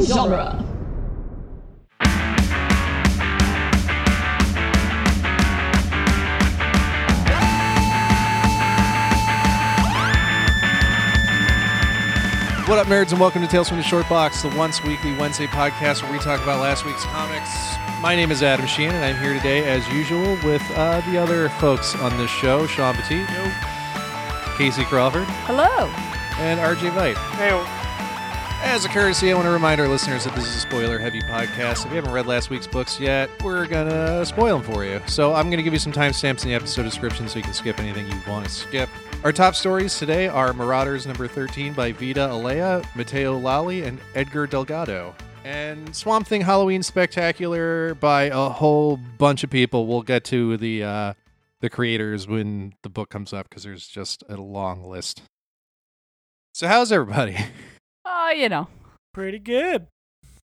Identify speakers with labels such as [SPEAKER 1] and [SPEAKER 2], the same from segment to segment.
[SPEAKER 1] genre.
[SPEAKER 2] What up, nerds, and welcome to Tales from the Short Box, the once weekly Wednesday podcast where we talk about last week's comics. My name is Adam Sheehan, and I'm here today, as usual, with uh, the other folks on this show Sean Petit, Casey Crawford,
[SPEAKER 3] Hello.
[SPEAKER 2] and RJ Vite. As a courtesy, I want to remind our listeners that this is a spoiler heavy podcast. If you haven't read last week's books yet, we're going to spoil them for you. So I'm going to give you some timestamps in the episode description so you can skip anything you want to skip. Our top stories today are Marauders number 13 by Vida Alea, Mateo Lally, and Edgar Delgado. And Swamp Thing Halloween Spectacular by a whole bunch of people. We'll get to the uh, the creators when the book comes up because there's just a long list. So how's everybody?
[SPEAKER 3] Oh, you know.
[SPEAKER 4] Pretty good.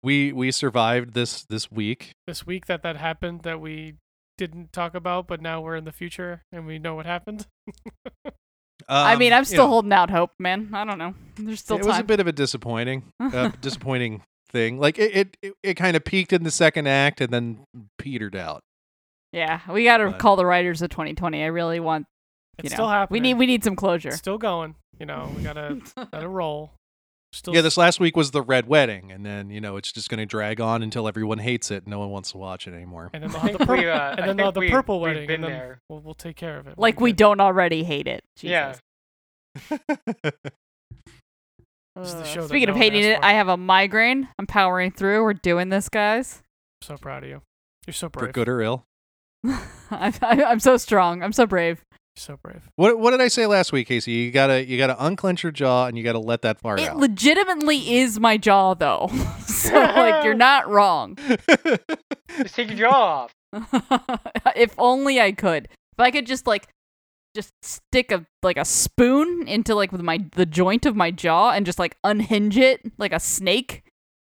[SPEAKER 2] we we survived this this week
[SPEAKER 4] This week that that happened that we didn't talk about, but now we're in the future and we know what happened.
[SPEAKER 3] I
[SPEAKER 2] Um,
[SPEAKER 3] mean, I'm
[SPEAKER 2] you
[SPEAKER 3] still
[SPEAKER 2] know,
[SPEAKER 3] holding out hope, man. I don't know. There's still
[SPEAKER 2] it was a
[SPEAKER 3] time.
[SPEAKER 2] bit of a disappointing uh, disappointing thing like it it, it, it kind of peaked in the second act and then petered out
[SPEAKER 3] yeah, we got to
[SPEAKER 2] But-
[SPEAKER 3] call the writers of 2020. I really want. You
[SPEAKER 4] It's
[SPEAKER 3] know,
[SPEAKER 4] still happening.
[SPEAKER 3] We need we need some closure.
[SPEAKER 4] It's still going. You know, we
[SPEAKER 5] Hmm.
[SPEAKER 4] gotta let it roll. Still,
[SPEAKER 2] yeah this last week was the red wedding and then you know it's just going to drag on until everyone hates it and no one wants to watch it anymore
[SPEAKER 4] and then
[SPEAKER 5] I
[SPEAKER 4] they'll have
[SPEAKER 5] think
[SPEAKER 4] the purple,
[SPEAKER 5] we, uh, I
[SPEAKER 4] and then
[SPEAKER 5] think
[SPEAKER 4] they'll have the
[SPEAKER 5] we,
[SPEAKER 4] purple
[SPEAKER 5] we've
[SPEAKER 4] wedding,
[SPEAKER 5] Been
[SPEAKER 4] and then
[SPEAKER 5] there.
[SPEAKER 4] we'll, we'll take care of it.
[SPEAKER 3] like we
[SPEAKER 4] Good.
[SPEAKER 3] don't already hate it.
[SPEAKER 5] Yeah.
[SPEAKER 3] Jesus.
[SPEAKER 4] This is the
[SPEAKER 3] Ugh.
[SPEAKER 4] show that
[SPEAKER 3] Speaking
[SPEAKER 4] no
[SPEAKER 3] of
[SPEAKER 4] one
[SPEAKER 3] hating
[SPEAKER 4] asked
[SPEAKER 3] it,
[SPEAKER 4] for.
[SPEAKER 3] I have a migraine. I'm powering through. We're doing this, guys.
[SPEAKER 4] I'm so proud of you. You're so brave.
[SPEAKER 2] for good or ill
[SPEAKER 3] I'm, I'm so strong. I'm so brave.
[SPEAKER 4] You're so brave.
[SPEAKER 2] what what did i say last week casey you gotta you gotta unclench your jaw and you gotta let that fart
[SPEAKER 3] It
[SPEAKER 2] out
[SPEAKER 3] legitimately is my jaw, though. so like, you're not wrong.
[SPEAKER 5] Just take your jaw off.
[SPEAKER 3] if only I could. If I could just like just stick a like a spoon into like with my the joint of my jaw and just like unhinge it like a snake.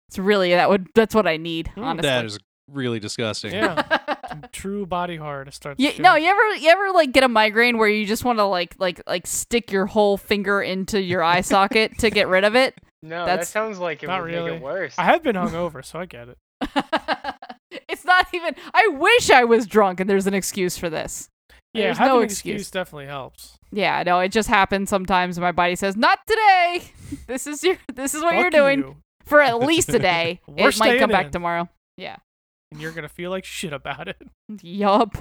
[SPEAKER 3] It's really that would that's what I need,
[SPEAKER 4] Mm,
[SPEAKER 3] honestly.
[SPEAKER 2] that is really disgusting
[SPEAKER 4] Yeah. True body horror to start.
[SPEAKER 3] You,
[SPEAKER 4] the
[SPEAKER 3] no,
[SPEAKER 4] show.
[SPEAKER 3] you ever you ever like get a migraine where you just want to like like like stick your whole finger into your eye socket to get rid of it?
[SPEAKER 5] No, that
[SPEAKER 3] That's-
[SPEAKER 5] sounds like it
[SPEAKER 4] Not
[SPEAKER 5] would make
[SPEAKER 4] really.
[SPEAKER 5] it worse.
[SPEAKER 4] I have been hungover, so I get it.
[SPEAKER 3] it's not even I wish I was drunk and there's an excuse for this.
[SPEAKER 4] Yeah,
[SPEAKER 3] There's
[SPEAKER 4] having
[SPEAKER 3] no
[SPEAKER 4] an
[SPEAKER 3] excuse.
[SPEAKER 4] definitely helps.
[SPEAKER 3] Yeah, no, it just happens sometimes. My body says, "Not today. This is your. This is what
[SPEAKER 4] Fuck
[SPEAKER 3] you're doing
[SPEAKER 4] you,
[SPEAKER 3] for at least a day.
[SPEAKER 4] We're
[SPEAKER 3] it might come
[SPEAKER 4] staying
[SPEAKER 3] back
[SPEAKER 4] in.
[SPEAKER 3] tomorrow."
[SPEAKER 4] and you're gonna feel like shit about it.
[SPEAKER 3] Yup.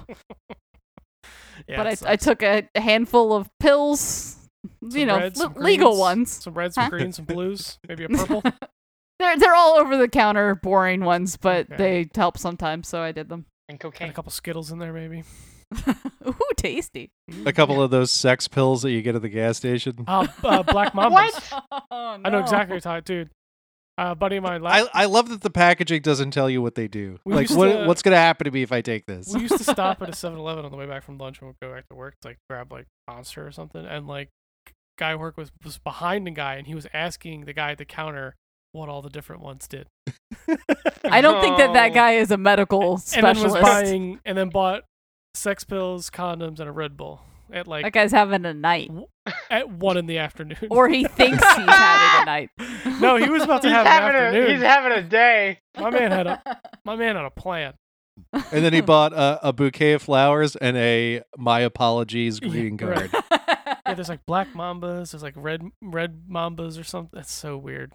[SPEAKER 4] Yeah, it
[SPEAKER 3] but I, I
[SPEAKER 4] sucks.
[SPEAKER 3] took a handful of pills, you
[SPEAKER 4] Some
[SPEAKER 3] know,
[SPEAKER 4] reds,
[SPEAKER 3] le-
[SPEAKER 4] some
[SPEAKER 3] legal
[SPEAKER 4] greens,
[SPEAKER 3] ones.
[SPEAKER 4] Some reds, some
[SPEAKER 3] Huh?
[SPEAKER 4] greens, some blues, maybe a purple.
[SPEAKER 3] They're they're all over the counter, boring ones, but
[SPEAKER 4] Okay.
[SPEAKER 3] they help sometimes, so I did them.
[SPEAKER 5] and
[SPEAKER 4] and a
[SPEAKER 5] cocaine.
[SPEAKER 4] couple Skittles in there, maybe.
[SPEAKER 3] Ooh, tasty.
[SPEAKER 2] a couple of those sex pills that you get at the gas station
[SPEAKER 4] Uh, b- uh, Black Mambas.
[SPEAKER 3] Oh,
[SPEAKER 4] I know
[SPEAKER 3] no.
[SPEAKER 4] exactly what you're talking dude. Uh, a buddy of mine, last,
[SPEAKER 2] I, I love that the packaging doesn't tell you what they do.
[SPEAKER 4] We
[SPEAKER 2] like,
[SPEAKER 4] used
[SPEAKER 2] what,
[SPEAKER 4] to-
[SPEAKER 2] what's going to happen to me if I take this?
[SPEAKER 4] we used to stop at a 7-Eleven on the way back from lunch and we'd go back to work to like grab like Monster or something. And like, guy at work was was behind the guy and he was asking the guy at the counter what all the different ones did,
[SPEAKER 3] I don't think that that
[SPEAKER 5] Oh.
[SPEAKER 3] guy is a medical
[SPEAKER 4] and then was
[SPEAKER 3] specialist.
[SPEAKER 4] buying and then bought sex pills, condoms, and a Red Bull at like
[SPEAKER 3] that guy's having a night,
[SPEAKER 4] at one in the afternoon.
[SPEAKER 3] or he thinks he's having a night.
[SPEAKER 4] no, he was about to
[SPEAKER 5] He's
[SPEAKER 4] have an
[SPEAKER 5] having, a,
[SPEAKER 4] afternoon.
[SPEAKER 5] he's having a day.
[SPEAKER 4] my man had a my man had a plan.
[SPEAKER 2] and then he bought a, a bouquet of flowers and a my apologies
[SPEAKER 4] Yeah,
[SPEAKER 2] greeting
[SPEAKER 4] right.
[SPEAKER 2] card.
[SPEAKER 4] Yeah, there's like black mambas, there's like red red mambas or something. That's so weird.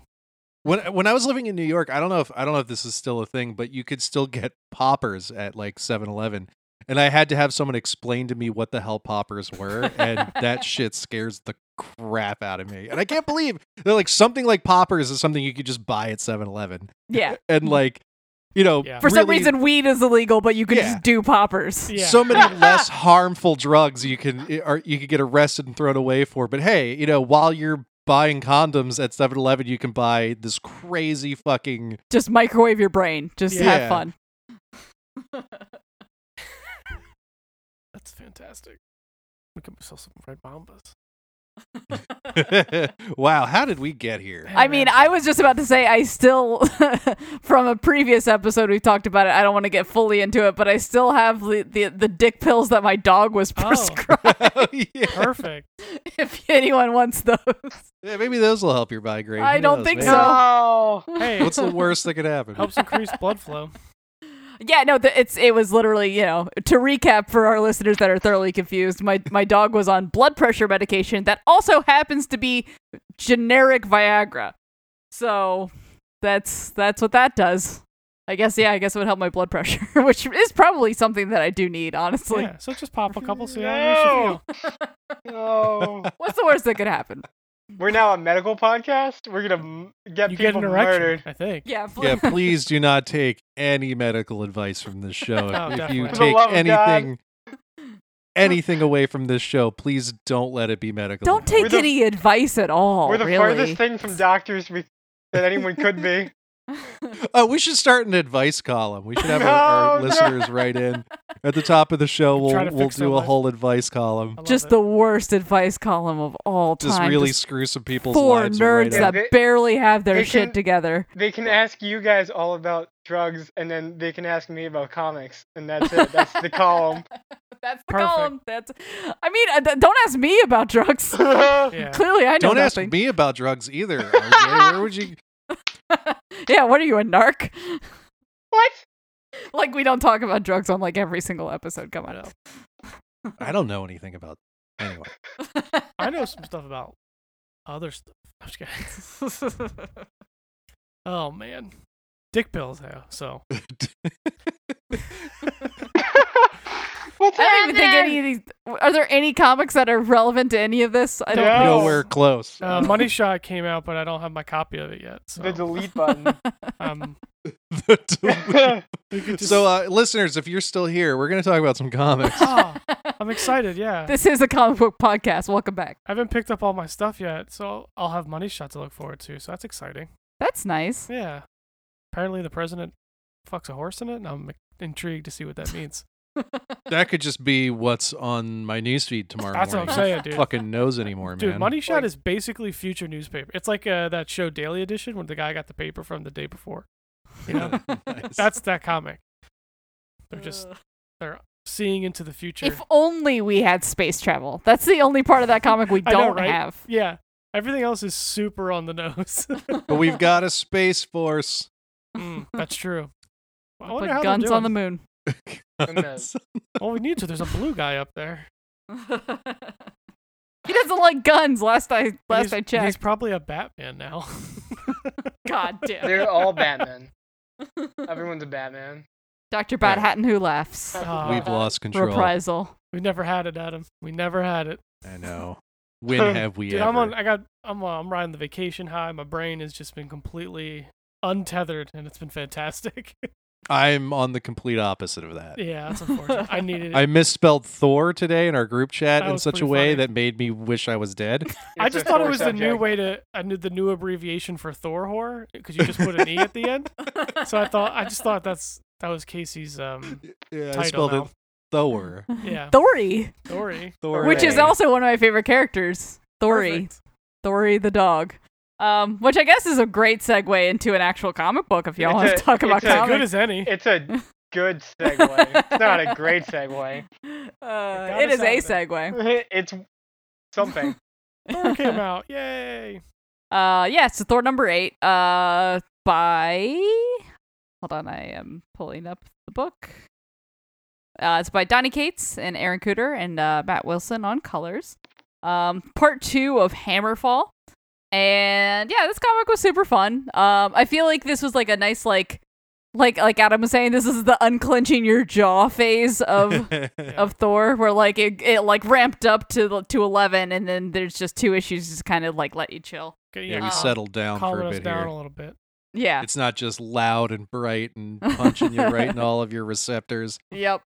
[SPEAKER 2] When when I was living in New York, I don't know if I don't know if this is still a thing, but you could still get poppers at like 7-Eleven. And I had to have someone explain to me what the hell poppers were, and that shit scares the crap out of me. And I can't believe they're like something like poppers is something you could just buy at 7-Eleven.
[SPEAKER 3] yeah.
[SPEAKER 2] And like, you know,
[SPEAKER 4] Mm. Yeah.
[SPEAKER 3] For some
[SPEAKER 2] really-
[SPEAKER 3] reason, weed is illegal, but you could
[SPEAKER 2] Yeah.
[SPEAKER 3] just do poppers.
[SPEAKER 4] Yeah.
[SPEAKER 2] so many less harmful drugs you can or you could get arrested and thrown away for. But hey, you know, while you're buying condoms at 7-Eleven, you can buy this crazy fucking
[SPEAKER 3] Just microwave your brain. Just
[SPEAKER 2] Yeah.
[SPEAKER 3] have fun.
[SPEAKER 4] That's fantastic. We could sell some red mambas.
[SPEAKER 2] wow, how did we get here?
[SPEAKER 3] I mean, I was just about to say I still from a previous episode we talked about it. I don't want to get fully into it, but I still have the the, the dick pills that my dog was
[SPEAKER 4] Oh.
[SPEAKER 3] prescribed.
[SPEAKER 2] Oh, yeah.
[SPEAKER 4] perfect.
[SPEAKER 3] if anyone wants those,
[SPEAKER 2] Yeah, maybe those will help your migraine.
[SPEAKER 3] I
[SPEAKER 2] Who
[SPEAKER 3] don't
[SPEAKER 2] knows,
[SPEAKER 3] think
[SPEAKER 2] man?
[SPEAKER 3] so.
[SPEAKER 5] No.
[SPEAKER 4] Hey,
[SPEAKER 2] What's the worst that could happen?
[SPEAKER 4] helps increase blood flow.
[SPEAKER 3] yeah, no, th- it's it was literally you know to recap for our listeners that are thoroughly confused. My my dog was on blood pressure medication that also happens to be generic Viagra, so that's that's what that does. I guess yeah, I guess it would help my blood pressure, which is probably something that I do need honestly.
[SPEAKER 4] yeah, so just pop a couple, see how you feel.
[SPEAKER 5] No.
[SPEAKER 3] What's the worst that could happen?
[SPEAKER 5] We're now a medical podcast. We're gonna m- get
[SPEAKER 4] You get
[SPEAKER 5] people
[SPEAKER 4] an erection,
[SPEAKER 5] murdered.
[SPEAKER 4] I think.
[SPEAKER 3] Yeah, pl-
[SPEAKER 2] yeah, please do not take any medical advice from this show.
[SPEAKER 4] No,
[SPEAKER 2] if
[SPEAKER 4] definitely.
[SPEAKER 2] you
[SPEAKER 4] For the
[SPEAKER 2] take
[SPEAKER 5] love of
[SPEAKER 2] anything anything away from this show, please don't let it be medical.
[SPEAKER 3] don't
[SPEAKER 2] advice.
[SPEAKER 3] take
[SPEAKER 5] We're the-
[SPEAKER 3] any advice at
[SPEAKER 4] Oh,
[SPEAKER 3] all.
[SPEAKER 5] We're the
[SPEAKER 3] really.
[SPEAKER 5] farthest thing from doctors we that anyone could be.
[SPEAKER 2] Oh, we should start an advice column. We should have our, our
[SPEAKER 5] No, no.
[SPEAKER 2] listeners write in at the top of the show.
[SPEAKER 4] I'm trying
[SPEAKER 2] We'll
[SPEAKER 4] to
[SPEAKER 2] we'll
[SPEAKER 4] fix
[SPEAKER 2] do
[SPEAKER 4] so
[SPEAKER 2] a
[SPEAKER 4] much.
[SPEAKER 2] whole advice column.
[SPEAKER 4] I love
[SPEAKER 3] Just
[SPEAKER 4] it.
[SPEAKER 3] the worst advice column of all time.
[SPEAKER 2] Just really
[SPEAKER 3] Just
[SPEAKER 2] screw some people's
[SPEAKER 3] four
[SPEAKER 2] lives.
[SPEAKER 3] nerds
[SPEAKER 2] right
[SPEAKER 5] Yeah,
[SPEAKER 3] that
[SPEAKER 2] up.
[SPEAKER 5] they-
[SPEAKER 3] barely have their
[SPEAKER 5] they
[SPEAKER 3] shit
[SPEAKER 5] can-
[SPEAKER 3] together.
[SPEAKER 5] They can ask you guys all about drugs, and then they can ask me about comics, and that's it. That's the column.
[SPEAKER 3] That's the
[SPEAKER 4] Perfect.
[SPEAKER 3] column. That's. I mean, uh, th- don't ask me about drugs.
[SPEAKER 4] yeah.
[SPEAKER 3] Clearly, I know
[SPEAKER 2] Don't ask
[SPEAKER 3] nothing.
[SPEAKER 2] me about drugs either. RJ. Where would you?
[SPEAKER 3] Yeah, what are you a narc?
[SPEAKER 5] what?
[SPEAKER 3] Like we don't talk about drugs on like every single episode. Come on.
[SPEAKER 2] I don't know anything about. Anyway,
[SPEAKER 4] I know some stuff about other stuff. I'm just kidding. oh man, dick pills though. So
[SPEAKER 5] What's
[SPEAKER 3] I don't even think
[SPEAKER 5] happening?
[SPEAKER 3] any of these. Are there any comics that are relevant to any of this? I don't.
[SPEAKER 4] Oh.
[SPEAKER 5] No.
[SPEAKER 2] nowhere close.
[SPEAKER 4] uh, Money Shot came out, but I don't have my copy of it yet. So
[SPEAKER 5] The delete button.
[SPEAKER 4] um,
[SPEAKER 2] so, uh, listeners, if you're still here, we're going to talk about some comics.
[SPEAKER 4] ah, I'm excited. Yeah,
[SPEAKER 3] This is a comic book podcast. Welcome back.
[SPEAKER 4] I haven't picked up all my stuff yet, so I'll have Money Shot to look forward to. So that's exciting.
[SPEAKER 3] That's nice.
[SPEAKER 4] Yeah. Apparently the president fucks a horse in it, and I'm intrigued to see what that means.
[SPEAKER 2] that could just be what's on my newsfeed tomorrow
[SPEAKER 4] That's what
[SPEAKER 2] morning.
[SPEAKER 4] I'm saying, dude.
[SPEAKER 2] Fucking knows anymore,
[SPEAKER 4] Dude,
[SPEAKER 2] man.
[SPEAKER 4] Money Shot
[SPEAKER 5] Like-
[SPEAKER 4] is basically future newspaper. It's like uh, that show Daily Edition when the guy got the paper from the day before. You know,
[SPEAKER 2] Nice.
[SPEAKER 4] that's that comic. They're just they're seeing into the future.
[SPEAKER 3] If only we had space travel. That's the only part of that comic we
[SPEAKER 4] I
[SPEAKER 3] don't
[SPEAKER 4] know, right?
[SPEAKER 3] have.
[SPEAKER 4] yeah, everything else is super on the nose.
[SPEAKER 2] but we've got a space force.
[SPEAKER 4] Mm, that's true. I
[SPEAKER 3] Put
[SPEAKER 4] wonder how they're
[SPEAKER 3] guns on the
[SPEAKER 4] doing.
[SPEAKER 3] moon.
[SPEAKER 5] Goodness.
[SPEAKER 4] Well, we need to. There's a blue guy up there.
[SPEAKER 3] he doesn't like guns. Last I last
[SPEAKER 4] He's-
[SPEAKER 3] I
[SPEAKER 4] He's
[SPEAKER 3] checked.
[SPEAKER 4] probably a Batman now.
[SPEAKER 3] God damn.
[SPEAKER 5] They're all Batman. Everyone's a Batman.
[SPEAKER 3] Dr. Badhattan who laughs.
[SPEAKER 4] Uh,
[SPEAKER 2] We've lost control.
[SPEAKER 3] Reprisal.
[SPEAKER 4] We never had it, Adam. We never had it.
[SPEAKER 2] I know. When have we
[SPEAKER 4] Dude,
[SPEAKER 2] ever?
[SPEAKER 4] I'm on. I got. I'm. Uh, I'm riding the vacation high. My brain has just been completely untethered, and it's been fantastic.
[SPEAKER 2] I'm on the complete opposite of that.
[SPEAKER 4] yeah, that's unfortunate. I needed it.
[SPEAKER 2] I misspelled Thor today in our group chat
[SPEAKER 4] That
[SPEAKER 2] in
[SPEAKER 4] was
[SPEAKER 2] such a
[SPEAKER 4] pretty
[SPEAKER 2] way
[SPEAKER 4] funny.
[SPEAKER 2] that made me wish I was dead.
[SPEAKER 4] I
[SPEAKER 5] It's
[SPEAKER 4] just
[SPEAKER 5] a
[SPEAKER 4] thought it
[SPEAKER 5] sore
[SPEAKER 4] was the new
[SPEAKER 5] subject.
[SPEAKER 4] way to. I knew the new abbreviation for Thor horror because you just put an e at the end. So I thought. I just thought that's that was Casey's. Um.
[SPEAKER 2] yeah, I
[SPEAKER 4] Title
[SPEAKER 2] spelled
[SPEAKER 4] now.
[SPEAKER 2] it Thor.
[SPEAKER 4] Yeah.
[SPEAKER 3] Thory,
[SPEAKER 4] Dory.
[SPEAKER 2] Thor.
[SPEAKER 3] which is
[SPEAKER 5] Hooray.
[SPEAKER 3] also one of my favorite characters. Thory.
[SPEAKER 4] Perfect.
[SPEAKER 3] Thory the dog. Um, which I guess is a great segue into an actual comic book if y'all
[SPEAKER 5] It's
[SPEAKER 3] want
[SPEAKER 5] a-
[SPEAKER 3] to talk about
[SPEAKER 5] it's a
[SPEAKER 4] As good
[SPEAKER 3] comics.
[SPEAKER 4] as any.
[SPEAKER 5] It's a good segue. it's not a great segue.
[SPEAKER 3] Uh,
[SPEAKER 4] got
[SPEAKER 3] it
[SPEAKER 4] us
[SPEAKER 3] is a
[SPEAKER 4] out
[SPEAKER 3] segue.
[SPEAKER 5] It's something.
[SPEAKER 4] Thor came out. Yay.
[SPEAKER 3] Uh, yeah, so Thor number eight. Uh, by hold on, I am pulling up the book. Uh, it's by Donnie Cates and Aaron Cooter and uh, Matt Wilson on colors. Um, part two of Hammerfall, and yeah, this comic was super fun. Um, I feel like this was like a nice like, like like Adam was saying, this is the unclenching your jaw phase of of Thor, where like it, it like ramped up to to eleven, and then there's just two issues just kind of like let you chill.
[SPEAKER 4] Okay,
[SPEAKER 2] yeah,
[SPEAKER 4] yeah.
[SPEAKER 2] we
[SPEAKER 3] Uh,
[SPEAKER 2] settled down for
[SPEAKER 4] calming
[SPEAKER 2] a
[SPEAKER 4] us
[SPEAKER 2] bit
[SPEAKER 4] down
[SPEAKER 2] here.
[SPEAKER 4] a little bit.
[SPEAKER 3] Yeah.
[SPEAKER 2] It's not just loud and bright and punching you right in all of your receptors.
[SPEAKER 3] Yep.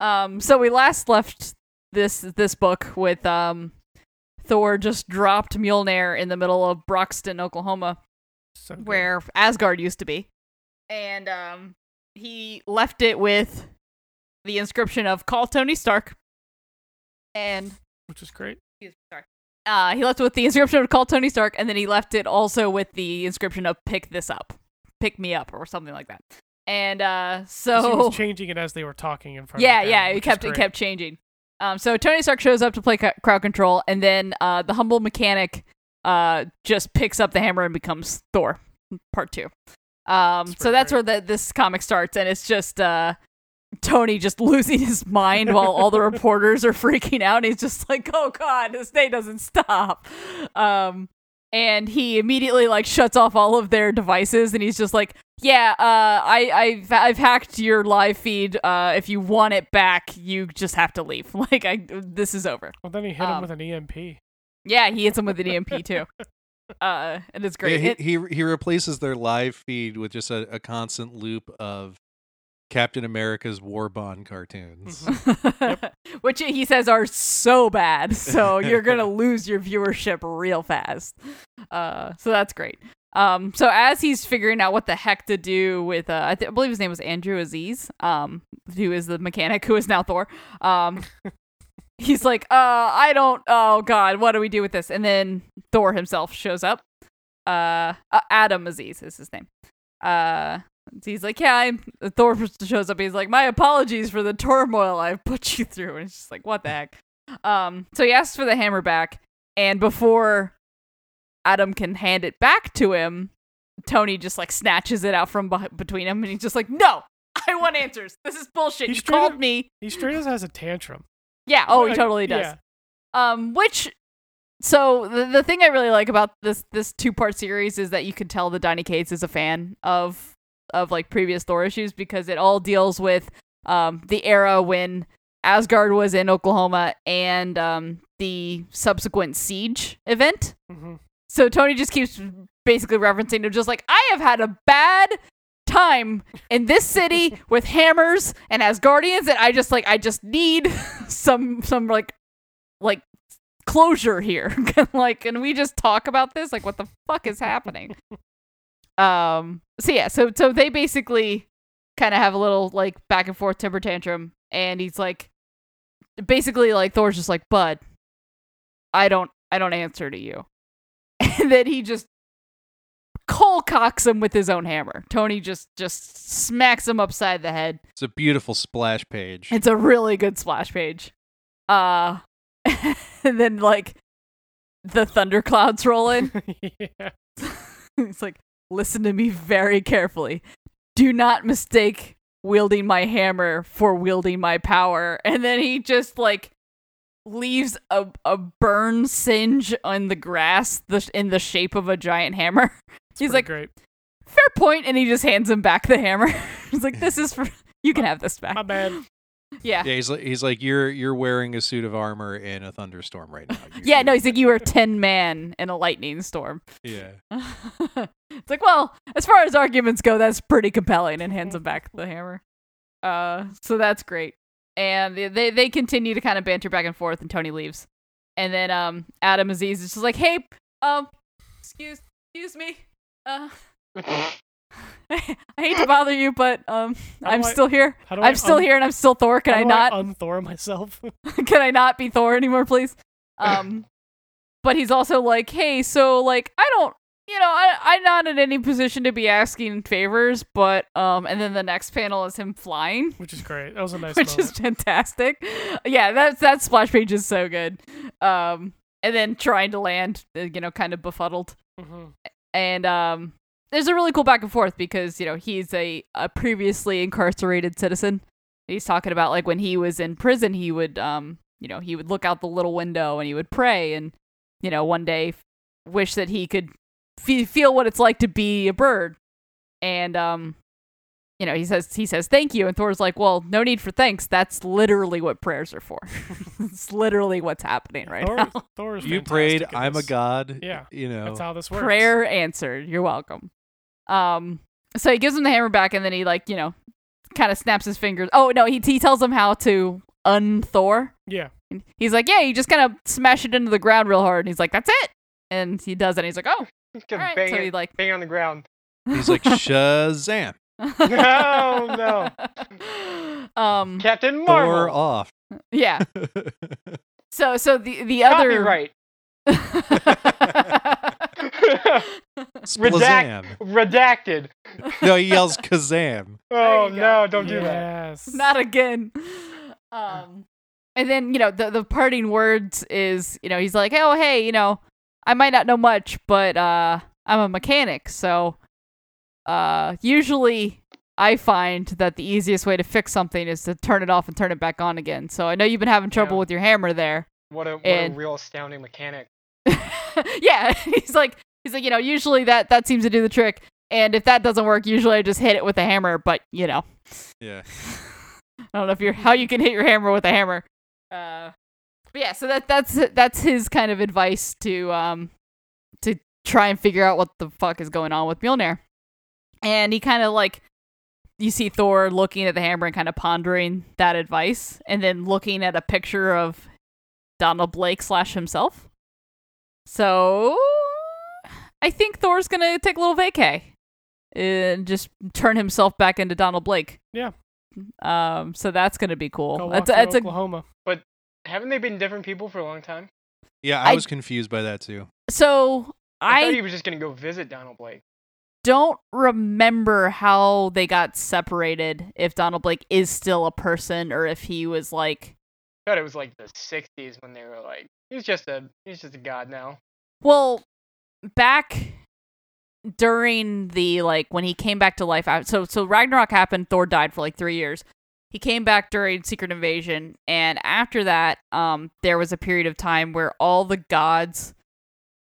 [SPEAKER 3] Um. So we last left this this book with um, Thor just dropped Mjolnir in the middle of Broxton, Oklahoma,
[SPEAKER 4] So good.
[SPEAKER 3] where Asgard used to be. And um he left it with the inscription of call Tony Stark. And
[SPEAKER 4] which is great.
[SPEAKER 3] excuse me, sorry. Uh, he left with the inscription of "Call Tony Stark," and then he left it also with the inscription of "Pick this up, pick me up," or something like that. And uh,
[SPEAKER 4] He was
[SPEAKER 3] so
[SPEAKER 4] changing it as they were talking in front.
[SPEAKER 3] yeah,
[SPEAKER 4] of the
[SPEAKER 3] yeah,
[SPEAKER 4] camera,
[SPEAKER 3] it
[SPEAKER 4] which is
[SPEAKER 3] kept it
[SPEAKER 4] great.
[SPEAKER 3] kept changing. Um, so Tony Stark shows up to play c- crowd control, and then uh, the humble mechanic uh just picks up the hammer and becomes Thor, part two. Um,
[SPEAKER 4] That's
[SPEAKER 3] so
[SPEAKER 4] pretty
[SPEAKER 3] that's where
[SPEAKER 4] great.
[SPEAKER 3] the, this comic starts, and it's just uh. Tony just losing his mind while all the reporters are freaking out. He's just like, "Oh God, this day doesn't stop." Um, and he immediately like shuts off all of their devices, and he's just like, "Yeah, uh, I, I've I've hacked your live feed. Uh, if you want it back, you just have to leave. Like, I this is over."
[SPEAKER 4] Well, then he hit
[SPEAKER 3] Um,
[SPEAKER 4] him with an E EMP.
[SPEAKER 3] Yeah, he hits him with an EMP too, uh, and it's great.
[SPEAKER 2] Yeah,
[SPEAKER 3] It-
[SPEAKER 2] he, he he replaces their live feed with just a, a constant loop of Captain America's war bond cartoons.
[SPEAKER 3] Mm-hmm.
[SPEAKER 4] Mhm.
[SPEAKER 3] which he says are so bad so you're gonna lose your viewership real fast uh, so that's great um, so as he's figuring out what the heck to do with uh, I, th- I believe his name was andrew aziz um, who is the mechanic who is now thor um, he's like uh, i don't oh god what do we do with this and then thor himself shows up uh, uh, adam aziz is his name uh, he's like, yeah, I'm. Thor shows up. He's like, my apologies for the turmoil I've put you through. And it's just like, what the heck? Um, so he asks for the hammer back, and before Adam can hand it back to him, Tony just like snatches it out from beh between him, and he's just like, no, I want answers. This is bullshit.
[SPEAKER 4] He's
[SPEAKER 3] you
[SPEAKER 4] straight
[SPEAKER 3] called
[SPEAKER 4] up-
[SPEAKER 3] me.
[SPEAKER 4] He straight as has a tantrum.
[SPEAKER 3] Yeah. Oh, he
[SPEAKER 4] Like,
[SPEAKER 3] totally does.
[SPEAKER 4] yeah.
[SPEAKER 3] Um, which so the, the thing I really like about this this two part series is that you can tell that Donny Cates is a fan of of like previous Thor issues because it all deals with um the era when Asgard was in Oklahoma and um the subsequent siege event.
[SPEAKER 4] hmm
[SPEAKER 3] So Tony just keeps basically referencing him, just like I have had a bad time in this city with hammers and as guardians, and I just like I just need some some like like closure here. like, can we just talk about this? Like, what the fuck is happening? um. So yeah. So so they basically kind of have a little like back and forth temper tantrum, and he's like, basically like Thor's just like, bud, I don't I don't answer to you and then he just Cole cocks him with his own hammer. Tony just just smacks him upside the head.
[SPEAKER 2] It's a beautiful splash page.
[SPEAKER 3] It's a really good splash page. Uh and then like the thunderclouds roll in.
[SPEAKER 4] yeah.
[SPEAKER 3] it's like listen to me very carefully. Do not mistake wielding my hammer for wielding my power. And then he just like leaves a a burn singe on the grass the, in the shape of a giant hammer. He's
[SPEAKER 4] Pretty
[SPEAKER 3] like,
[SPEAKER 4] great.
[SPEAKER 3] fair point and he just hands him back the hammer he's like this is for you can have this back
[SPEAKER 4] My bad.
[SPEAKER 3] yeah
[SPEAKER 2] Yeah, he's like, he's like you're you're wearing a suit of armor in a thunderstorm right now. You-
[SPEAKER 3] yeah no he's like you were a 10 man in a lightning storm
[SPEAKER 2] yeah.
[SPEAKER 3] it's like well as far as arguments go that's pretty compelling and hands him back the hammer uh so that's great and they- they they continue to kind of banter back and forth and tony leaves and then um adam aziz is just like hey um excuse excuse me uh I hate to bother you, but um,
[SPEAKER 4] How
[SPEAKER 3] I'm
[SPEAKER 4] do I-
[SPEAKER 3] still here.
[SPEAKER 4] How do I
[SPEAKER 3] I'm still
[SPEAKER 4] un-
[SPEAKER 3] here and I'm still Thor. Can
[SPEAKER 4] how
[SPEAKER 3] I
[SPEAKER 4] do
[SPEAKER 3] not?
[SPEAKER 4] unthor myself?
[SPEAKER 3] can I not be Thor anymore, please? Um, but he's also like, hey, so like I don't, you know, I I'm not in any position to be asking favors, but um, and then the next panel is him flying.
[SPEAKER 4] which is great. That was a nice
[SPEAKER 3] Which
[SPEAKER 4] moment.
[SPEAKER 3] is fantastic. Yeah, that's that splash page is so good. Um, and then trying to land, uh, you know, kind of befuddled
[SPEAKER 4] Mhm.
[SPEAKER 3] and um there's a really cool back and forth because you know he's a, a previously incarcerated citizen he's talking about like when he was in prison he would um you know he would look out the little window and he would pray and you know one day wish that he could fe feel what it's like to be a bird and um you know he says he says thank you and thor's like well no need for thanks that's literally what prayers are for it's literally what's happening right
[SPEAKER 4] Mm-hmm. Thor,
[SPEAKER 3] now.
[SPEAKER 4] is- Thor is
[SPEAKER 2] You
[SPEAKER 4] fantastic
[SPEAKER 2] prayed.
[SPEAKER 4] in
[SPEAKER 2] I'm a
[SPEAKER 4] this.
[SPEAKER 2] god.
[SPEAKER 4] Yeah,
[SPEAKER 2] You know.
[SPEAKER 4] That's how this works.
[SPEAKER 3] prayer answered. You're welcome. Um, so he gives him the hammer back, and then he like you know, kind of snaps his fingers. Oh no, he he tells him how to unthor.
[SPEAKER 4] Yeah,
[SPEAKER 3] And He's like, yeah, you just kind of smash it into the ground real hard, and he's like, that's it. And he does it. And he's like, oh,
[SPEAKER 5] Just
[SPEAKER 3] all right.
[SPEAKER 5] bang,
[SPEAKER 3] So
[SPEAKER 5] it,
[SPEAKER 3] he like,
[SPEAKER 5] bang on the ground.
[SPEAKER 2] He's like Shazam.
[SPEAKER 5] Oh, No,
[SPEAKER 3] no. Um,
[SPEAKER 5] Captain
[SPEAKER 2] Thor
[SPEAKER 5] Marvel.
[SPEAKER 2] off.
[SPEAKER 3] yeah. So so the the other
[SPEAKER 5] Copyright.
[SPEAKER 2] Splazam.
[SPEAKER 5] Redacted.
[SPEAKER 2] No, he yells Kazam.
[SPEAKER 5] Oh
[SPEAKER 3] you go.
[SPEAKER 5] no! Don't do that.
[SPEAKER 4] yes.
[SPEAKER 3] Not again. Um, and then you know the the parting words is you know he's like, oh hey, you know, I might not know much, but uh, I'm a mechanic, so uh, usually I find that the easiest way to fix something is to turn it off and turn it back on again. So I know you've been having trouble
[SPEAKER 4] Yeah.
[SPEAKER 3] with your hammer there.
[SPEAKER 5] What a what
[SPEAKER 3] And-
[SPEAKER 5] a real astounding mechanic.
[SPEAKER 3] yeah, he's like he's like you know usually that that seems to do the trick, and if that doesn't work, usually I just hit it with a hammer. But you know,
[SPEAKER 2] Yeah.
[SPEAKER 3] I don't know if you're how you can hit your hammer with a hammer. Uh, but yeah, so that that's that's his kind of advice to um to try and figure out what the fuck is going on with Mjolnir, and he kind of like you see Thor looking at the hammer and kind of pondering that advice, and then looking at a picture of Donald Blake slash himself. So I think Thor's gonna take a little vacay and just turn himself back into Donald Blake.
[SPEAKER 4] Yeah.
[SPEAKER 3] Um. So that's gonna be
[SPEAKER 4] Go
[SPEAKER 3] cool.
[SPEAKER 4] walk
[SPEAKER 3] That's a,
[SPEAKER 4] through
[SPEAKER 3] that's a
[SPEAKER 4] Oklahoma.
[SPEAKER 5] Haven't they been different people for a long time?
[SPEAKER 2] Yeah, I,
[SPEAKER 3] I-
[SPEAKER 2] was confused by that too.
[SPEAKER 3] so
[SPEAKER 5] I, thought
[SPEAKER 3] I
[SPEAKER 5] he was just gonna go visit Donald Blake.
[SPEAKER 3] don't remember how they got separated. If Donald Blake is still a person, or if he was like,
[SPEAKER 5] I thought it was like the '60s when they were like, he's just a he's just a god now.
[SPEAKER 3] well, back during the like when he came back to life. I, so so Ragnarok happened. Thor died for like three years. He came back during Secret Invasion, and after that, um, there was a period of time where all the gods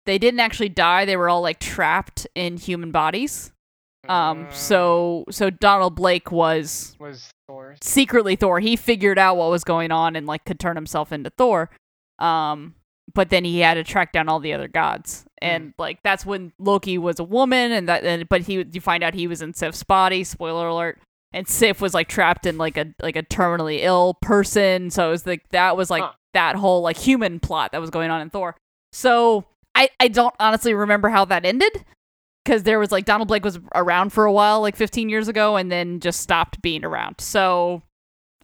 [SPEAKER 3] they didn't actually die. They were all like trapped in human bodies. Um,
[SPEAKER 5] Uh,
[SPEAKER 3] so so Donald Blake was
[SPEAKER 5] was Thor's.
[SPEAKER 3] secretly Thor. He figured out what was going on and like could turn himself into Thor. Um, but then he had to track down all the other gods, and like that's when Loki was a woman, and that. And, but he you find out he was in Sif's body. Spoiler alert. And Sif was like trapped in like a like a terminally ill person. So it was like that was like
[SPEAKER 5] Huh.
[SPEAKER 3] that whole like human plot that was going on in Thor. So I I don't honestly remember how that ended because there was like Donald Blake was around for a while, like 15 years ago, and then just stopped being around. So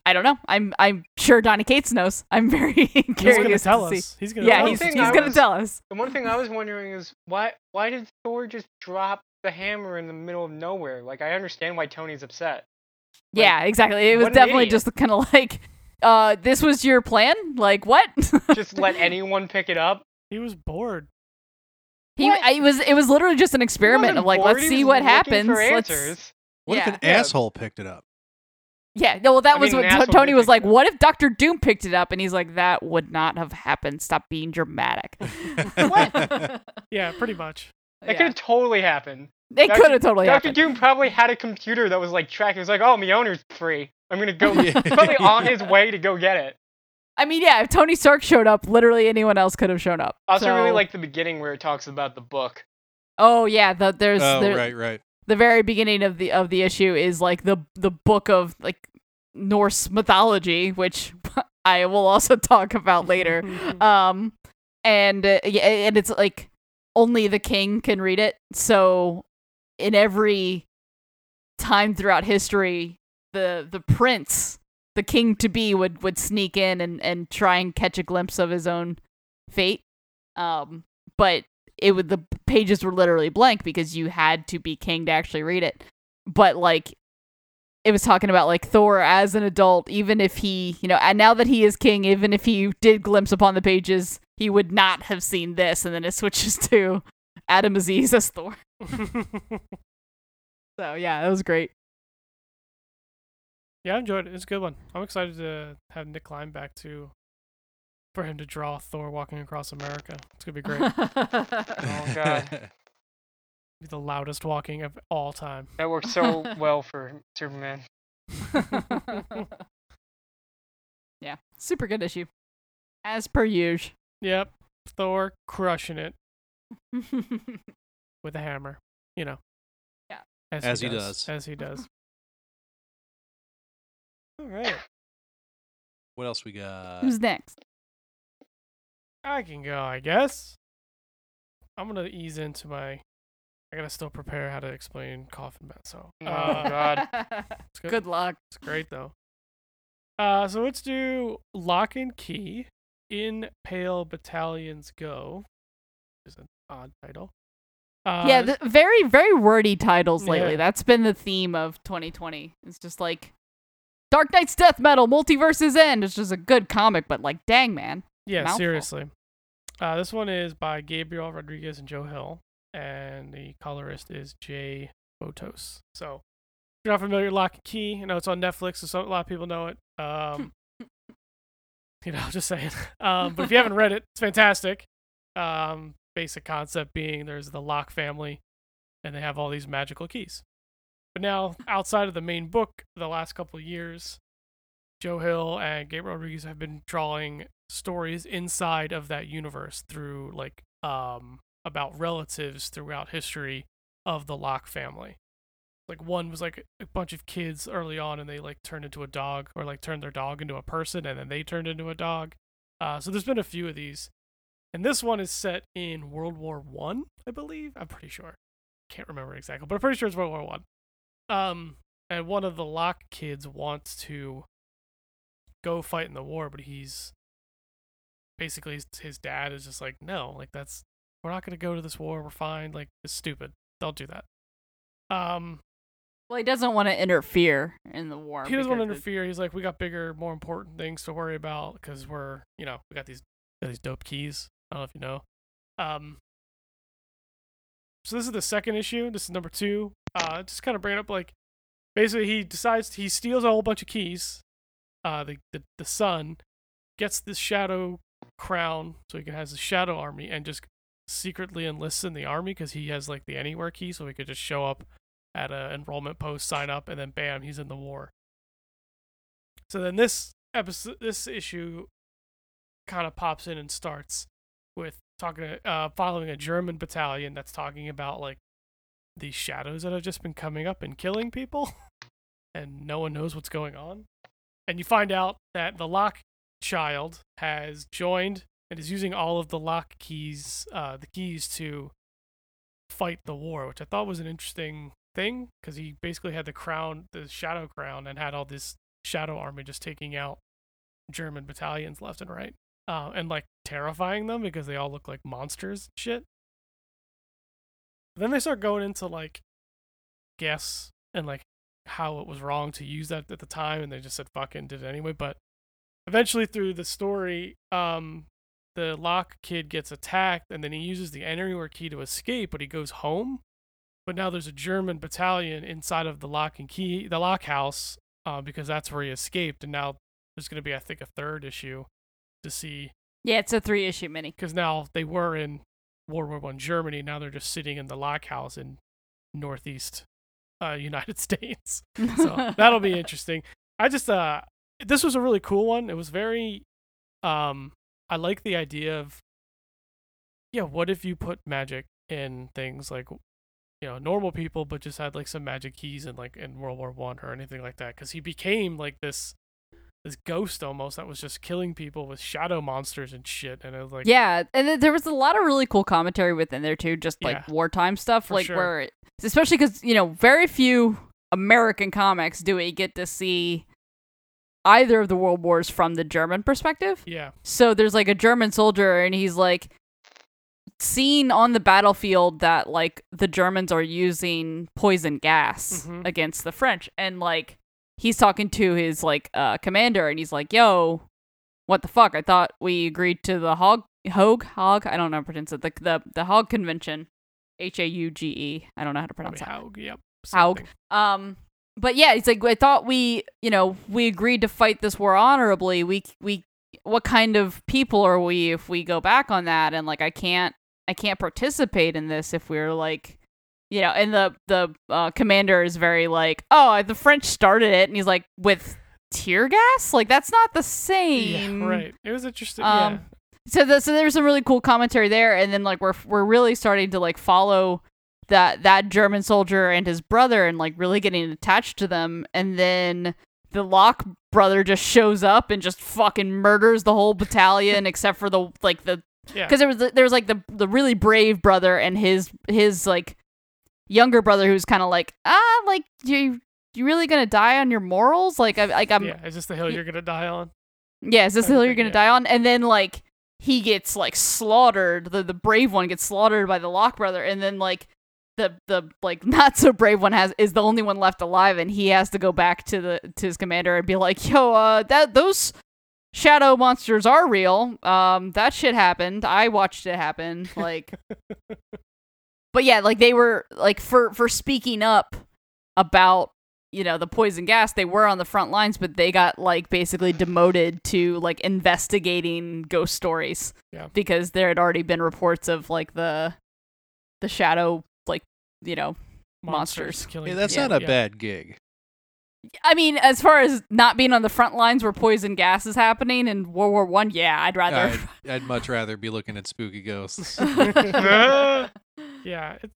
[SPEAKER 3] I don't know. I'm I'm sure Donny Cates knows. I'm very
[SPEAKER 4] He's gonna
[SPEAKER 3] curious
[SPEAKER 4] tell
[SPEAKER 3] to
[SPEAKER 4] us.
[SPEAKER 3] see.
[SPEAKER 4] He's gonna.
[SPEAKER 3] Yeah,
[SPEAKER 4] tell
[SPEAKER 3] he's,
[SPEAKER 4] us.
[SPEAKER 5] One
[SPEAKER 3] he's
[SPEAKER 5] thing I
[SPEAKER 3] gonna
[SPEAKER 5] was-
[SPEAKER 3] tell us.
[SPEAKER 5] The one thing I was wondering is why why did Thor just drop the hammer in the middle of nowhere? Like I understand why Tony's upset. Like,
[SPEAKER 3] yeah, exactly. It was
[SPEAKER 5] what an
[SPEAKER 3] definitely
[SPEAKER 5] idiot.
[SPEAKER 3] just kind of like, uh, this was your plan. Like what?
[SPEAKER 5] Just let anyone pick it up.
[SPEAKER 4] He was bored.
[SPEAKER 3] he
[SPEAKER 5] What?
[SPEAKER 3] I, it was it was literally just an
[SPEAKER 5] He
[SPEAKER 3] experiment
[SPEAKER 5] wasn't
[SPEAKER 3] of like,
[SPEAKER 5] bored,
[SPEAKER 3] let's
[SPEAKER 5] he
[SPEAKER 3] see
[SPEAKER 5] was
[SPEAKER 3] what
[SPEAKER 5] looking
[SPEAKER 3] happens.
[SPEAKER 5] For
[SPEAKER 3] Let's-
[SPEAKER 5] answers.
[SPEAKER 2] What if an
[SPEAKER 5] Yeah.
[SPEAKER 2] asshole picked it up?
[SPEAKER 3] Yeah, no, well, that
[SPEAKER 5] I
[SPEAKER 3] was
[SPEAKER 5] mean,
[SPEAKER 3] what
[SPEAKER 5] an
[SPEAKER 3] T-
[SPEAKER 5] asshole
[SPEAKER 3] Tony
[SPEAKER 5] did
[SPEAKER 3] was
[SPEAKER 5] pick
[SPEAKER 3] like.
[SPEAKER 5] it up.
[SPEAKER 3] What if Doctor Doom picked it up? And he's like, that would not have happened. Stop being dramatic.
[SPEAKER 2] What?
[SPEAKER 4] Yeah, pretty much.
[SPEAKER 5] That could have totally happened.
[SPEAKER 3] They
[SPEAKER 5] Doctor-
[SPEAKER 3] could have totally
[SPEAKER 5] Doctor
[SPEAKER 3] happened.
[SPEAKER 5] Doom probably had a computer that was like tracking. It was like, oh, my owner's free. I'm gonna go.
[SPEAKER 2] Yeah.
[SPEAKER 5] He's probably on his way to go get it.
[SPEAKER 3] I mean, yeah, if Tony Stark showed up, literally anyone else could have shown up.
[SPEAKER 5] I also really
[SPEAKER 3] So-
[SPEAKER 5] like the beginning where it talks about the book.
[SPEAKER 3] Oh yeah, the, there's
[SPEAKER 2] oh,
[SPEAKER 3] there-
[SPEAKER 2] right, right.
[SPEAKER 3] the very beginning of the of the issue is like the the book of like Norse mythology, which I will also talk about later. um, and uh, yeah, and it's like only the king can read it. So in every time throughout history, the the prince, the king to be, would would sneak in and and try and catch a glimpse of his own fate. Um, but it would the pages were literally blank because you had to be king to actually read it. But like it was talking about like Thor as an adult, even if he, you know, and now that he is king, even if he did glimpse upon the pages, he would not have seen this. And then it switches to Adam Aziz as Thor. So yeah, that was great.
[SPEAKER 4] yeah, I enjoyed it. It's a good one. I'm excited to have Nick Klein back too, for him to draw Thor walking across America. It's gonna be great.
[SPEAKER 5] Oh, God.
[SPEAKER 4] be the loudest walking of all time.
[SPEAKER 5] That worked so well for Superman.
[SPEAKER 3] yeah, super good issue, as per usual.
[SPEAKER 4] Yep, Thor crushing it with a hammer. You know.
[SPEAKER 3] Yeah.
[SPEAKER 2] As he does.
[SPEAKER 4] As he does. All right,
[SPEAKER 2] what else we got?
[SPEAKER 3] Who's next?
[SPEAKER 4] I can go. I guess. I'm gonna ease into my. I gotta still prepare how to explain coffin bat. So.
[SPEAKER 5] Oh,
[SPEAKER 4] uh,
[SPEAKER 5] God.
[SPEAKER 4] it's
[SPEAKER 3] good luck.
[SPEAKER 4] It's great though. Uh, so let's do lock and key. In pale battalions go. is an odd title. Uh,
[SPEAKER 3] yeah, th- very very wordy titles lately.
[SPEAKER 4] Yeah.
[SPEAKER 3] That's been the theme of 2020. It's just like Dark Knight's Death Metal, Multiverse's End. It's just a good comic, but like, dang man,
[SPEAKER 4] Yeah,
[SPEAKER 3] Mouthful.
[SPEAKER 4] seriously. Uh, this one is by Gabriel Rodriguez and Joe Hill, and the colorist is Jay Botos. So, if you're not familiar, Lock and Key. You know it's on Netflix, so some, a lot of people know it. Um, you know, just saying. Um, but if you haven't read it, it's fantastic. Um, basic concept being there's the Lock family, and they have all these magical keys. But now, outside of the main book, the last couple of years, Joe Hill and Gabriel Rodriguez have been drawing stories inside of that universe through like um about relatives throughout history of the Locke family. Like one was like a bunch of kids early on and they like turned into a dog or like turned their dog into a person and then they turned into a dog. Uh so there's been a few of these. And this one is set in World War One, I, believe. I'm pretty sure. Can't remember exactly, but I'm pretty sure it's World War One. Um and one of the Locke kids wants to go fight in the war, but he's basically his, his dad is just like, no, like that's we're not gonna go to this war. We're fine. Like it's stupid. Don't do that. Um,
[SPEAKER 3] well, he doesn't want to interfere in the war.
[SPEAKER 4] he doesn't want to
[SPEAKER 3] because it-
[SPEAKER 4] interfere. He's like, we got bigger, more important things to worry about because we're, you know, we got these got these dope keys. I don't know if you know. Um, so this is the second issue. This is number two. Uh, just kind of bringing up like, basically, he decides he steals a whole bunch of keys. Uh, the the, the son gets this shadow crown, so he can has the shadow army, and just secretly enlists in the army because he has like the anywhere key, so he could just show up at a enrollment post, sign up, and then bam, he's in the war. So then this episode, this issue, kind of pops in and starts with talking, uh, following a German battalion that's talking about like these shadows that have just been coming up and killing people, and no one knows what's going on. And you find out that the lock child has joined and is using all of the lock keys, uh, the keys to fight the war, which I thought was an interesting thing because he basically had the crown, the shadow crown, and had all this shadow army just taking out German battalions left and right, uh, and like terrifying them because they all look like monsters and shit. Then they start going into like guess and like how it was wrong to use that at the time, and they just said fucking did it anyway. But eventually, through the story, um, the lock kid gets attacked and then he uses the anywhere key to escape but he goes home but now there's a german battalion inside of the lock and key the lock house uh, because that's where he escaped and now there's going to be i think a third issue to see
[SPEAKER 3] Yeah, it's a three issue mini.
[SPEAKER 4] because now they were in World War One Germany. Now they're just sitting in the lock house in northeast uh, United States. So that'll be interesting. I just uh, this was a really cool one. It was very, um, I like the idea of, yeah, what if you put magic in things like, you know, normal people, but just had like some magic keys in like in World War One or anything like that, because he became like this. This ghost almost that was just killing people with shadow monsters and shit, and it was like
[SPEAKER 3] yeah, and th- there was a lot of really cool commentary within there too, just like
[SPEAKER 4] Yeah.
[SPEAKER 3] wartime stuff,
[SPEAKER 4] For
[SPEAKER 3] like
[SPEAKER 4] sure.
[SPEAKER 3] where, it, especially because you know, very few American comics do we get to see either of the world wars from the German perspective.
[SPEAKER 4] Yeah,
[SPEAKER 3] So there's like a German soldier, and he's like seen on the battlefield that like the Germans are using poison gas
[SPEAKER 4] Mhm.
[SPEAKER 3] against the French, and like he's talking to his like uh, commander, and he's like, "Yo, what the fuck? I thought we agreed to the hog hog hog. I don't know how to pronounce it. The the the hog convention, H A U G E. I don't know how to pronounce
[SPEAKER 4] probably
[SPEAKER 3] that.
[SPEAKER 4] Haug. Yep.
[SPEAKER 3] Haug.
[SPEAKER 4] something.
[SPEAKER 3] Um, but yeah, it's like I thought we, you know, we agreed to fight this war honorably. We we what kind of people are we if we go back on that and like I can't I can't participate in this if we're like you know, and the the uh, commander is very like, "Oh, the French started it." And he's like, "With tear gas? Like that's not the same."
[SPEAKER 4] Yeah, right. It was interesting. yeah.
[SPEAKER 3] Um, so the, so there's some really cool commentary there, and then like we're we're really starting to like follow that that German soldier and his brother, and like really getting attached to them, and then the Locke brother just shows up and just fucking murders the whole battalion except for the like the
[SPEAKER 4] Yeah.
[SPEAKER 3] because there was there was like the the really brave brother and his his like younger brother who's kind of like ah like you you really gonna die on your morals like I like I'm
[SPEAKER 4] yeah. Is this the hill
[SPEAKER 3] um, y-
[SPEAKER 4] you're gonna die on?
[SPEAKER 3] yeah, is this the hill you're
[SPEAKER 4] Everything,
[SPEAKER 3] gonna die on? And then like he gets like slaughtered. The the brave one gets slaughtered by the Lock brother, and then like the the like not so brave one has is the only one left alive, and he has to go back to the to his commander and be like, "Yo, uh, that those shadow monsters are real. Um, that shit happened. I watched it happen. Like, but yeah, like they were like for for speaking up about you know the poison gas they were on the front lines but they got like basically demoted to like investigating ghost stories
[SPEAKER 4] Yeah.
[SPEAKER 3] because there had already been reports of like the the shadow like you know Monsters.
[SPEAKER 4] killing.
[SPEAKER 2] Hey, that's
[SPEAKER 4] people.
[SPEAKER 2] not a
[SPEAKER 4] Yeah.
[SPEAKER 2] bad gig.
[SPEAKER 3] i mean as far as not being on the front lines where poison gas is happening in world war one yeah i'd rather
[SPEAKER 2] I'd, I'd much rather be looking at spooky ghosts.
[SPEAKER 4] Yeah, it,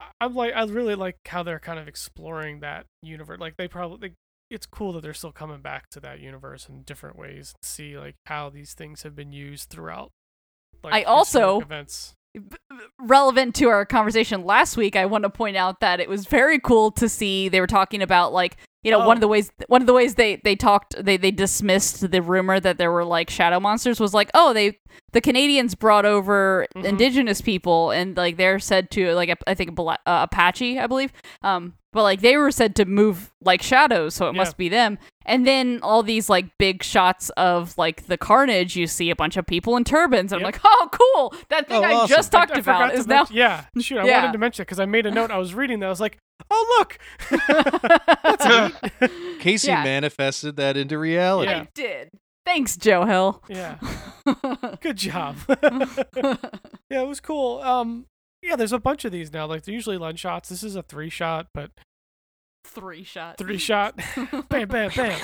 [SPEAKER 4] I- I'm like I really like how they're kind of exploring that universe. Like they probably like, it's cool that they're still coming back to that universe in different ways and see like how these things have been used throughout. Like,
[SPEAKER 3] I also-
[SPEAKER 4] historic events.
[SPEAKER 3] relevant to our conversation last week, I want to point out that it was very cool to see they were talking about like you know one
[SPEAKER 4] Oh.
[SPEAKER 3] of the ways one of the ways they they talked they they dismissed the rumor that there were like shadow monsters was like oh they the Canadians brought over
[SPEAKER 4] Mhm.
[SPEAKER 3] indigenous people and like they're said to like I think Bla- uh, Apache I believe um but like they were said to move like shadows so it
[SPEAKER 4] Yeah.
[SPEAKER 3] must be them and then all these like big shots of like the carnage you see a bunch of people in turbans and I'm
[SPEAKER 4] Yep.
[SPEAKER 3] like oh cool that thing
[SPEAKER 2] Oh,
[SPEAKER 3] I
[SPEAKER 2] awesome.
[SPEAKER 3] just
[SPEAKER 4] I-
[SPEAKER 3] talked
[SPEAKER 4] I forgot
[SPEAKER 3] about
[SPEAKER 4] to
[SPEAKER 3] is now
[SPEAKER 4] mention- yeah. Shoot, I
[SPEAKER 3] Yeah.
[SPEAKER 4] wanted to mention it because I made a note. I was reading that. I was like, oh look,
[SPEAKER 2] Casey
[SPEAKER 3] Yeah.
[SPEAKER 2] manifested that into reality.
[SPEAKER 4] Yeah.
[SPEAKER 3] I did. Thanks, Joe Hill.
[SPEAKER 4] yeah, good job. Yeah, it was cool. Um, yeah, there's a bunch of these now. Like they're usually lunch shots. This is a three shot, but
[SPEAKER 3] Three shots.
[SPEAKER 4] three shot, bam, bam, bam.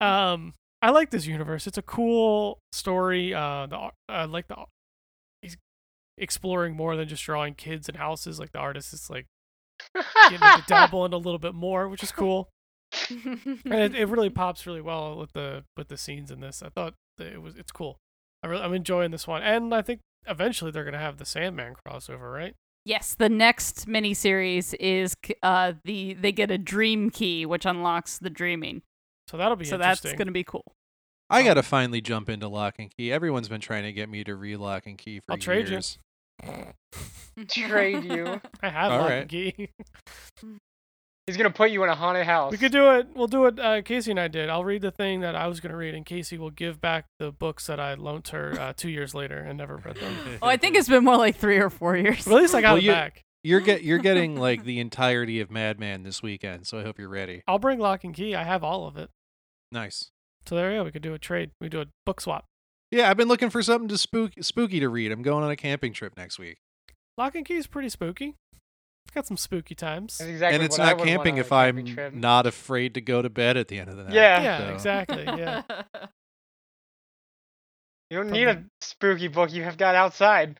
[SPEAKER 4] Um, I like this universe. It's a cool story. Uh, the ar- I like the ar- he's exploring more than just drawing kids and houses. Like the artist is like getting to dabble in a little bit more, which is cool. And it, it really pops really well with the with the scenes in this. I thought that it was it's cool. I really, I'm enjoying this one, and I think eventually they're gonna have the Sandman crossover, right?
[SPEAKER 3] yes, the next miniseries is uh, the they get a dream key, which unlocks the dreaming.
[SPEAKER 4] So that'll be
[SPEAKER 3] So that's
[SPEAKER 4] interesting.
[SPEAKER 3] going to be cool.
[SPEAKER 2] I
[SPEAKER 3] Oh.
[SPEAKER 2] gotta finally jump into lock and key. Everyone's been trying to get me to re-lock and key for
[SPEAKER 4] I'll trade you.
[SPEAKER 2] years.
[SPEAKER 5] Trade you.
[SPEAKER 4] I have
[SPEAKER 2] All
[SPEAKER 4] Lock
[SPEAKER 2] right.
[SPEAKER 4] and Key.
[SPEAKER 5] He's gonna put you in a haunted house.
[SPEAKER 4] we could do it. We'll do it. Uh, Casey and I did. I'll read the thing that I was going to read, and Casey will give back the books that I loaned her uh, two years later and never read them.
[SPEAKER 3] Oh, I think it's been more like three or four years.
[SPEAKER 4] But at least I got
[SPEAKER 2] Well,
[SPEAKER 4] it
[SPEAKER 2] you-
[SPEAKER 4] back.
[SPEAKER 2] you're get you're getting like the entirety of Madman this weekend, so I hope you're ready.
[SPEAKER 4] I'll bring Lock and Key. I have all of it.
[SPEAKER 2] Nice.
[SPEAKER 4] So there we go. We could do a trade. We do a book swap.
[SPEAKER 2] Yeah, I've been looking for something to spook spooky to read. I'm going on a camping trip next week,
[SPEAKER 4] Lock and Key is pretty spooky. It's got some spooky times.
[SPEAKER 5] That's exactly
[SPEAKER 2] and it's
[SPEAKER 5] what I
[SPEAKER 2] not
[SPEAKER 5] would want
[SPEAKER 2] camping
[SPEAKER 5] on a
[SPEAKER 2] if I'm
[SPEAKER 5] camping trip.
[SPEAKER 2] not afraid to go to bed at the end of the night.
[SPEAKER 5] Yeah.
[SPEAKER 4] Yeah,
[SPEAKER 2] so-
[SPEAKER 4] exactly. Yeah.
[SPEAKER 5] You don't need a spooky book. You have got outside.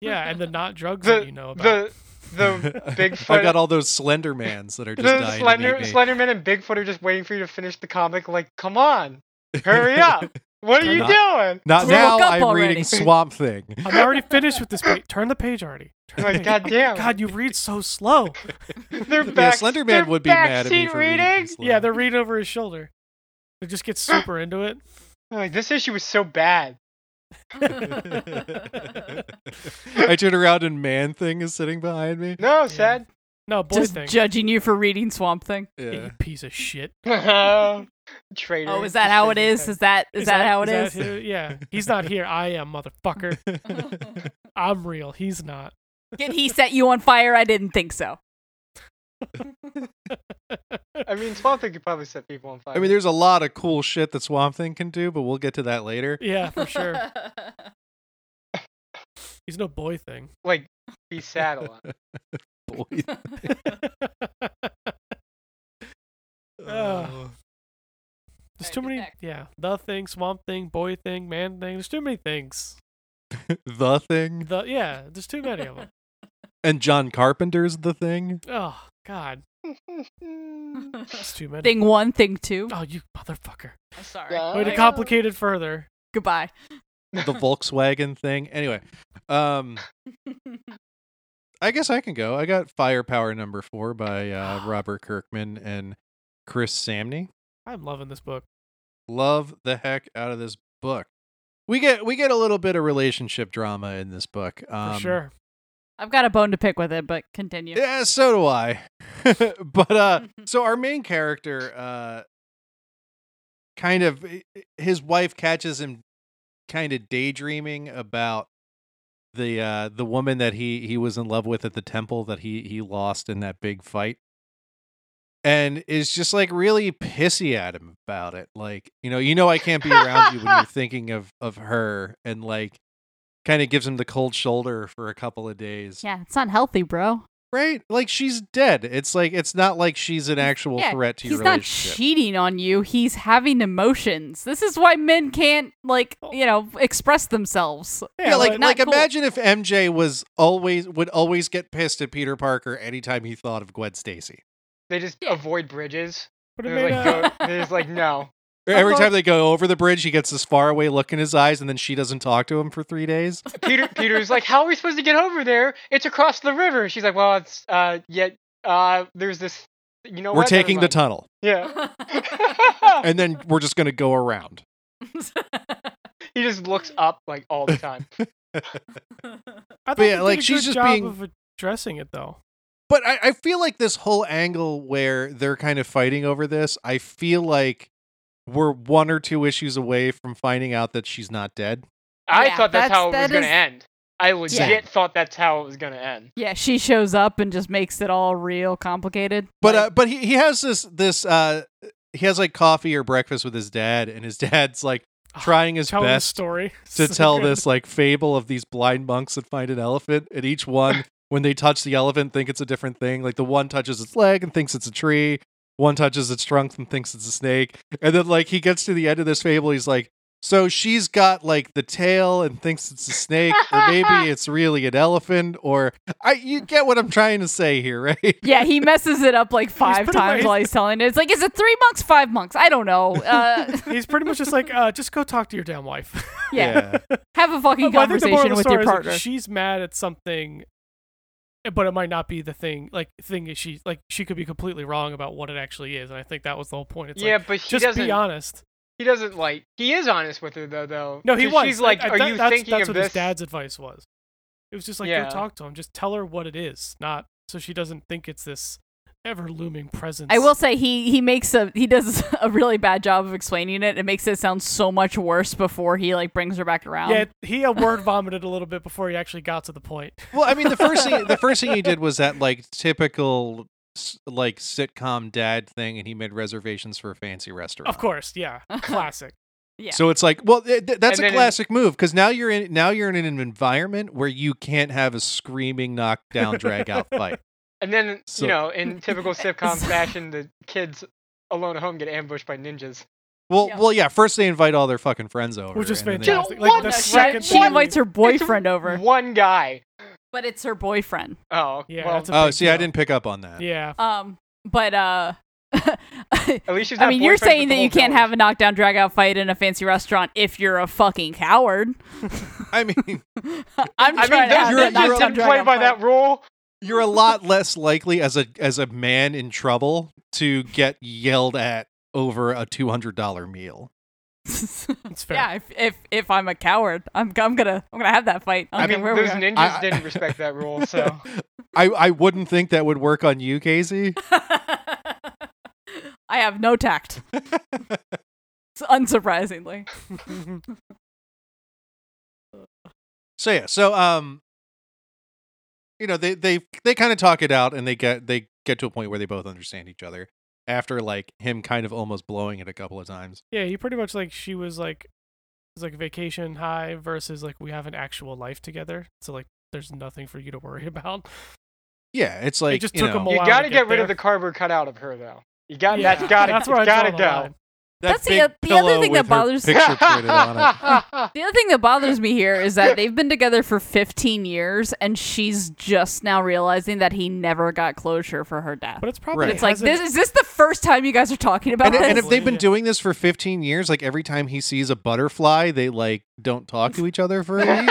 [SPEAKER 4] Yeah, and the not drugs
[SPEAKER 5] The-
[SPEAKER 4] that you know about.
[SPEAKER 5] The the
[SPEAKER 2] I
[SPEAKER 5] Bigfoot-
[SPEAKER 2] got all those Slender Mans that are just
[SPEAKER 5] the
[SPEAKER 2] dying
[SPEAKER 5] Slender,
[SPEAKER 2] to meet me.
[SPEAKER 5] Slenderman and Bigfoot are just waiting for you to finish the comic. Like, come on, hurry up! What are
[SPEAKER 2] They're
[SPEAKER 5] you doing?
[SPEAKER 2] Not
[SPEAKER 3] Just
[SPEAKER 2] now.
[SPEAKER 3] woke up
[SPEAKER 2] I'm
[SPEAKER 3] already.
[SPEAKER 2] reading Swamp Thing.
[SPEAKER 4] I'm already finished with this page. Turn the page already. Turn the
[SPEAKER 5] Like,
[SPEAKER 4] page.
[SPEAKER 5] God damn!
[SPEAKER 4] God, you read so slow.
[SPEAKER 5] they're back.
[SPEAKER 2] yeah, Slender Man
[SPEAKER 5] they're
[SPEAKER 2] would be mad at me
[SPEAKER 5] backseat
[SPEAKER 2] for reading.
[SPEAKER 5] reading.
[SPEAKER 2] too slow.
[SPEAKER 4] Yeah, they're reading over his shoulder. They just get super into it.
[SPEAKER 5] Like, this issue was so bad.
[SPEAKER 2] I turn around and Man Thing is sitting behind me.
[SPEAKER 5] No, sad.
[SPEAKER 4] No, boy
[SPEAKER 3] Just
[SPEAKER 4] thing.
[SPEAKER 3] judging you for reading Swamp Thing.
[SPEAKER 2] Yeah.
[SPEAKER 4] You piece of shit.
[SPEAKER 5] Traitor.
[SPEAKER 3] Oh, is that how it is? Is that is, that, how it is?
[SPEAKER 4] who- yeah. He's not here. I am, motherfucker. I'm real. He's not.
[SPEAKER 3] Did he set you on fire? I didn't think so.
[SPEAKER 5] I mean, Swamp Thing could probably set people on fire.
[SPEAKER 2] I mean, there's a lot of cool shit that Swamp Thing can do, but we'll get to that later.
[SPEAKER 4] Yeah, for sure. He's no boy thing.
[SPEAKER 5] like, be sad a lot.
[SPEAKER 2] Boy.
[SPEAKER 4] Ah,
[SPEAKER 2] Uh,
[SPEAKER 4] Ugh. There's
[SPEAKER 3] Alright,
[SPEAKER 4] too
[SPEAKER 3] who's
[SPEAKER 4] many.
[SPEAKER 3] next?
[SPEAKER 4] Yeah. The thing, swamp thing, boy thing, man thing. There's too many things.
[SPEAKER 2] the Thing
[SPEAKER 4] The Yeah, there's too many of them.
[SPEAKER 2] and John Carpenter's The Thing.
[SPEAKER 4] Oh, God. There's too many.
[SPEAKER 3] thing one, thing two.
[SPEAKER 4] Oh, you motherfucker.
[SPEAKER 3] I'm sorry.
[SPEAKER 2] Oh,
[SPEAKER 5] Yeah.
[SPEAKER 4] Way to
[SPEAKER 5] I-
[SPEAKER 4] complicate it further.
[SPEAKER 3] Goodbye.
[SPEAKER 2] the Volkswagen thing. Anyway, um, I guess I can go. I got Firepower number four by uh, Robert Kirkman and Chris Samney.
[SPEAKER 4] I'm loving this book.
[SPEAKER 2] Love the heck out of this book. we get we get a little bit of relationship drama in this book. Um,
[SPEAKER 4] for sure.
[SPEAKER 3] I've got a bone to pick with it, but continue.
[SPEAKER 2] Yeah, so do I. but uh so our main character uh kind of eh, his wife catches him kind of daydreaming about the uh the woman that he he was in love with at the temple that he he lost in that big fight and is just like really pissy at him about it like you know you know I can't be around you when you're thinking of of her and like kind of gives him the cold shoulder for a couple of days
[SPEAKER 3] Yeah, it's not healthy, bro.
[SPEAKER 2] Right? Like she's dead. It's like it's not like she's an actual
[SPEAKER 3] Yeah,
[SPEAKER 2] threat to your
[SPEAKER 3] he's not
[SPEAKER 2] relationship.
[SPEAKER 3] cheating on you. He's having emotions. This is why men can't like you know express themselves.
[SPEAKER 2] yeah, like
[SPEAKER 3] not
[SPEAKER 2] like
[SPEAKER 3] cool.
[SPEAKER 2] imagine if MJ was always would always get pissed at Peter Parker anytime he thought of Gwen Stacy.
[SPEAKER 5] They just
[SPEAKER 3] Yeah.
[SPEAKER 5] avoid bridges.
[SPEAKER 4] But it
[SPEAKER 5] They're
[SPEAKER 4] made,
[SPEAKER 5] like,
[SPEAKER 4] uh,
[SPEAKER 5] no, they're just like, no.
[SPEAKER 2] E-, Every
[SPEAKER 3] Uh-huh.
[SPEAKER 4] thought-
[SPEAKER 2] time they go over the bridge, he gets this faraway look in his eyes, and then she doesn't talk to him for three days.
[SPEAKER 5] Peter Peter's like, how are we supposed to get over there? It's across the river. She's like, well, it's uh, yet uh, there's this. You know
[SPEAKER 2] We're
[SPEAKER 5] what? Never
[SPEAKER 2] taking the
[SPEAKER 5] mind."
[SPEAKER 2] tunnel,
[SPEAKER 5] Yeah.
[SPEAKER 2] and then we're just gonna go around.
[SPEAKER 5] he just looks up like all the time.
[SPEAKER 4] I thought
[SPEAKER 2] yeah,
[SPEAKER 4] they did
[SPEAKER 2] like,
[SPEAKER 4] a
[SPEAKER 2] she's
[SPEAKER 4] good
[SPEAKER 2] just
[SPEAKER 4] job
[SPEAKER 2] being-
[SPEAKER 4] of addressing it though.
[SPEAKER 2] But I, I feel like this whole angle where they're kind of fighting over this, I feel like we're one or two issues away from finding out that she's not dead.
[SPEAKER 5] I
[SPEAKER 3] Yeah,
[SPEAKER 5] thought that's,
[SPEAKER 3] that's-
[SPEAKER 5] how it
[SPEAKER 3] that
[SPEAKER 5] was gonna
[SPEAKER 3] is-
[SPEAKER 5] end. I legit
[SPEAKER 2] Same.
[SPEAKER 5] thought that's how it was gonna end.
[SPEAKER 3] yeah, she shows up and just makes it all real complicated.
[SPEAKER 2] But
[SPEAKER 3] Like,
[SPEAKER 2] uh, but he, he has this this uh he has like coffee or breakfast with his dad, and his dad's like trying his
[SPEAKER 4] Telling the
[SPEAKER 2] best
[SPEAKER 4] story
[SPEAKER 2] to
[SPEAKER 4] So
[SPEAKER 2] tell
[SPEAKER 4] good.
[SPEAKER 2] this like fable of these blind monks that find an elephant, and each one when they touch the elephant think it's a different thing. Like the one touches its leg and thinks it's a tree, one touches its trunk and thinks it's a snake, and then like he gets to the end of this fable, he's like. So she's got like the tail and thinks it's a snake, or maybe it's really an elephant, or I you get what I'm trying to say here, right?
[SPEAKER 3] yeah, he messes it up like five
[SPEAKER 4] pretty
[SPEAKER 3] times
[SPEAKER 4] much-
[SPEAKER 3] while he's telling it. It's like, is it three monks, five monks? I don't know. Uh, yeah.
[SPEAKER 4] He's pretty much just like, uh, just go talk to your damn wife.
[SPEAKER 3] have a fucking
[SPEAKER 4] Well, I think the moral
[SPEAKER 3] conversation
[SPEAKER 4] of the
[SPEAKER 3] with
[SPEAKER 4] story
[SPEAKER 3] your
[SPEAKER 4] is, like,
[SPEAKER 3] partner.
[SPEAKER 4] she's mad at something, but it might not be the thing. Like thing is she like she could be completely wrong about what it actually is, and I think that was the whole point. It's
[SPEAKER 5] yeah,
[SPEAKER 4] like,
[SPEAKER 5] but he
[SPEAKER 4] just
[SPEAKER 5] doesn't.
[SPEAKER 4] be honest.
[SPEAKER 5] He doesn't like. He is honest with her though. Though.
[SPEAKER 4] No, he
[SPEAKER 5] 'Cause
[SPEAKER 4] was.
[SPEAKER 5] She's like,
[SPEAKER 4] I- I-
[SPEAKER 5] are
[SPEAKER 4] that-
[SPEAKER 5] you
[SPEAKER 4] that's,
[SPEAKER 5] thinking
[SPEAKER 4] that's
[SPEAKER 5] of
[SPEAKER 4] what
[SPEAKER 5] this?
[SPEAKER 4] his dad's advice was. It was just like,
[SPEAKER 5] Yeah.
[SPEAKER 4] go talk to him. Just tell her what it is, not so she doesn't think it's this ever looming presence.
[SPEAKER 3] I will say he he makes a he does a really bad job of explaining it. It makes it sound so much worse before he like brings her back around.
[SPEAKER 4] Yeah, he uh, word vomited a little bit before he actually got to the point.
[SPEAKER 2] Well, I mean, the first thing the first thing he did was that like typical s- like sitcom dad thing, and he made reservations for a fancy restaurant.
[SPEAKER 4] Of course, yeah, classic.
[SPEAKER 3] Yeah.
[SPEAKER 2] So it's like, well, th- th- that's
[SPEAKER 5] And
[SPEAKER 2] a
[SPEAKER 5] then in-
[SPEAKER 2] classic move because now you're in now you're in an environment where you can't have a screaming knockdown drag out fight.
[SPEAKER 5] And then
[SPEAKER 2] So-
[SPEAKER 5] you know, in typical sitcom
[SPEAKER 3] So-
[SPEAKER 5] fashion, the kids alone at home get ambushed by ninjas.
[SPEAKER 2] Well,
[SPEAKER 3] Yeah.
[SPEAKER 2] well, yeah. First they invite all their fucking friends over,
[SPEAKER 4] Which is
[SPEAKER 2] and then they-
[SPEAKER 4] fantastic.
[SPEAKER 5] Dude,
[SPEAKER 4] Like
[SPEAKER 5] what
[SPEAKER 4] the
[SPEAKER 3] No,
[SPEAKER 5] the
[SPEAKER 3] she,
[SPEAKER 4] second
[SPEAKER 3] she
[SPEAKER 4] thing-
[SPEAKER 3] invites her boyfriend over,
[SPEAKER 5] One guy.
[SPEAKER 3] but it's her boyfriend.
[SPEAKER 5] Oh,
[SPEAKER 4] Yeah,
[SPEAKER 5] well,
[SPEAKER 4] that's a-
[SPEAKER 2] Oh,
[SPEAKER 4] big
[SPEAKER 2] see, I
[SPEAKER 4] deal.
[SPEAKER 2] didn't pick up on that.
[SPEAKER 4] Yeah,
[SPEAKER 3] Um, but uh, I
[SPEAKER 5] at least she's. Not
[SPEAKER 3] mean, you're
[SPEAKER 5] boyfriends with
[SPEAKER 3] saying
[SPEAKER 5] the
[SPEAKER 3] that you
[SPEAKER 5] whole
[SPEAKER 3] can't
[SPEAKER 5] village.
[SPEAKER 3] have a knockdown drag out fight in a fancy restaurant if you're a fucking coward.
[SPEAKER 2] I mean,
[SPEAKER 3] I'm
[SPEAKER 5] I
[SPEAKER 3] trying
[SPEAKER 5] mean,
[SPEAKER 3] to
[SPEAKER 5] those
[SPEAKER 3] have
[SPEAKER 2] you're-
[SPEAKER 3] that
[SPEAKER 5] ninjas
[SPEAKER 2] you're-
[SPEAKER 3] knockdown
[SPEAKER 5] didn't
[SPEAKER 3] drag
[SPEAKER 5] play
[SPEAKER 3] out
[SPEAKER 5] by
[SPEAKER 3] fight.
[SPEAKER 5] that rule.
[SPEAKER 2] you're a lot less likely as a as a man in trouble to get yelled at over a two hundred dollar meal.
[SPEAKER 4] it's fair.
[SPEAKER 3] yeah, if, if if I'm a coward, I'm I'm gonna I'm gonna have that fight. I
[SPEAKER 5] I
[SPEAKER 3] don't
[SPEAKER 5] mean,
[SPEAKER 3] care where we
[SPEAKER 5] those
[SPEAKER 3] are.
[SPEAKER 5] ninjas
[SPEAKER 2] I-
[SPEAKER 5] didn't respect that rule, so
[SPEAKER 2] I, I wouldn't think that would work on you, Casey.
[SPEAKER 3] I have no tact. It's unsurprisingly.
[SPEAKER 2] So yeah, so um you know, they they they kind of talk it out and they get they get to a point where they both understand each other after like him kind of almost blowing it a couple of times.
[SPEAKER 4] Yeah, he pretty much like she was like it's like vacation high versus like we have an actual life together. So like there's nothing for you to worry about.
[SPEAKER 2] Yeah, it's like
[SPEAKER 4] just
[SPEAKER 2] you
[SPEAKER 4] took
[SPEAKER 2] know,
[SPEAKER 4] him a
[SPEAKER 5] you
[SPEAKER 4] while
[SPEAKER 5] gotta
[SPEAKER 4] to
[SPEAKER 5] get,
[SPEAKER 4] get
[SPEAKER 5] rid of the
[SPEAKER 4] there.
[SPEAKER 5] cardboard cutout of her, though. You got
[SPEAKER 4] Yeah,
[SPEAKER 5] that's got
[SPEAKER 4] that's
[SPEAKER 5] to
[SPEAKER 4] where I
[SPEAKER 5] it's
[SPEAKER 4] draw
[SPEAKER 5] gotta
[SPEAKER 4] the
[SPEAKER 5] go.
[SPEAKER 4] line.
[SPEAKER 2] that
[SPEAKER 3] That's the
[SPEAKER 2] big
[SPEAKER 3] oth- the other
[SPEAKER 2] pillow
[SPEAKER 3] thing that
[SPEAKER 2] with her
[SPEAKER 3] bothers-
[SPEAKER 2] picture printed on it.
[SPEAKER 3] The other thing that bothers me here is that they've been together for 15 years and she's just now realizing that he never got closure for her death.
[SPEAKER 4] But it's probably
[SPEAKER 2] Right.
[SPEAKER 3] It's like
[SPEAKER 4] hasn't-
[SPEAKER 3] this is this the first time you guys are talking
[SPEAKER 2] And,
[SPEAKER 3] about this?
[SPEAKER 2] and if they've been
[SPEAKER 4] Yeah.
[SPEAKER 2] doing this for 15 years, like every time he sees a butterfly, they like don't talk to each other for a week.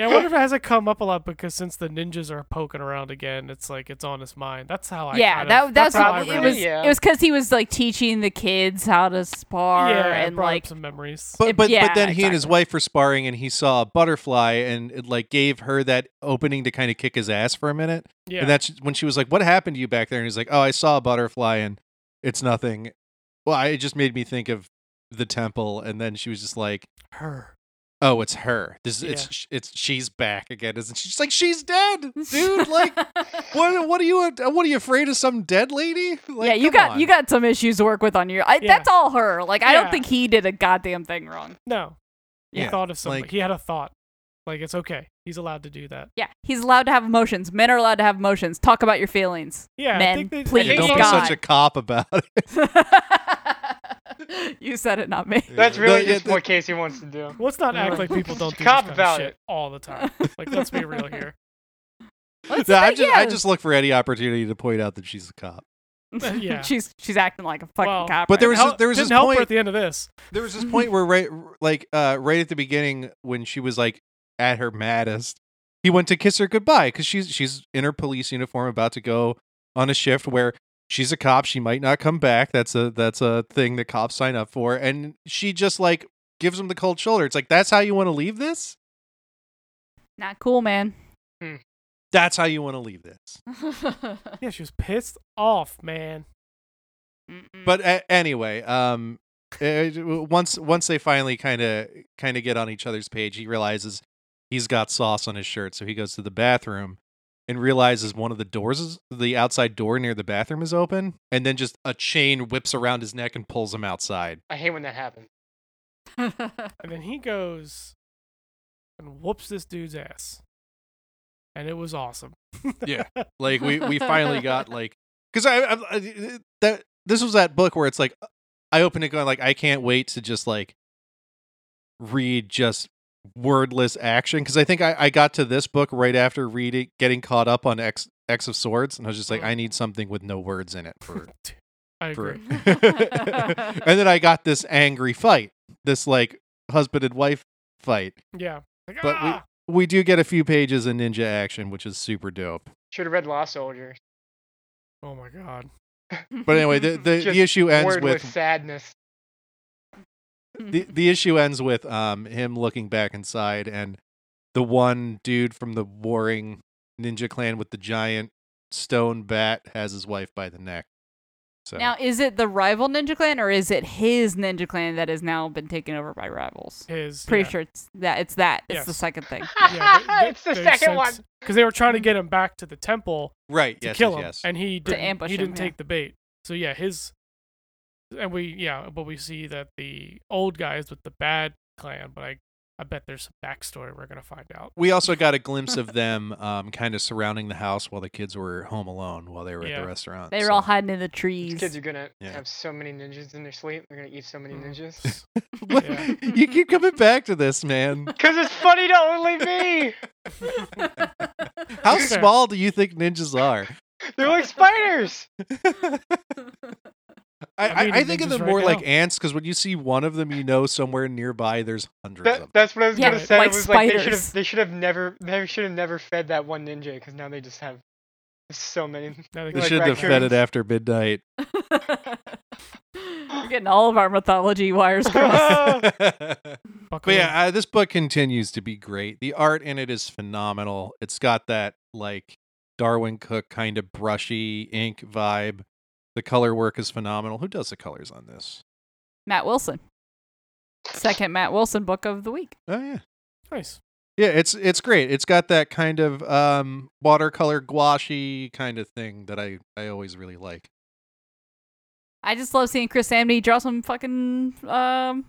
[SPEAKER 4] Yeah, I wonder if it hasn't come up a lot because since the ninjas are poking around again, it's like it's on his mind. That's how I.
[SPEAKER 3] yeah,
[SPEAKER 4] kind
[SPEAKER 3] that
[SPEAKER 4] of,
[SPEAKER 3] that's,
[SPEAKER 4] how I
[SPEAKER 3] what,
[SPEAKER 5] probably
[SPEAKER 3] it
[SPEAKER 4] read
[SPEAKER 3] was.
[SPEAKER 5] Yeah.
[SPEAKER 3] It was because he was like teaching the kids how to spar
[SPEAKER 4] Yeah, it
[SPEAKER 3] and
[SPEAKER 4] brought up
[SPEAKER 3] like
[SPEAKER 4] some memories.
[SPEAKER 3] It-
[SPEAKER 2] But but,
[SPEAKER 3] yeah,
[SPEAKER 2] but then he and his
[SPEAKER 3] exactly.
[SPEAKER 2] wife were sparring, and he saw a butterfly, and it like gave her that opening to kind of kick his ass for a minute.
[SPEAKER 4] yeah,
[SPEAKER 2] And that's when she was like, "What happened to you back there?" And he's like, "Oh, I saw a butterfly, and it's nothing." Well, I, it just made me think of the temple, and then she was just like,
[SPEAKER 4] her.
[SPEAKER 2] "Oh, it's her. This it's sh- it's she's back again, isn't she?" She's like, "She's dead, dude. Like, what what are you uh, what are you afraid of? Some dead lady? Like,
[SPEAKER 3] yeah,
[SPEAKER 2] come
[SPEAKER 3] you got
[SPEAKER 2] on."
[SPEAKER 3] you got some issues to work with on your. I,
[SPEAKER 4] Yeah.
[SPEAKER 3] That's all her. Like I
[SPEAKER 4] Yeah.
[SPEAKER 3] don't think he did a goddamn thing wrong.
[SPEAKER 4] No, he
[SPEAKER 2] Yeah,
[SPEAKER 4] thought of something.
[SPEAKER 2] like-
[SPEAKER 4] he had a thought. Like it's okay. He's allowed to do that.
[SPEAKER 3] Yeah, he's allowed to have emotions. Men are allowed to have emotions. Talk about your feelings.
[SPEAKER 4] Yeah, I
[SPEAKER 3] Men,
[SPEAKER 4] think they,
[SPEAKER 3] please,
[SPEAKER 2] Yeah,
[SPEAKER 4] I think
[SPEAKER 2] don't
[SPEAKER 4] they-
[SPEAKER 2] be
[SPEAKER 3] God.
[SPEAKER 2] such a cop about it.
[SPEAKER 3] you said it, not me.
[SPEAKER 5] That's
[SPEAKER 2] No,
[SPEAKER 5] really
[SPEAKER 2] yeah,
[SPEAKER 5] just
[SPEAKER 2] the-
[SPEAKER 5] what Casey wants to do.
[SPEAKER 4] Let's not act like people don't do
[SPEAKER 5] Cop
[SPEAKER 4] this kind
[SPEAKER 5] about
[SPEAKER 4] of shit
[SPEAKER 5] it.
[SPEAKER 4] all the time. Like let's be real here.
[SPEAKER 3] Let's
[SPEAKER 2] No, I
[SPEAKER 3] think-
[SPEAKER 2] just I
[SPEAKER 3] yeah.
[SPEAKER 2] just look for any opportunity to point out that she's a cop.
[SPEAKER 4] Yeah.
[SPEAKER 3] she's she's acting like a fucking
[SPEAKER 4] Well,
[SPEAKER 3] cop.
[SPEAKER 2] but
[SPEAKER 3] right
[SPEAKER 2] there was
[SPEAKER 3] now.
[SPEAKER 2] this- there was
[SPEAKER 4] Didn't
[SPEAKER 2] this
[SPEAKER 4] help
[SPEAKER 2] point-
[SPEAKER 4] her at the end of this.
[SPEAKER 2] There was this point where right like uh right at the beginning when she was like at her maddest, he went to kiss her goodbye cuz she's she's in her police uniform about to go on a shift where she's a cop, she might not come back. That's a that's a thing that cops sign up for and she just like gives him the cold shoulder. It's like that's how you want to leave this?
[SPEAKER 3] not cool, man.
[SPEAKER 2] That's how you want to leave this.
[SPEAKER 4] Yeah, she was pissed off, man.
[SPEAKER 3] Mm-mm.
[SPEAKER 2] But a- anyway, um, eh, once once they finally kind of kind of get on each other's page, he realizes he's got sauce on his shirt, so he goes to the bathroom and realizes one of the doors is the outside door near the bathroom is open, and then just a chain whips around his neck and pulls him outside.
[SPEAKER 5] I hate when that happens.
[SPEAKER 4] And then he goes and whoops this dude's ass. And it was awesome.
[SPEAKER 2] Yeah. Like we we finally got like because I, I, I that this was that book where it's like I opened it going like I can't wait to just like read just wordless action because I think I, I got to this book right after reading getting caught up on X X of Swords and I was just like
[SPEAKER 4] Mhm.
[SPEAKER 2] I need something with no words in it for
[SPEAKER 4] I
[SPEAKER 2] for
[SPEAKER 4] agree.
[SPEAKER 2] and then I got this angry fight this like husband and wife fight
[SPEAKER 4] Yeah. Like,
[SPEAKER 2] But we-
[SPEAKER 4] ah!
[SPEAKER 2] we do get a few pages of ninja action which is super dope
[SPEAKER 5] Should have read Lost Soldier.
[SPEAKER 4] Oh my god.
[SPEAKER 2] But anyway, the the,
[SPEAKER 5] Just
[SPEAKER 2] the issue ends
[SPEAKER 5] Wordless
[SPEAKER 2] with
[SPEAKER 5] sadness.
[SPEAKER 2] the, the issue ends with um him looking back inside and the one dude from the warring ninja clan with the giant stone bat has his wife by the neck. So
[SPEAKER 3] now, is it the rival ninja clan or is it his ninja clan that has now been taken over by rivals?
[SPEAKER 4] His
[SPEAKER 3] Pretty
[SPEAKER 4] yeah.
[SPEAKER 3] sure it's that. It's that. It's the
[SPEAKER 4] Yes.
[SPEAKER 3] second thing.
[SPEAKER 5] it's the second one.
[SPEAKER 4] Because they were trying to get him back to the temple
[SPEAKER 2] right,
[SPEAKER 4] to
[SPEAKER 2] yes,
[SPEAKER 4] kill him,
[SPEAKER 2] yes, yes.
[SPEAKER 4] and he didn't.
[SPEAKER 3] ambush
[SPEAKER 4] he
[SPEAKER 3] him,
[SPEAKER 4] didn't
[SPEAKER 3] yeah.
[SPEAKER 4] take the bait. So yeah, his and we yeah, but we see that the old guy is with the bad clan. But I I bet there's some backstory we're gonna find out.
[SPEAKER 2] we also got a glimpse of them um kind of surrounding the house while the kids were home alone while they were at
[SPEAKER 4] Yeah.
[SPEAKER 2] the restaurant.
[SPEAKER 3] They were
[SPEAKER 2] so-
[SPEAKER 3] all hiding in the
[SPEAKER 5] These
[SPEAKER 3] trees.
[SPEAKER 5] kids are gonna
[SPEAKER 2] Yeah. Mm-hmm.
[SPEAKER 5] have so many ninjas in their sleep. They're gonna eat so many
[SPEAKER 4] Mm.
[SPEAKER 5] ninjas.
[SPEAKER 2] What-
[SPEAKER 4] Yeah.
[SPEAKER 2] You keep coming back to this, man.
[SPEAKER 5] Cause it's funny to only me.
[SPEAKER 2] How
[SPEAKER 4] Fair.
[SPEAKER 2] small do you think ninjas are?
[SPEAKER 5] They're like spiders.
[SPEAKER 2] I,
[SPEAKER 4] I
[SPEAKER 2] I,
[SPEAKER 4] mean,
[SPEAKER 2] I think of
[SPEAKER 4] ninjas
[SPEAKER 2] them
[SPEAKER 4] right
[SPEAKER 2] more like
[SPEAKER 4] now.
[SPEAKER 2] ants because when you see one of them, you know somewhere nearby there's hundreds of
[SPEAKER 5] That,
[SPEAKER 2] them.
[SPEAKER 5] that's what I was
[SPEAKER 3] Yeah,
[SPEAKER 5] gonna say.
[SPEAKER 3] like
[SPEAKER 5] it was like they should
[SPEAKER 3] spiders.
[SPEAKER 5] have they should have never they should have never fed that one ninja because now they just have so many.
[SPEAKER 4] Now they
[SPEAKER 2] They
[SPEAKER 4] can-
[SPEAKER 5] like
[SPEAKER 2] should have fed it
[SPEAKER 5] raccoons.
[SPEAKER 2] after midnight.
[SPEAKER 3] We're getting all of our mythology wires crossed.
[SPEAKER 5] I
[SPEAKER 2] but
[SPEAKER 4] buckle in.
[SPEAKER 2] yeah, uh, this book continues to be great. The art in it is phenomenal. It's got that like Darwin Cook kind of brushy ink vibe. The color work is phenomenal. Who does the colors on this?
[SPEAKER 3] Matt Wilson. Second Matt Wilson book of the week.
[SPEAKER 2] Oh yeah,
[SPEAKER 4] nice.
[SPEAKER 2] yeah. It's it's great. It's got that kind of um, watercolor gouache kind of thing that I I always really like.
[SPEAKER 3] I just love seeing Chris Samney draw some fucking um,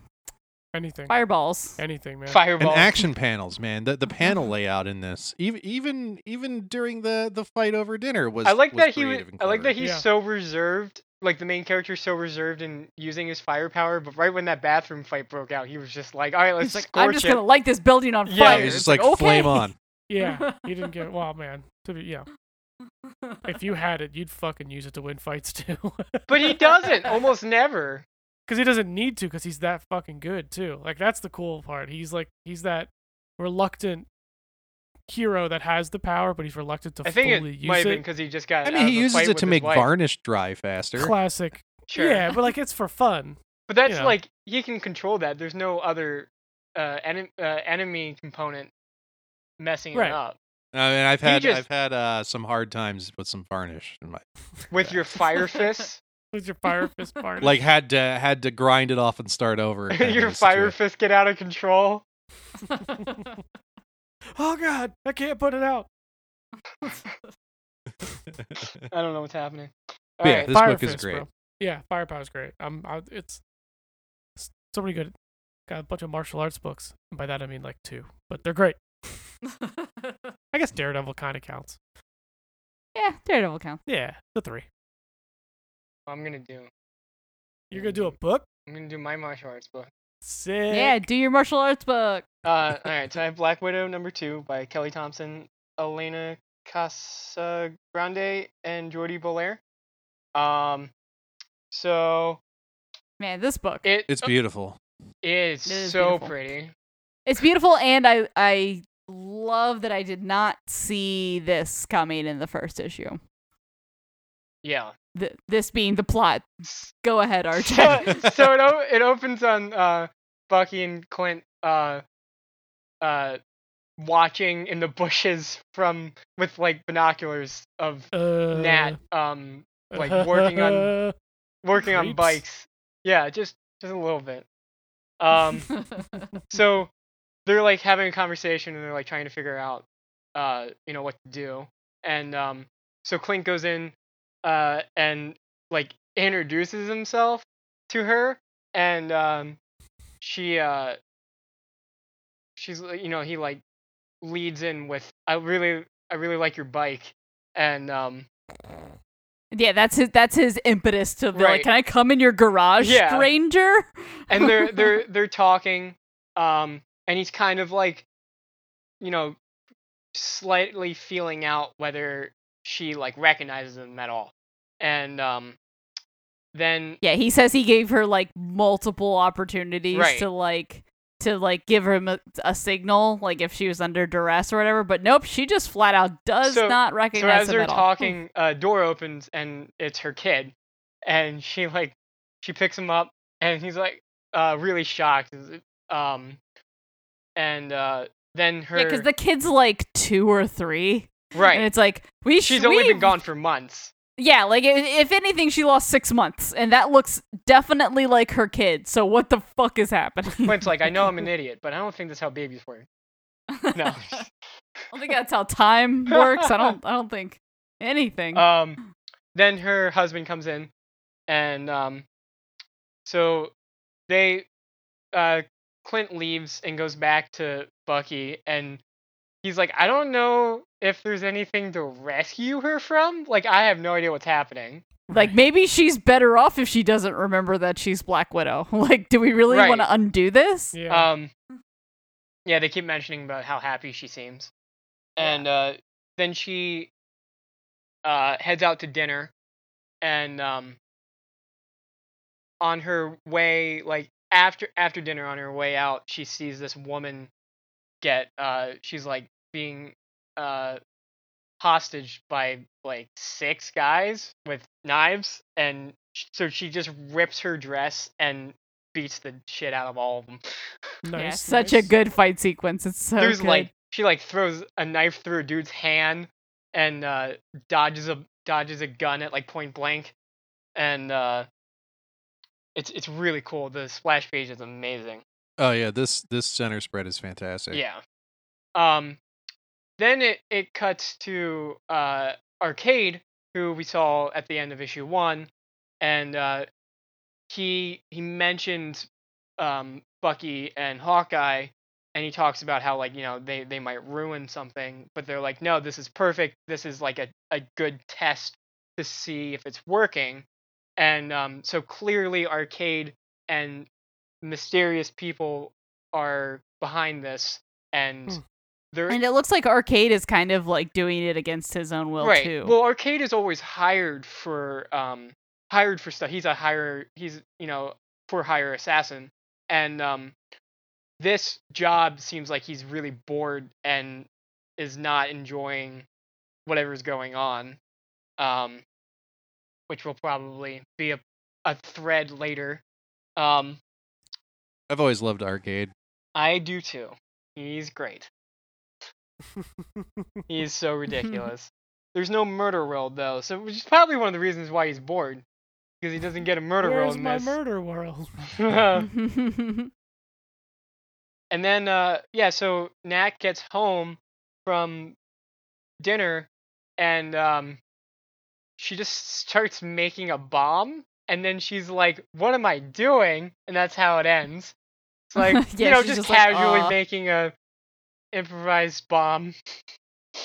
[SPEAKER 4] Anything,
[SPEAKER 3] fireballs.
[SPEAKER 4] anything, man.
[SPEAKER 5] Fireball.
[SPEAKER 2] and action panels, man. The the panel layout in this, even even even during the the fight over dinner was.
[SPEAKER 5] I like
[SPEAKER 2] was
[SPEAKER 5] that he was,
[SPEAKER 2] creative and
[SPEAKER 5] I like that
[SPEAKER 2] clever.
[SPEAKER 5] he's
[SPEAKER 4] Yeah.
[SPEAKER 5] so reserved. Like the main character's so reserved in using his firepower, but right when that bathroom fight broke out, he was just like, "All right, let's
[SPEAKER 3] He's like,
[SPEAKER 5] scorch
[SPEAKER 3] I'm just
[SPEAKER 5] it."
[SPEAKER 3] gonna light this building on
[SPEAKER 5] Yeah,
[SPEAKER 3] fire.
[SPEAKER 2] Yeah, he's
[SPEAKER 3] It's
[SPEAKER 2] just like flame
[SPEAKER 3] okay.
[SPEAKER 2] on.
[SPEAKER 4] Yeah, he didn't get. Well, man, to be, yeah. If you had it, you'd fucking use it to win fights too,
[SPEAKER 5] But he doesn't almost never.
[SPEAKER 4] because he doesn't need to, because he's that fucking good too. Like that's the cool part. He's like he's that reluctant hero that has the power, but he's reluctant to
[SPEAKER 5] I think
[SPEAKER 4] fully
[SPEAKER 5] it
[SPEAKER 4] use
[SPEAKER 5] might have
[SPEAKER 4] it.
[SPEAKER 5] been because he just got.
[SPEAKER 2] I
[SPEAKER 5] out
[SPEAKER 2] mean,
[SPEAKER 5] of
[SPEAKER 2] he
[SPEAKER 5] a
[SPEAKER 2] uses
[SPEAKER 5] fight
[SPEAKER 2] it
[SPEAKER 5] with
[SPEAKER 2] to
[SPEAKER 5] his
[SPEAKER 2] make
[SPEAKER 5] wife.
[SPEAKER 2] varnish dry faster.
[SPEAKER 4] Classic.
[SPEAKER 5] Sure.
[SPEAKER 4] Yeah, but like it's for fun.
[SPEAKER 5] But that's
[SPEAKER 4] Yeah.
[SPEAKER 5] like he can control that. There's no other uh, en- uh, enemy component messing
[SPEAKER 4] Right.
[SPEAKER 5] it up
[SPEAKER 2] I mean, Uh, I've
[SPEAKER 5] He
[SPEAKER 2] had
[SPEAKER 5] just-
[SPEAKER 2] I've had uh, some hard times with some varnish in my
[SPEAKER 5] with your fire fists.
[SPEAKER 4] With your fire fist part.
[SPEAKER 2] like had to had to grind it off and start over. again in
[SPEAKER 5] your
[SPEAKER 2] a
[SPEAKER 5] fire
[SPEAKER 2] situation.
[SPEAKER 5] fists get out of control.
[SPEAKER 4] oh god, I can't put it out.
[SPEAKER 5] I don't know what's happening.
[SPEAKER 2] But yeah,
[SPEAKER 5] Alright.
[SPEAKER 2] this book is
[SPEAKER 4] fist,
[SPEAKER 2] great.
[SPEAKER 4] bro. Yeah, firepower's great. I'm. I, it's, it's so many good. Got a bunch of martial arts books. And by that I mean like two, but they're great. I guess Daredevil kind of counts.
[SPEAKER 3] yeah, Daredevil count.
[SPEAKER 4] Yeah, the three.
[SPEAKER 5] I'm gonna do.
[SPEAKER 4] You're gonna do a book.
[SPEAKER 5] I'm gonna do my martial arts book.
[SPEAKER 4] Sick.
[SPEAKER 3] Yeah, do your martial arts book.
[SPEAKER 5] Uh, all right. So I have Black Widow number two by Kelly Thompson, Elena Casagrande, and Jordi Belair. Um, so
[SPEAKER 3] Man, this book.
[SPEAKER 5] it
[SPEAKER 2] It's beautiful.
[SPEAKER 5] is
[SPEAKER 3] It is
[SPEAKER 5] so
[SPEAKER 3] beautiful.
[SPEAKER 5] pretty.
[SPEAKER 3] It's beautiful, and I I love that I did not see this coming in the first issue.
[SPEAKER 5] Yeah.
[SPEAKER 3] Th- this being the plot. Go ahead,
[SPEAKER 5] so
[SPEAKER 3] RJ.
[SPEAKER 5] so it o- it opens on uh Bucky and Clint uh uh watching in the bushes from with like binoculars of
[SPEAKER 4] Uh,
[SPEAKER 5] Nat um like, working on- working on
[SPEAKER 4] Creeps.
[SPEAKER 5] bikes. Yeah, just just a little bit. Um so they're like having a conversation and they're like trying to figure out uh you know what to do and um so clint goes in uh and like introduces himself to her and um she uh she's like- you know he like leads in with i really i really like your bike and um
[SPEAKER 3] yeah, that's his that's his impetus to be
[SPEAKER 5] Right.
[SPEAKER 3] like, can I come in your garage,
[SPEAKER 5] Yeah.
[SPEAKER 3] stranger?
[SPEAKER 5] and they're they're they're talking um and he's kind of like you know slightly feeling out whether she like recognizes him at all and um then
[SPEAKER 3] Yeah, he says he gave her like multiple opportunities
[SPEAKER 5] Right.
[SPEAKER 3] to like to like give him a, a signal, like if she was under duress or whatever. But nope, she just flat out does
[SPEAKER 5] So-
[SPEAKER 3] not
[SPEAKER 5] so
[SPEAKER 3] recognize
[SPEAKER 5] as
[SPEAKER 3] him
[SPEAKER 5] they're
[SPEAKER 3] at all. Hmm.
[SPEAKER 5] talking a door opens and it's her kid and she like she picks him up and he's like uh really shocked um and uh then her
[SPEAKER 3] Yeah, because the kid's like two or three, and
[SPEAKER 5] right
[SPEAKER 3] it's like we
[SPEAKER 5] she's
[SPEAKER 3] sh-
[SPEAKER 5] only
[SPEAKER 3] we-
[SPEAKER 5] been gone for months
[SPEAKER 3] Yeah, like i- if anything, she lost six months, and that looks definitely like her kid. So what the fuck is happening?
[SPEAKER 5] Clint's like, I know I'm an idiot, but I don't think that's how babies work. No.
[SPEAKER 3] I don't think that's how time works. I don't. I don't think anything.
[SPEAKER 5] um, then her husband comes in, and um, so they, uh, Clint leaves and goes back to Bucky, and he's like, I don't know if there's anything to rescue her from. Like, I have no idea what's happening.
[SPEAKER 3] like maybe she's better off if she doesn't remember that she's Black Widow. Like, do we really
[SPEAKER 5] Right.
[SPEAKER 3] want to undo this?
[SPEAKER 4] Yeah.
[SPEAKER 5] Um, yeah, they keep mentioning about how happy she seems, and uh, then she uh, heads out to dinner, and um, on her way, like after after dinner, on her way out, she sees this woman get uh, she's like being uh, hostage by like six guys with knives, and sh- so she just rips her dress and beats the shit out of all of them.
[SPEAKER 4] nice,
[SPEAKER 3] yeah, such a
[SPEAKER 4] nice.
[SPEAKER 3] good fight sequence. It's so
[SPEAKER 5] There's
[SPEAKER 3] good.
[SPEAKER 5] like she like throws a knife through a dude's hand and uh dodges a dodges a gun at like point blank and uh it's it's really cool. The splash page is amazing.
[SPEAKER 2] Oh yeah, this this center spread is fantastic.
[SPEAKER 5] Yeah. Um then it it cuts to uh Arcade who we saw at the end of issue 1 and uh he he mentioned um Bucky and Hawkeye and he talks about how like you know they they might ruin something but they're like no this is perfect this is like a, a good test to see if it's working and um so clearly arcade and mysterious people are behind this and
[SPEAKER 4] Hmm.
[SPEAKER 5] they're
[SPEAKER 3] and it looks like Arcade is kind of like doing it against his own will
[SPEAKER 5] right
[SPEAKER 3] too.
[SPEAKER 5] well arcade is always hired for um hired for stuff he's a hire he's you know for hire assassin and um this job seems like he's really bored and is not enjoying whatever's going on, um, which will probably be a a thread later. Um,
[SPEAKER 2] I've always loved arcade.
[SPEAKER 5] I do too. He's great. He's so ridiculous. There's no murder world though, so which is probably one of the reasons why he's bored, because he doesn't get a murder
[SPEAKER 4] Where's
[SPEAKER 5] world in
[SPEAKER 4] my
[SPEAKER 5] this.
[SPEAKER 4] murder world?
[SPEAKER 5] And then uh yeah, so Nat gets home from dinner and um she just starts making a bomb and then she's like, What am I doing? And that's how it ends. It's like you
[SPEAKER 3] Yeah,
[SPEAKER 5] know,
[SPEAKER 3] she's
[SPEAKER 5] just,
[SPEAKER 3] just like,
[SPEAKER 5] casually
[SPEAKER 3] "Aw."
[SPEAKER 5] making a improvised bomb.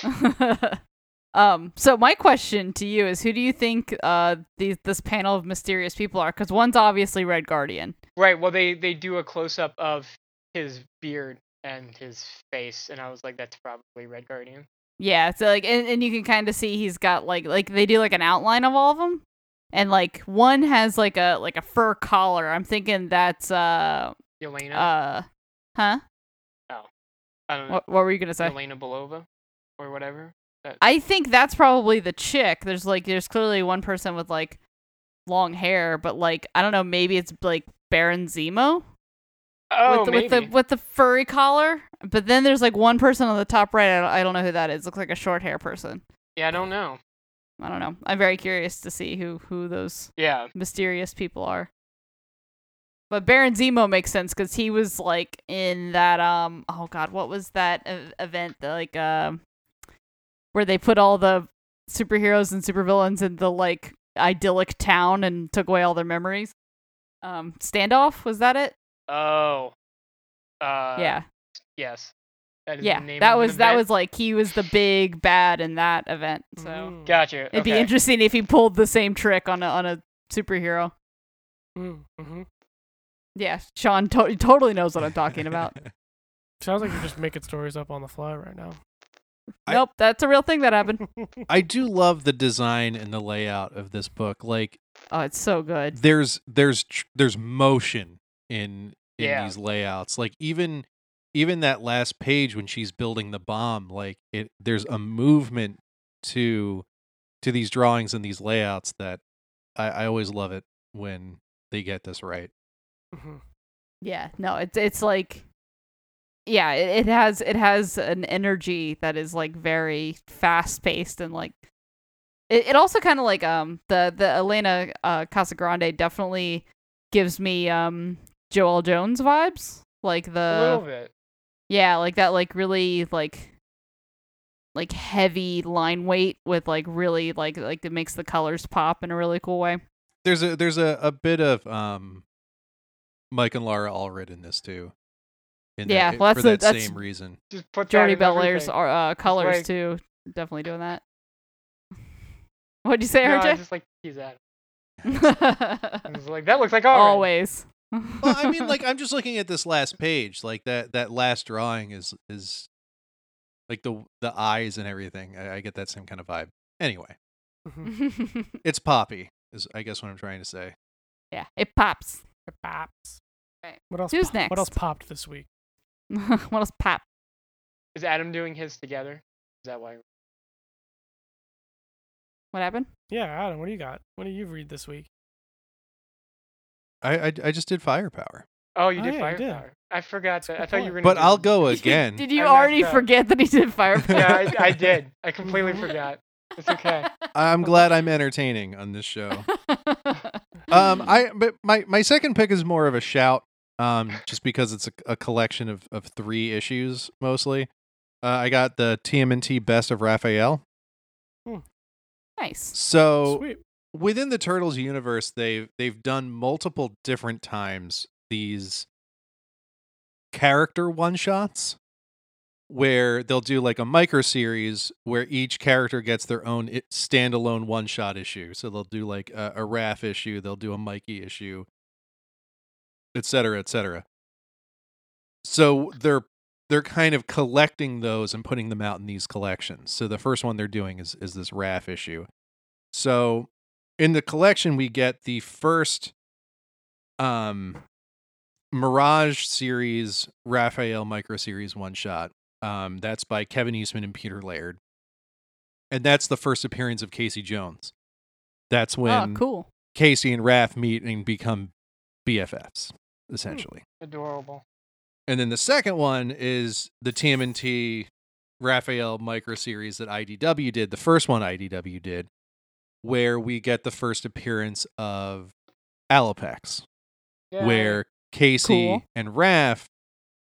[SPEAKER 5] uh,
[SPEAKER 3] um, so my question to you is, who do you think uh these this panel of mysterious people are? Because one's obviously Red Guardian.
[SPEAKER 5] Right, well they they do a close up of his beard and his face and I was like, That's probably Red Guardian.
[SPEAKER 3] Yeah, so like, and, and you can kind of see he's got like like they do like an outline of all of them, and like one has like a like a fur collar. I'm thinking that's uh
[SPEAKER 5] Yelena.
[SPEAKER 3] uh, huh?
[SPEAKER 5] I don't Uh, know.
[SPEAKER 3] What, what were you gonna say?
[SPEAKER 5] Yelena Belova or whatever.
[SPEAKER 3] I think that's probably the chick. There's like there's clearly one person with like long hair, but like I don't know, maybe it's like Baron Zemo
[SPEAKER 5] Oh,
[SPEAKER 3] with, the, with the
[SPEAKER 5] maybe.
[SPEAKER 3] with the furry collar. But then there's like one person on the top right. I don't, I don't know who that is. Looks like a short hair person.
[SPEAKER 5] Yeah, I don't know.
[SPEAKER 3] I don't know. I'm very curious to see who who those
[SPEAKER 5] Yeah,
[SPEAKER 3] mysterious people are. But Baron Zemo makes sense because he was like in that um oh god what was that ev- event that, like um where they put all the superheroes and supervillains in the like idyllic town and took away all their memories. Um, standoff was that it?
[SPEAKER 5] Oh. Uh,
[SPEAKER 3] yeah,
[SPEAKER 5] Yes. That is
[SPEAKER 3] yeah.
[SPEAKER 5] The name
[SPEAKER 3] That
[SPEAKER 5] of
[SPEAKER 3] was
[SPEAKER 5] the
[SPEAKER 3] that
[SPEAKER 5] band.
[SPEAKER 3] was like he was the big bad in that event. So
[SPEAKER 4] Mm,
[SPEAKER 5] Gotcha.
[SPEAKER 3] it'd be
[SPEAKER 5] Mm-hmm. okay.
[SPEAKER 3] interesting if he pulled the same trick on a on a superhero.
[SPEAKER 4] mm, mhm.
[SPEAKER 3] Yeah, Sean to- totally knows what I'm talking about.
[SPEAKER 4] Sounds like you're just making stories up on the fly right now. Mm-hmm.
[SPEAKER 2] I-
[SPEAKER 3] nope, that's a real thing that happened.
[SPEAKER 2] I do love the design and the layout of this book. Like
[SPEAKER 3] Oh, it's so good.
[SPEAKER 2] there's there's tr- there's motion in in
[SPEAKER 5] Yeah.
[SPEAKER 2] these layouts. Like even even that last page when she's building the bomb, like it there's a movement to to these drawings and these layouts that I, I always love it when they get this right.
[SPEAKER 4] Mhm.
[SPEAKER 3] Yeah, no, it's it's like, yeah, it, it has it has an energy that is like very fast paced and like, it, it also kind of like um the the Elena uh, Casagrande definitely gives me um Joel Jones vibes like
[SPEAKER 5] a little
[SPEAKER 3] the
[SPEAKER 5] bit.
[SPEAKER 3] yeah like that like really like like heavy line weight with like really like like it makes the colors pop in a really cool way.
[SPEAKER 2] There's a there's a, a bit of um Mike and Laura Allred in this too. In that-
[SPEAKER 3] Yeah,
[SPEAKER 2] it-
[SPEAKER 3] well,
[SPEAKER 2] for
[SPEAKER 3] that's the-
[SPEAKER 2] that
[SPEAKER 3] that's-
[SPEAKER 2] same reason.
[SPEAKER 5] Just put that
[SPEAKER 3] Jordy
[SPEAKER 5] in
[SPEAKER 3] Belair's
[SPEAKER 5] everything.
[SPEAKER 3] are, uh, colors
[SPEAKER 5] like-
[SPEAKER 3] too. Definitely doing that. What'd you say,
[SPEAKER 5] No, I
[SPEAKER 3] RJ?
[SPEAKER 5] just like he's at. I was like that looks like orange.
[SPEAKER 3] Always.
[SPEAKER 2] well, I mean, like I'm just looking at this last page. Like that that last drawing is is like the the eyes and everything. I, I get that same kind of vibe. Anyway,
[SPEAKER 4] Mhm.
[SPEAKER 2] it's poppy. Is I guess what I'm trying to say.
[SPEAKER 3] yeah, it pops.
[SPEAKER 4] It pops.
[SPEAKER 3] Right.
[SPEAKER 4] What else?
[SPEAKER 3] Who's
[SPEAKER 4] po- What else
[SPEAKER 3] next?
[SPEAKER 4] popped this week?
[SPEAKER 3] what else pop?
[SPEAKER 5] Is Adam doing his together? Is that why?
[SPEAKER 3] What happened?
[SPEAKER 4] Yeah, Adam. What do you got? What do you read this week?
[SPEAKER 2] I I, I just did firepower,
[SPEAKER 5] Oh, you
[SPEAKER 4] Oh,
[SPEAKER 5] did
[SPEAKER 4] yeah, you
[SPEAKER 5] fire.
[SPEAKER 4] did.
[SPEAKER 5] power. I forgot
[SPEAKER 4] a
[SPEAKER 5] that. I
[SPEAKER 4] good
[SPEAKER 5] thought you
[SPEAKER 4] point.
[SPEAKER 5] were.
[SPEAKER 2] but
[SPEAKER 5] Gonna do-
[SPEAKER 2] I'll go again.
[SPEAKER 3] did you
[SPEAKER 5] I messed
[SPEAKER 3] already
[SPEAKER 5] up.
[SPEAKER 3] forget that he did fire?
[SPEAKER 5] yeah, I, I did. I completely
[SPEAKER 2] Mm-hmm.
[SPEAKER 5] forgot. It's okay.
[SPEAKER 2] I'm glad I'm entertaining on this show. um i but my my second pick is more of a shout um just because it's a, a collection of of three issues mostly uh, i got the tmnt best of raphael
[SPEAKER 3] nice.
[SPEAKER 2] so
[SPEAKER 4] Sweet.
[SPEAKER 2] within the turtles universe they've they've done multiple different times these character one shots where they'll do like a micro series where each character gets their own i- standalone one shot issue so they'll do like a, a raf issue they'll do a mikey issue etc etc so they're they're kind of collecting those and putting them out in these collections so the first one they're doing is is this raf issue so in the collection we get the first um Mirage series Raphael micro series one shot. Um, that's by Kevin Eastman and Peter Laird, and that's the first appearance of Casey Jones. That's when
[SPEAKER 3] oh, cool.
[SPEAKER 2] Casey and Raph meet and become BFFs, essentially.
[SPEAKER 5] Adorable.
[SPEAKER 2] And then the second one is the TMNT Raphael micro series that IDW did, the first one IDW did, where we get the first appearance of Alapex,
[SPEAKER 5] Yeah.
[SPEAKER 2] where Casey
[SPEAKER 3] Cool.
[SPEAKER 2] and Raph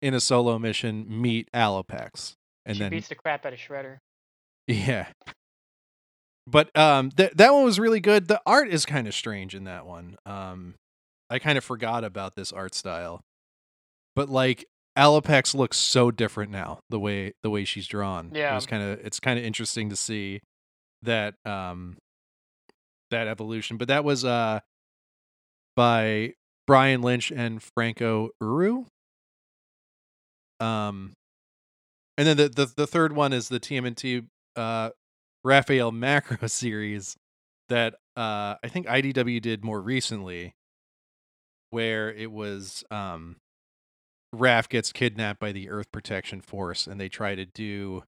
[SPEAKER 2] in a solo mission meet Alapex. And
[SPEAKER 5] she
[SPEAKER 2] then
[SPEAKER 5] beats the crap out of Shredder.
[SPEAKER 2] yeah. But um that that one was really good. The art is kind of strange in that one. Um I kind of forgot about this art style. But like Alapex looks so different now the way the way she's drawn. It
[SPEAKER 5] Yeah.
[SPEAKER 2] was kind of it's kind of interesting to see that um that evolution. But that was uh by Brian Lynch and Franco Uru. Um and then the, the the third one is the TMNT uh Raphael Macro series that uh I think IDW did more recently where it was um Raph gets kidnapped by the Earth Protection Force and they try to do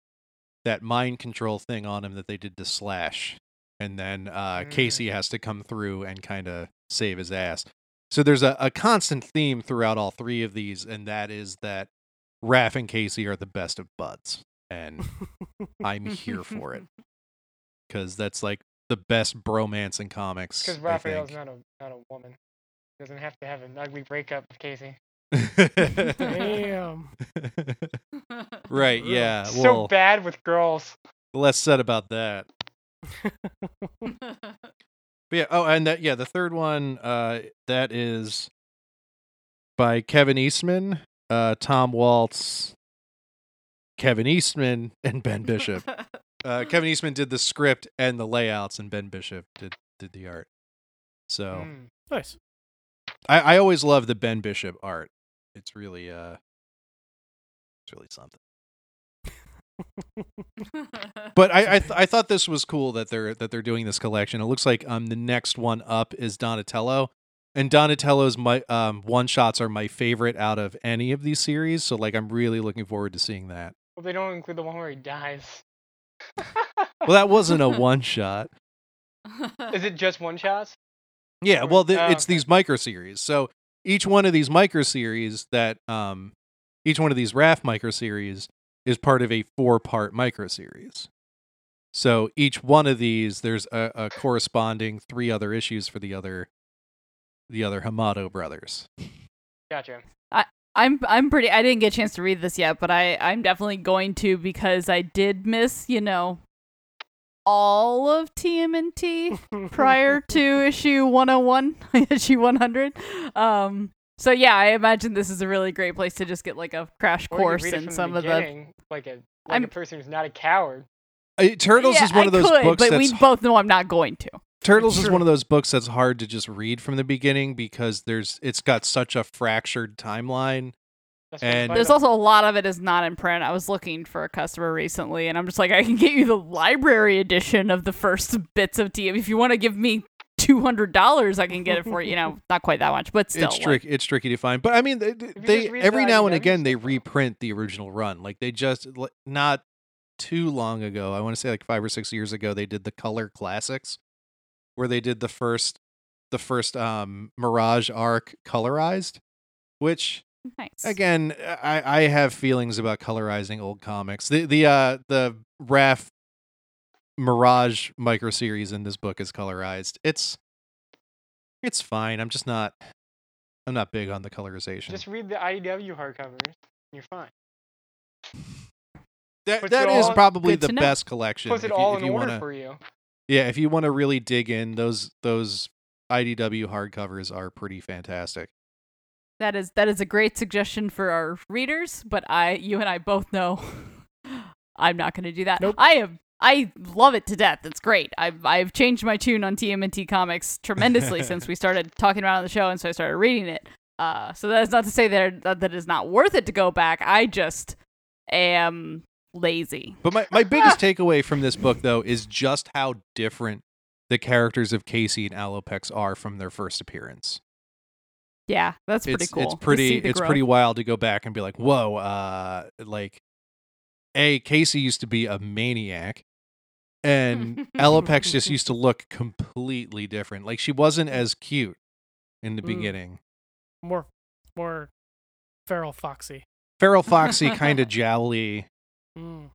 [SPEAKER 2] that mind control thing on him that they did to Slash and then uh
[SPEAKER 5] Mm.
[SPEAKER 2] Casey has to come through and kind of save his ass. So there's a, a constant theme throughout all three of these and that is that Raph and Casey are the best of buds and I'm here for it because that's like the best bromance in comics.
[SPEAKER 5] Because
[SPEAKER 2] I
[SPEAKER 5] Raphael's
[SPEAKER 2] think.
[SPEAKER 5] not a not a woman. He doesn't have to have an ugly breakup with Casey.
[SPEAKER 4] Damn.
[SPEAKER 2] right? Yeah.
[SPEAKER 5] so
[SPEAKER 2] Well,
[SPEAKER 5] bad with girls.
[SPEAKER 2] the less said about that. But yeah. Oh, and that. Yeah, the third one. Uh, that is by Kevin Eastman, uh, Tom Waltz, Kevin Eastman, and Ben Bishop. uh, Kevin Eastman did the script and the layouts, and Ben Bishop did did the art. So.
[SPEAKER 5] Mm.
[SPEAKER 4] Nice.
[SPEAKER 2] I, I always love the Ben Bishop art. It's really uh it's really something. But I I, th- I thought this was cool that they're that they're doing this collection. It looks like um the next one up is Donatello. And Donatello's my um one shots are my favorite out of any of these series, so like I'm really looking forward to seeing that.
[SPEAKER 5] Well, they don't include the one where he dies.
[SPEAKER 2] Well, that wasn't a one shot.
[SPEAKER 5] Is it just one shot?
[SPEAKER 2] Yeah,
[SPEAKER 5] Or-
[SPEAKER 2] well, the,
[SPEAKER 5] oh,
[SPEAKER 2] it's
[SPEAKER 5] okay.
[SPEAKER 2] these micro series. So each one of these micro series that um, each one of these RAF micro series is part of a four part micro series. So each one of these, there's a, a corresponding three other issues for the other, the other Hamato brothers.
[SPEAKER 5] Gotcha.
[SPEAKER 3] I'm I'm pretty I didn't get a chance to read this yet, but I I'm definitely going to because I did miss, you know, all of TMNT prior to issue 101, issue 100. Um so yeah, I imagine this is a really great place to just get like a crash
[SPEAKER 5] Or you
[SPEAKER 3] course
[SPEAKER 5] read it
[SPEAKER 3] in
[SPEAKER 5] from
[SPEAKER 3] some
[SPEAKER 5] the
[SPEAKER 3] of the
[SPEAKER 5] beginning, like a like a
[SPEAKER 3] I'm-
[SPEAKER 5] person who's not a coward.
[SPEAKER 2] Uh, Turtles
[SPEAKER 3] Yeah,
[SPEAKER 2] is one
[SPEAKER 3] I
[SPEAKER 2] of those
[SPEAKER 3] could,
[SPEAKER 2] books
[SPEAKER 3] but
[SPEAKER 2] that's
[SPEAKER 3] we both know I'm not going to.
[SPEAKER 2] Turtles is
[SPEAKER 4] Sure.
[SPEAKER 2] one of those books that's hard to just read from the beginning because there's it's got such a fractured timeline
[SPEAKER 5] That's what you
[SPEAKER 2] And-
[SPEAKER 5] find
[SPEAKER 3] There's
[SPEAKER 5] out.
[SPEAKER 3] also a lot of it is not in print. I was looking for a customer recently, and I'm just like, I can get you the library edition of the first bits of TM. If you want to give me two hundred dollars, I can get it for you. You know, not quite that much, but still.
[SPEAKER 2] it's
[SPEAKER 3] like-
[SPEAKER 2] tricky. It's tricky to find, but I mean, they, they-
[SPEAKER 5] just
[SPEAKER 2] they
[SPEAKER 5] read the
[SPEAKER 2] every now and
[SPEAKER 5] IDW
[SPEAKER 2] again they
[SPEAKER 5] stuff, though.
[SPEAKER 2] reprint the original run. Like they just like, not too long ago, I want to say like five or six years ago, they did the Color Classics, where they did the first the first um Mirage arc colorized, which
[SPEAKER 3] Nice.
[SPEAKER 2] again I I have feelings about colorizing old comics. The the uh the Raf Mirage micro series in this book is colorized. It's it's fine. I'm just not I'm not big on the colorization.
[SPEAKER 5] just read the IDW hardcovers. and You're fine.
[SPEAKER 2] that
[SPEAKER 5] puts
[SPEAKER 2] that
[SPEAKER 5] it
[SPEAKER 2] is
[SPEAKER 5] all-
[SPEAKER 2] probably
[SPEAKER 3] Good
[SPEAKER 2] the
[SPEAKER 3] to know.
[SPEAKER 2] best collection.
[SPEAKER 5] Puts
[SPEAKER 2] if
[SPEAKER 5] it
[SPEAKER 2] you-
[SPEAKER 5] all
[SPEAKER 2] if
[SPEAKER 5] in
[SPEAKER 2] you
[SPEAKER 5] order
[SPEAKER 2] wanna-
[SPEAKER 5] for you.
[SPEAKER 2] Yeah, if you want to really dig in, those those IDW hardcovers are pretty fantastic.
[SPEAKER 3] that is that is a great suggestion for our readers, but I, you and I both know, I'm not going to do that.
[SPEAKER 4] Nope.
[SPEAKER 3] I am. I love it to death. It's great. I've I've changed my tune on TMNT comics tremendously since we started talking about it on the show, and so I started reading it. Uh, so that is not to say that that that is not worth it to go back. I just am lazy.
[SPEAKER 2] But my, my biggest takeaway from this book, though, is just how different the characters of Casey and Alopex are from their first appearance.
[SPEAKER 3] Yeah, that's pretty
[SPEAKER 2] it's
[SPEAKER 3] cool.
[SPEAKER 2] it's
[SPEAKER 3] to
[SPEAKER 2] pretty
[SPEAKER 3] see the
[SPEAKER 2] it's
[SPEAKER 3] growth.
[SPEAKER 2] pretty wild to go back and be like, whoa, uh, like A, Casey used to be a maniac, and Alopex just used to look completely different. Like she wasn't as cute in the
[SPEAKER 3] Mm.
[SPEAKER 2] beginning.
[SPEAKER 4] More, more feral foxy.
[SPEAKER 2] Feral Foxy kind of jowly,
[SPEAKER 4] Mm.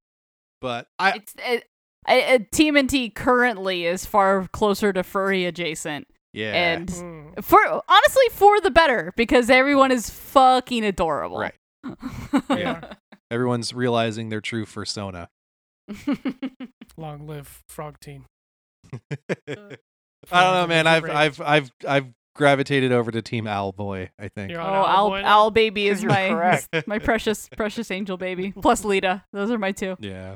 [SPEAKER 2] but I
[SPEAKER 3] It's it, I- uh, TMNT currently is far closer to furry adjacent,
[SPEAKER 2] yeah.
[SPEAKER 3] and
[SPEAKER 4] Mm.
[SPEAKER 3] for honestly for the better because everyone is fucking adorable.
[SPEAKER 2] Right.
[SPEAKER 4] Yeah.
[SPEAKER 2] Everyone's realizing their true persona.
[SPEAKER 4] Long live frog team.
[SPEAKER 2] Uh, I don't know, man. I've I've I've I've gravitated over to Team Owl Boy. I think.
[SPEAKER 4] You're
[SPEAKER 3] oh,
[SPEAKER 4] on Owl
[SPEAKER 3] owl,
[SPEAKER 4] Boy now?
[SPEAKER 3] owl baby is
[SPEAKER 5] You're
[SPEAKER 3] my is
[SPEAKER 5] correct.
[SPEAKER 3] my precious precious angel baby plus Lita. Those are my two.
[SPEAKER 2] Yeah.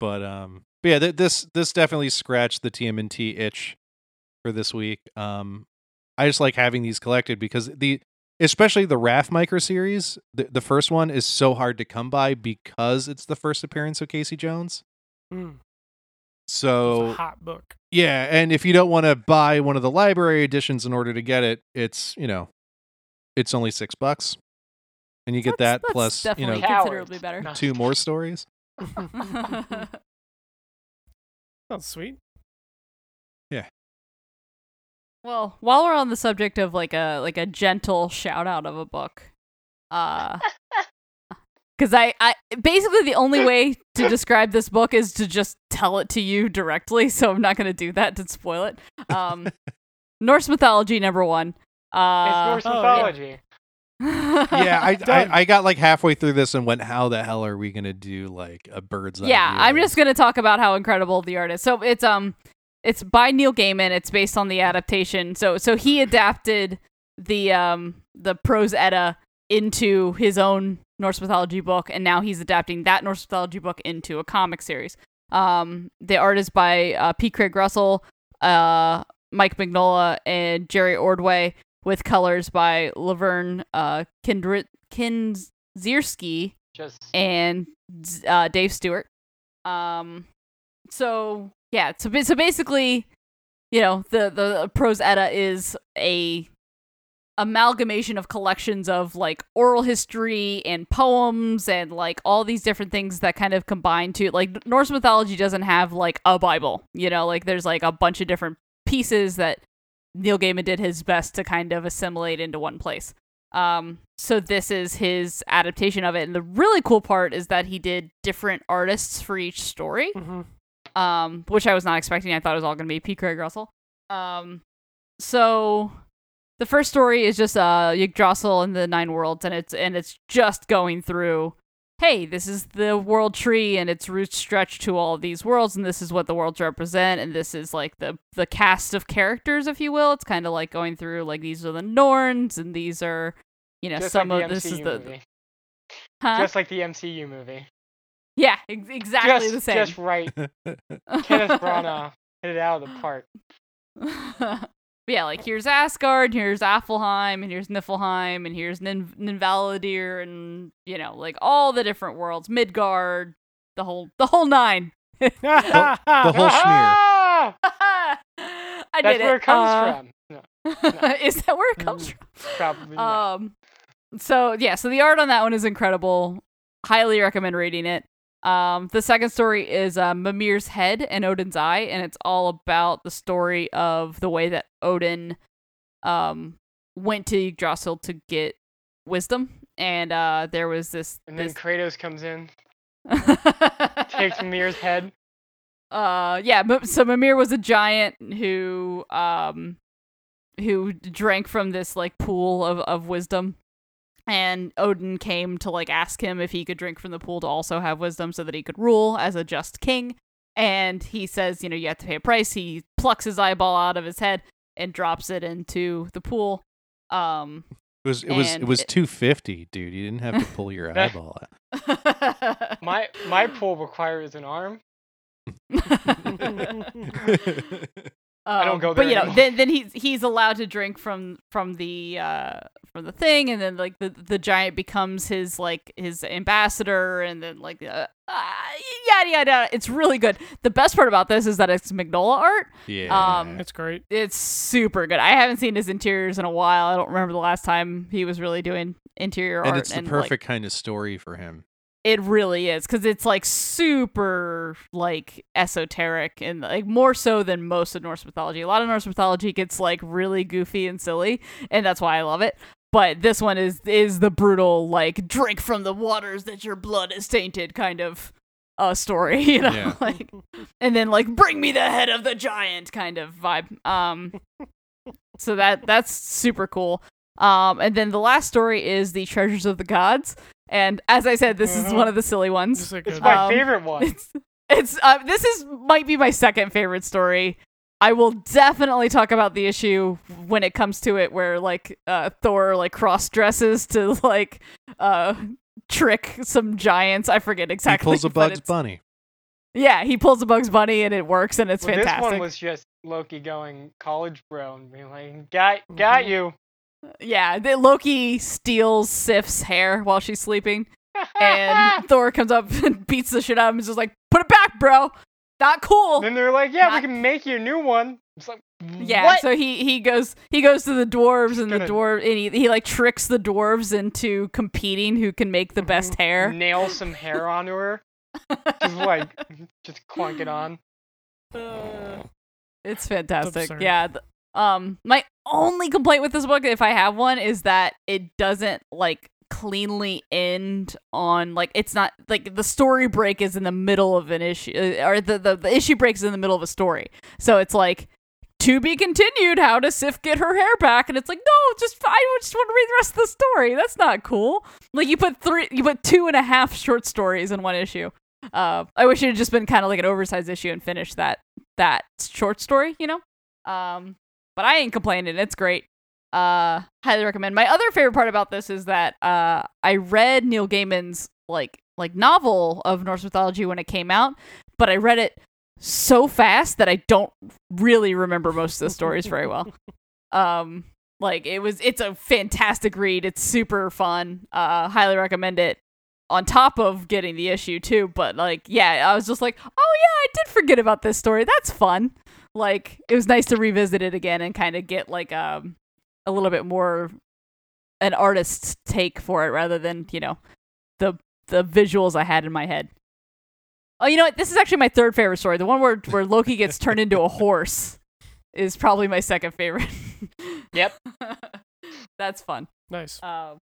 [SPEAKER 2] but um but yeah th- this this definitely scratched the tmnt itch for this week um i just like having these collected because the especially the raf micro series the, the first one is so hard to come by because it's the first appearance of casey jones
[SPEAKER 4] Mm. It's a
[SPEAKER 2] so
[SPEAKER 4] hot book.
[SPEAKER 2] yeah and if you don't want to buy one of the library editions in order to get it it's you know it's only six bucks and you get that
[SPEAKER 3] That's- that's
[SPEAKER 2] plus you know
[SPEAKER 3] definitely
[SPEAKER 5] Cowards.
[SPEAKER 3] considerably better.
[SPEAKER 5] No.
[SPEAKER 2] two more stories
[SPEAKER 4] Sounds sweet.
[SPEAKER 3] well, while we're on the subject of like a like a gentle shout out of a book, uh, because I I basically the only way to describe this book is to just tell it to you directly, so I'm not gonna do that to spoil it. Um, Norse mythology number one.
[SPEAKER 5] It's
[SPEAKER 3] Uh,
[SPEAKER 5] Norse
[SPEAKER 4] oh, yeah.
[SPEAKER 5] mythology.
[SPEAKER 2] yeah, I,
[SPEAKER 4] Done.
[SPEAKER 2] I I got like halfway through this and went, how the hell are we gonna do like a bird's eye?
[SPEAKER 3] yeah
[SPEAKER 2] view of
[SPEAKER 3] i'm just
[SPEAKER 2] this?"
[SPEAKER 3] gonna talk about how incredible the art is so it's um it's by neil gaiman it's based on the adaptation so so he adapted the um the prose edda into his own norse mythology book and now he's adapting that norse mythology book into a comic series um the art is by uh, p craig russell uh mike mignola and jerry ordway with colors by laverne uh kindred kinzierski
[SPEAKER 5] Just
[SPEAKER 3] and Z- uh, Dave Stewart. Um, so yeah, so ba- so basically, you know, the the prose edda is a amalgamation of collections of like oral history and poems and like all these different things that kind of combine to like Norse mythology doesn't have like a Bible, you know, like there's like a bunch of different pieces that Neil Gaiman did his best to kind of assimilate into one place. Um, so this is his adaptation of it, and the really cool part is that he did different artists for each story
[SPEAKER 4] Mm-hmm.
[SPEAKER 3] um, which I was not expecting. I thought it was all going to be P. Craig Russell. Um, so the first story is just uh, Yggdrasil and the Nine Worlds, and it's and it's just going through. Hey, this is the world tree, and its roots stretch to all of these worlds, and this is what the worlds represent, and this is like the the cast of characters, if you will. It's kind of like going through like these are the Norns, and these are you know
[SPEAKER 5] just
[SPEAKER 3] some
[SPEAKER 5] like
[SPEAKER 3] of
[SPEAKER 5] the
[SPEAKER 3] this is
[SPEAKER 5] MCU
[SPEAKER 3] the
[SPEAKER 5] movie.
[SPEAKER 3] huh?
[SPEAKER 5] Just like the MCU movie.
[SPEAKER 3] yeah ex- exactly
[SPEAKER 5] just,
[SPEAKER 3] the same.
[SPEAKER 5] Just right. Kenneth Branagh hit it out of the park.
[SPEAKER 3] But yeah, like here's Asgard, here's Affelheim, and here's Niflheim, and here's Nin- Ninvalidir, and you know, like all the different worlds, Midgard, the whole the whole nine.
[SPEAKER 2] The whole schmear.
[SPEAKER 5] Ah!
[SPEAKER 3] I did Uh,
[SPEAKER 5] That's where it comes from. No,
[SPEAKER 3] from. Is that where it comes
[SPEAKER 5] Mm.
[SPEAKER 3] from?
[SPEAKER 5] probably not.
[SPEAKER 3] Um, so yeah, so the art on that one is incredible. Highly recommend reading it. Um, the second story is uh, Mimir's head and Odin's eye, and it's all about the story of the way that Odin, um, went to Yggdrasil to get wisdom, and uh, there was this
[SPEAKER 5] And then
[SPEAKER 3] this
[SPEAKER 5] Kratos comes in, takes Mir's head.
[SPEAKER 3] uh yeah M- so mimir was a giant who um who drank from this like pool of of wisdom and odin came to like ask him if he could drink from the pool to also have wisdom so that he could rule as a just king and he says you know you have to pay a price he plucks his eyeball out of his head and drops it into the pool um
[SPEAKER 2] It was it was it
[SPEAKER 3] And
[SPEAKER 2] was
[SPEAKER 3] it-
[SPEAKER 2] two fifty, dude. You didn't have to pull your eyeball out.
[SPEAKER 5] My my pool requires an arm. I don't
[SPEAKER 3] Um,
[SPEAKER 5] go
[SPEAKER 3] But
[SPEAKER 5] there
[SPEAKER 3] you know,
[SPEAKER 5] anymore.
[SPEAKER 3] then then he's he's allowed to drink from from the uh from the thing, and then like the the giant becomes his like his ambassador, and then like uh, uh, yada yada. It's really good. The best part about this is that it's Magnola art.
[SPEAKER 2] yeah.
[SPEAKER 3] Um,
[SPEAKER 4] It's great.
[SPEAKER 3] It's super good. I haven't seen his interiors in a while. I don't remember the last time he was really doing interior
[SPEAKER 2] and
[SPEAKER 3] art.
[SPEAKER 2] it's the
[SPEAKER 3] and, like,
[SPEAKER 2] perfect kind of story for him.
[SPEAKER 3] It really is because it's like super like esoteric and like more so than most of Norse mythology. A lot of Norse mythology gets like really goofy and silly, and that's why I love it. But this one is is the brutal like drink from the waters that your blood is tainted kind of uh story, you know,
[SPEAKER 2] Yeah.
[SPEAKER 3] like and then like bring me the head of the giant kind of vibe. Um, so that that's super cool. Um, and then the last story is the treasures of the gods, and as I said, this is
[SPEAKER 5] Mm-hmm.
[SPEAKER 4] Uh-huh.
[SPEAKER 3] one of the silly ones.
[SPEAKER 4] Just like
[SPEAKER 5] It's
[SPEAKER 4] a,
[SPEAKER 5] my
[SPEAKER 3] Um,
[SPEAKER 5] favorite one.
[SPEAKER 3] It's it's uh, this is might be my second favorite story. I will definitely talk about the issue when it comes to it, where like uh, Thor like cross dresses to like uh, trick some giants. I forget
[SPEAKER 2] He
[SPEAKER 3] exactly.
[SPEAKER 2] pulls a
[SPEAKER 3] but
[SPEAKER 2] Bugs
[SPEAKER 3] it's-
[SPEAKER 2] Bunny.
[SPEAKER 3] Yeah, he pulls a Bugs Bunny, and it works, and it's
[SPEAKER 5] Well, this
[SPEAKER 3] fantastic.
[SPEAKER 5] one was just Loki going college bro and being like, "Got, got
[SPEAKER 3] Mm-hmm.
[SPEAKER 4] Mhm.
[SPEAKER 5] you."
[SPEAKER 3] Yeah, the Loki steals Sif's hair while she's sleeping, and Thor comes up and beats the shit out of him. And is just like, "Put it back, bro. Not cool."
[SPEAKER 5] then they're like, "Yeah,
[SPEAKER 3] Not-
[SPEAKER 5] we can make you a new one." It's like,
[SPEAKER 3] Yeah,
[SPEAKER 5] what?
[SPEAKER 3] so he he goes he goes to the dwarves and the
[SPEAKER 5] gonna-
[SPEAKER 3] dwarf and he, he like tricks the dwarves into competing who can make the best
[SPEAKER 5] Mm-hmm.
[SPEAKER 3] hair.
[SPEAKER 5] Nail some hair onto her. Just like, just clunk it on.
[SPEAKER 4] uh,
[SPEAKER 3] It's fantastic.
[SPEAKER 4] absurd.
[SPEAKER 3] Yeah. th- um my only complaint with this book if I have one is that it doesn't like cleanly end on like it's not like the story break is in the middle of an issue uh, or the the, the issue breaks in the middle of a story. So it's like to be continued how does Sif get her hair back and it's like no just I just want to read the rest of the story. That's not cool. Like you put three you put two and a half short stories in one issue. Uh, I wish it had just been kind of like an oversized issue and finished that that short story, you know? Um, but I ain't complaining. It's great. Uh, highly recommend. My other favorite part about this is that uh, I read Neil Gaiman's like like novel of Norse mythology when it came out, but I read it so fast that I don't really remember most of the stories very well. Um, like it was, it's a fantastic read. It's super fun. Uh, highly recommend it. On top of getting the issue too, but like, yeah, I was just like, oh yeah, I did forget about this story. That's fun. Like it was nice to revisit it again and kind of get like um a little bit more an artist's take for it rather than you know the the visuals I had in my head. Oh, you know what? This is actually my third favorite story. The one where where Loki gets turned into a horse is probably my second favorite.
[SPEAKER 5] Yep.
[SPEAKER 3] That's fun.
[SPEAKER 4] nice.
[SPEAKER 3] Um,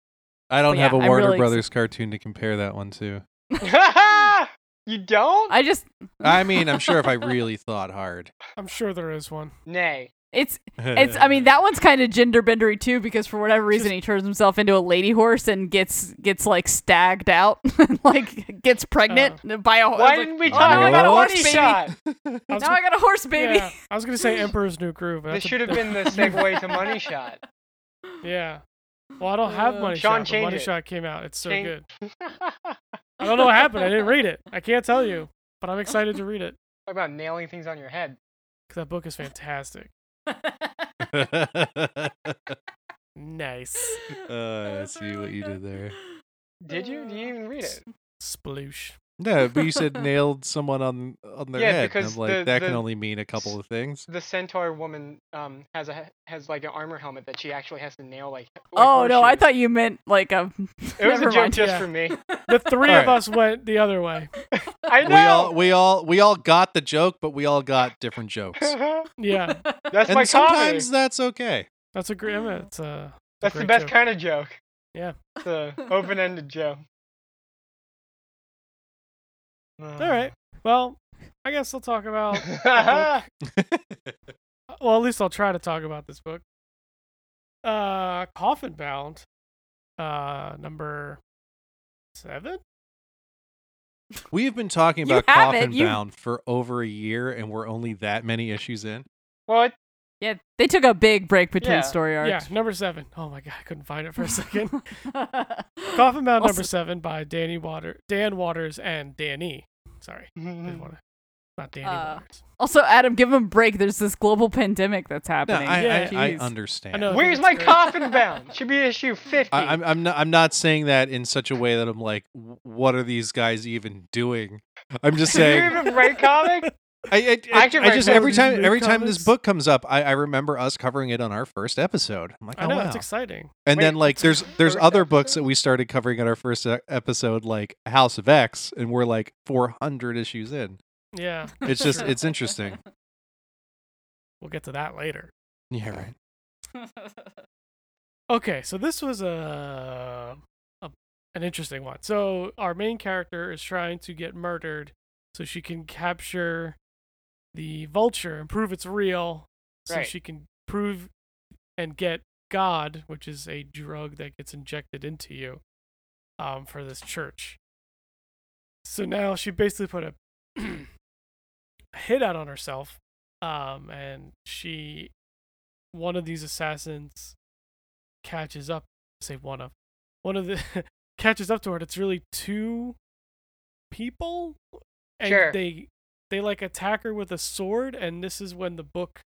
[SPEAKER 2] I don't
[SPEAKER 3] But
[SPEAKER 2] have a
[SPEAKER 3] yeah, I'm
[SPEAKER 2] Warner
[SPEAKER 3] really ex-
[SPEAKER 2] Brothers cartoon to compare that one to.
[SPEAKER 5] you don't?
[SPEAKER 3] I just
[SPEAKER 2] I mean, I'm sure if I really thought hard.
[SPEAKER 4] I'm sure there is one.
[SPEAKER 5] Nay.
[SPEAKER 3] it's It's. I mean, that one's kind of gender bendery too, because for whatever reason,
[SPEAKER 4] Just-
[SPEAKER 3] he turns himself into a lady horse and gets gets like stagged out, and, like gets pregnant by a horse.
[SPEAKER 5] Why didn't we
[SPEAKER 3] oh,
[SPEAKER 5] talk
[SPEAKER 3] now I got
[SPEAKER 5] about
[SPEAKER 3] a
[SPEAKER 5] a
[SPEAKER 3] horse
[SPEAKER 5] money
[SPEAKER 3] baby.
[SPEAKER 5] shot?
[SPEAKER 4] I was
[SPEAKER 3] Now I got a horse baby.
[SPEAKER 4] Yeah, I was gonna say Emperor's New Groove. but
[SPEAKER 5] This
[SPEAKER 4] that's a-
[SPEAKER 5] should have been the segue to money shot.
[SPEAKER 4] Yeah. Well, I don't have
[SPEAKER 3] Uh,
[SPEAKER 4] Money
[SPEAKER 5] Sean
[SPEAKER 4] Shot. but
[SPEAKER 5] changed
[SPEAKER 4] Money
[SPEAKER 5] it.
[SPEAKER 4] Shot came out. It's so
[SPEAKER 5] Chang-
[SPEAKER 4] good. I don't know what happened. I didn't read it. I can't tell you, but I'm excited to read it
[SPEAKER 5] Talk about nailing things on your head.
[SPEAKER 4] because that book is fantastic. Nice.
[SPEAKER 2] Uh, I
[SPEAKER 3] That's
[SPEAKER 2] see what
[SPEAKER 3] really
[SPEAKER 2] you did
[SPEAKER 3] good.
[SPEAKER 2] there.
[SPEAKER 5] Did you? Did you even read it?
[SPEAKER 3] Uh,
[SPEAKER 4] Sploosh.
[SPEAKER 2] No, but you said nailed someone on on their
[SPEAKER 5] Yeah,
[SPEAKER 2] head. and
[SPEAKER 5] because
[SPEAKER 2] I'm like
[SPEAKER 5] the-
[SPEAKER 2] that can
[SPEAKER 5] the-
[SPEAKER 2] only mean a couple of things.
[SPEAKER 5] The centaur woman um has a has like an armor helmet that she actually has to nail like. like
[SPEAKER 3] Oh no, I
[SPEAKER 5] horseshoes.
[SPEAKER 3] thought you meant like a.
[SPEAKER 5] it was
[SPEAKER 3] never
[SPEAKER 5] a joke
[SPEAKER 3] mind.
[SPEAKER 5] just
[SPEAKER 4] Yeah.
[SPEAKER 5] for me.
[SPEAKER 4] The three
[SPEAKER 2] All
[SPEAKER 4] of
[SPEAKER 2] right.
[SPEAKER 4] us went the other way.
[SPEAKER 5] I know.
[SPEAKER 2] We all we all we all got the joke, but we all got different jokes.
[SPEAKER 4] Yeah,
[SPEAKER 5] That's my
[SPEAKER 2] and
[SPEAKER 5] comedy.
[SPEAKER 2] sometimes that's okay.
[SPEAKER 4] that's a great. It's a,
[SPEAKER 5] That's the
[SPEAKER 4] great
[SPEAKER 5] best
[SPEAKER 4] joke.
[SPEAKER 5] kind of joke.
[SPEAKER 4] Yeah.
[SPEAKER 5] It's a open-ended joke.
[SPEAKER 4] All right. Well, I guess I'll talk
[SPEAKER 5] Uh,
[SPEAKER 4] about.
[SPEAKER 5] right.
[SPEAKER 4] Well, at least I'll try to talk about this book. Uh, Coffin Bound, uh, number seven.
[SPEAKER 2] We have been talking
[SPEAKER 3] You
[SPEAKER 2] about
[SPEAKER 3] have it,
[SPEAKER 2] Coffin
[SPEAKER 3] you-
[SPEAKER 2] Bound for over a year, and we're only that many issues in.
[SPEAKER 5] well, it-
[SPEAKER 3] Yeah, they took a big break between
[SPEAKER 5] Yeah,
[SPEAKER 3] story
[SPEAKER 4] Yeah,
[SPEAKER 3] arcs.
[SPEAKER 4] number seven. Oh my god, I couldn't find it for a second.
[SPEAKER 3] Yeah.
[SPEAKER 4] Coffin Bound
[SPEAKER 3] Also-
[SPEAKER 4] number seven by Danny Water, Dan Waters, and Danny. Sorry, didn't
[SPEAKER 2] Mm.
[SPEAKER 4] wanna- not Danny
[SPEAKER 3] Uh,
[SPEAKER 4] Waters.
[SPEAKER 3] also, Adam, give him a break. There's this global pandemic that's
[SPEAKER 2] No,
[SPEAKER 3] happening.
[SPEAKER 2] I,
[SPEAKER 4] Yeah.
[SPEAKER 2] I, I
[SPEAKER 3] Jeez.
[SPEAKER 2] understand.
[SPEAKER 4] I know.
[SPEAKER 5] where's
[SPEAKER 4] it's
[SPEAKER 5] my
[SPEAKER 4] great.
[SPEAKER 5] coffin bound? Should be issue fifty.
[SPEAKER 2] I, I'm I'm not I'm not saying that in such a way that I'm like, "W- what are these guys even doing? I'm just
[SPEAKER 5] Did you
[SPEAKER 2] saying
[SPEAKER 5] even write comics?
[SPEAKER 2] I, I, I,
[SPEAKER 5] Active
[SPEAKER 2] I just
[SPEAKER 5] Directory.
[SPEAKER 2] every time
[SPEAKER 4] Read
[SPEAKER 2] every time this
[SPEAKER 4] comments.
[SPEAKER 2] book comes up, I, I remember us covering it on our first episode. I'm like, oh
[SPEAKER 4] I know
[SPEAKER 2] wow.
[SPEAKER 4] it's exciting.
[SPEAKER 2] and then
[SPEAKER 5] Wait,
[SPEAKER 2] like
[SPEAKER 5] it's
[SPEAKER 2] there's there's
[SPEAKER 5] first
[SPEAKER 2] other books
[SPEAKER 5] episode?
[SPEAKER 2] that we started covering on our first e- episode, like House of X, and we're like 400 issues in.
[SPEAKER 4] Yeah,
[SPEAKER 2] It's just
[SPEAKER 4] Sure.
[SPEAKER 2] it's interesting.
[SPEAKER 4] we'll get to that later.
[SPEAKER 2] Yeah, right.
[SPEAKER 4] Okay, so this was a, a an interesting one. So our main character is trying to get murdered so she can capture the vulture and prove it's real so
[SPEAKER 5] Right.
[SPEAKER 4] she can prove and get god, which is a drug that gets injected into you um for this church. So now she basically put a hit out on herself um and she one of these assassins catches up say one of one of the catches up to her and it's really two people and
[SPEAKER 5] Sure.
[SPEAKER 4] they they like attack her with a sword and this is when the book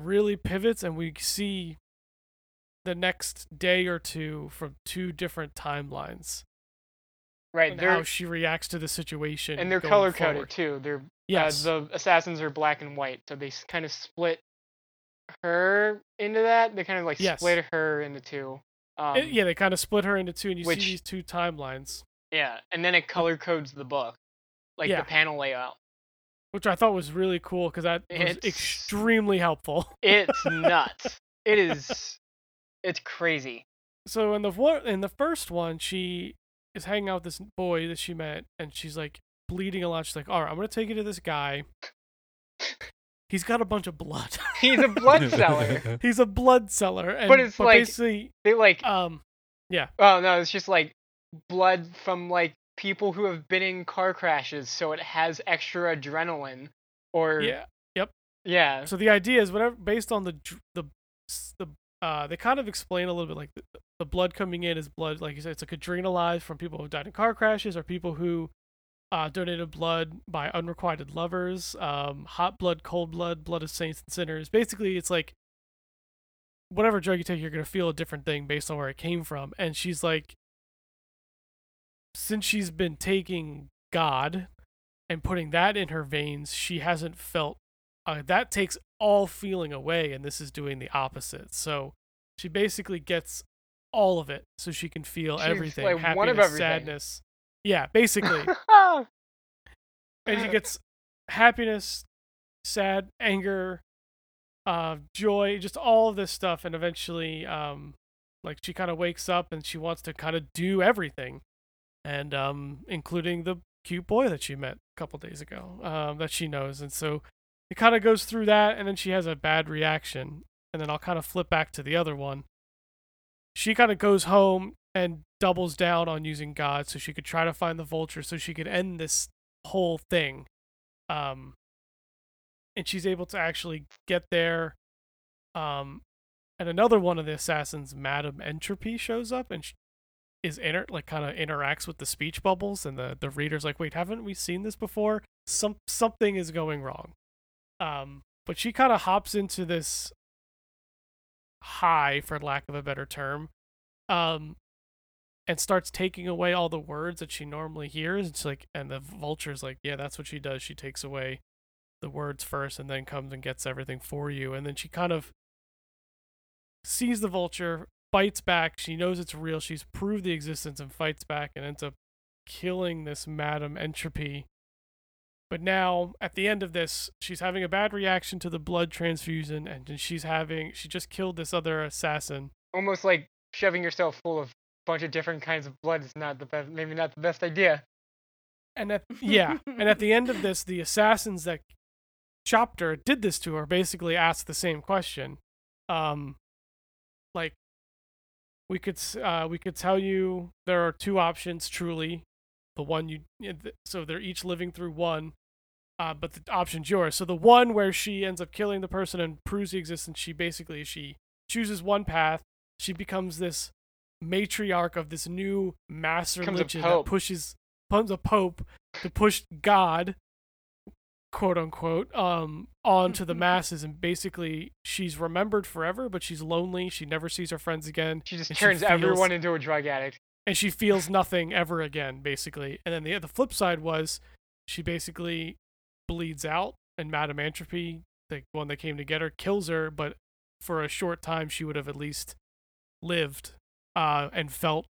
[SPEAKER 4] really pivots and we see the next day or two from two different timelines
[SPEAKER 5] Right.
[SPEAKER 4] and how
[SPEAKER 5] They're
[SPEAKER 4] she reacts to the situation
[SPEAKER 5] and they're
[SPEAKER 4] going
[SPEAKER 5] color coded
[SPEAKER 4] forward.
[SPEAKER 5] too. They're
[SPEAKER 4] yes
[SPEAKER 5] uh, the assassins are black and white, so they kind of split her into that. They kind of like
[SPEAKER 4] Yes.
[SPEAKER 5] split her into two. Um,
[SPEAKER 4] It- yeah they kind of split her into two and you
[SPEAKER 5] which-
[SPEAKER 4] see these two timelines
[SPEAKER 5] yeah, and then it color codes the book, like
[SPEAKER 4] Yeah.
[SPEAKER 5] the panel layout.
[SPEAKER 4] which i thought was really cool because that was
[SPEAKER 5] It's-
[SPEAKER 4] extremely helpful
[SPEAKER 5] It's nuts. It is. It's crazy.
[SPEAKER 4] so in the one in the first one she is hanging out with this boy that she met and she's like bleeding a lot she's like all right i'm gonna take you to this guy he's got a bunch of blood
[SPEAKER 5] He's a blood seller.
[SPEAKER 4] he's a blood seller and
[SPEAKER 5] But it's like-
[SPEAKER 4] basically
[SPEAKER 5] They like.
[SPEAKER 4] um
[SPEAKER 5] Oh no, it's just like blood from like people who have been in car crashes, so it has extra adrenaline. Or
[SPEAKER 4] yeah
[SPEAKER 5] yeah,
[SPEAKER 4] so the idea is whatever based on the dr- the s- the uh they kind of explain a little bit like the, the blood coming in is blood like you said it's like adrenalized from people who died in car crashes or people who uh, donated blood by unrequited lovers, um, hot blood, cold blood, blood of saints and sinners. Basically, it's like whatever drug you take, you're gonna feel a different thing based on where it came from. And she's like, since she's been taking God and putting that in her veins, she hasn't felt. Uh, that takes all feeling away, and this is doing the opposite. So she basically gets all of it, so she can feel
[SPEAKER 5] She's
[SPEAKER 4] everything,
[SPEAKER 5] like
[SPEAKER 4] happiness,
[SPEAKER 5] one of everything.
[SPEAKER 4] sadness. Yeah, basically and she gets happiness, sad, anger, uh, joy, just all of this stuff, and eventually, um, like she kind of wakes up and she wants to kind of do everything, and um, including the cute boy that she met a couple days ago, um, that she knows, and so it kind of goes through that, and then she has a bad reaction, and then I'll kind of flip back to the other one. She kind of goes home and doubles down on using God so she could try to find the vulture so she could end this whole thing. Um, and she's able to actually get there. Um, and another one of the assassins, Madame Entropy, shows up and sh is inter like kind of interacts with the speech bubbles, and the the reader's like, "Wait, haven't we seen this before? Some something is going wrong." Um, but she kind of hops into this high, for lack of a better term, um, and starts taking away all the words that she normally hears. It's like, and the vulture's like, yeah, that's what she does. She takes away the words first, and then comes and gets everything for you. And then she kind of sees the vulture, bites back. She knows it's real. She's proved the existence and fights back, and ends up killing this Madam Entropy. But now, at the end of this, she's having a bad reaction to the blood transfusion, and then she's having she just killed this other assassin.
[SPEAKER 5] almost like shoving yourself full of a bunch of different kinds of blood is not the best, maybe not the best idea.
[SPEAKER 4] And at yeah, and at the end of this, the assassins that chopped her did this to her basically asked the same question. Um, like we could s- uh, we could tell you there are two options truly, the one you yeah, th- so they're each living through one. Uh, but the option's yours. So the one where she ends up killing the person and proves the existence, she basically she chooses one path. She becomes this matriarch of this new master
[SPEAKER 5] Becomes a
[SPEAKER 4] religion that
[SPEAKER 5] pope.
[SPEAKER 4] pushes becomes a pope to push God, quote unquote, um, onto
[SPEAKER 5] Mm-hmm.
[SPEAKER 4] the masses. And basically, she's remembered forever, but she's lonely. She never sees her friends again,
[SPEAKER 5] She just
[SPEAKER 4] And she
[SPEAKER 5] turns everyone
[SPEAKER 4] feels-
[SPEAKER 5] into a drug addict.
[SPEAKER 4] and she feels nothing ever again, basically. And then the the flip side was, she basically bleeds out, and Madame Entropy, the one that came to get her, kills her. But for a short time, she would have at least lived uh, and felt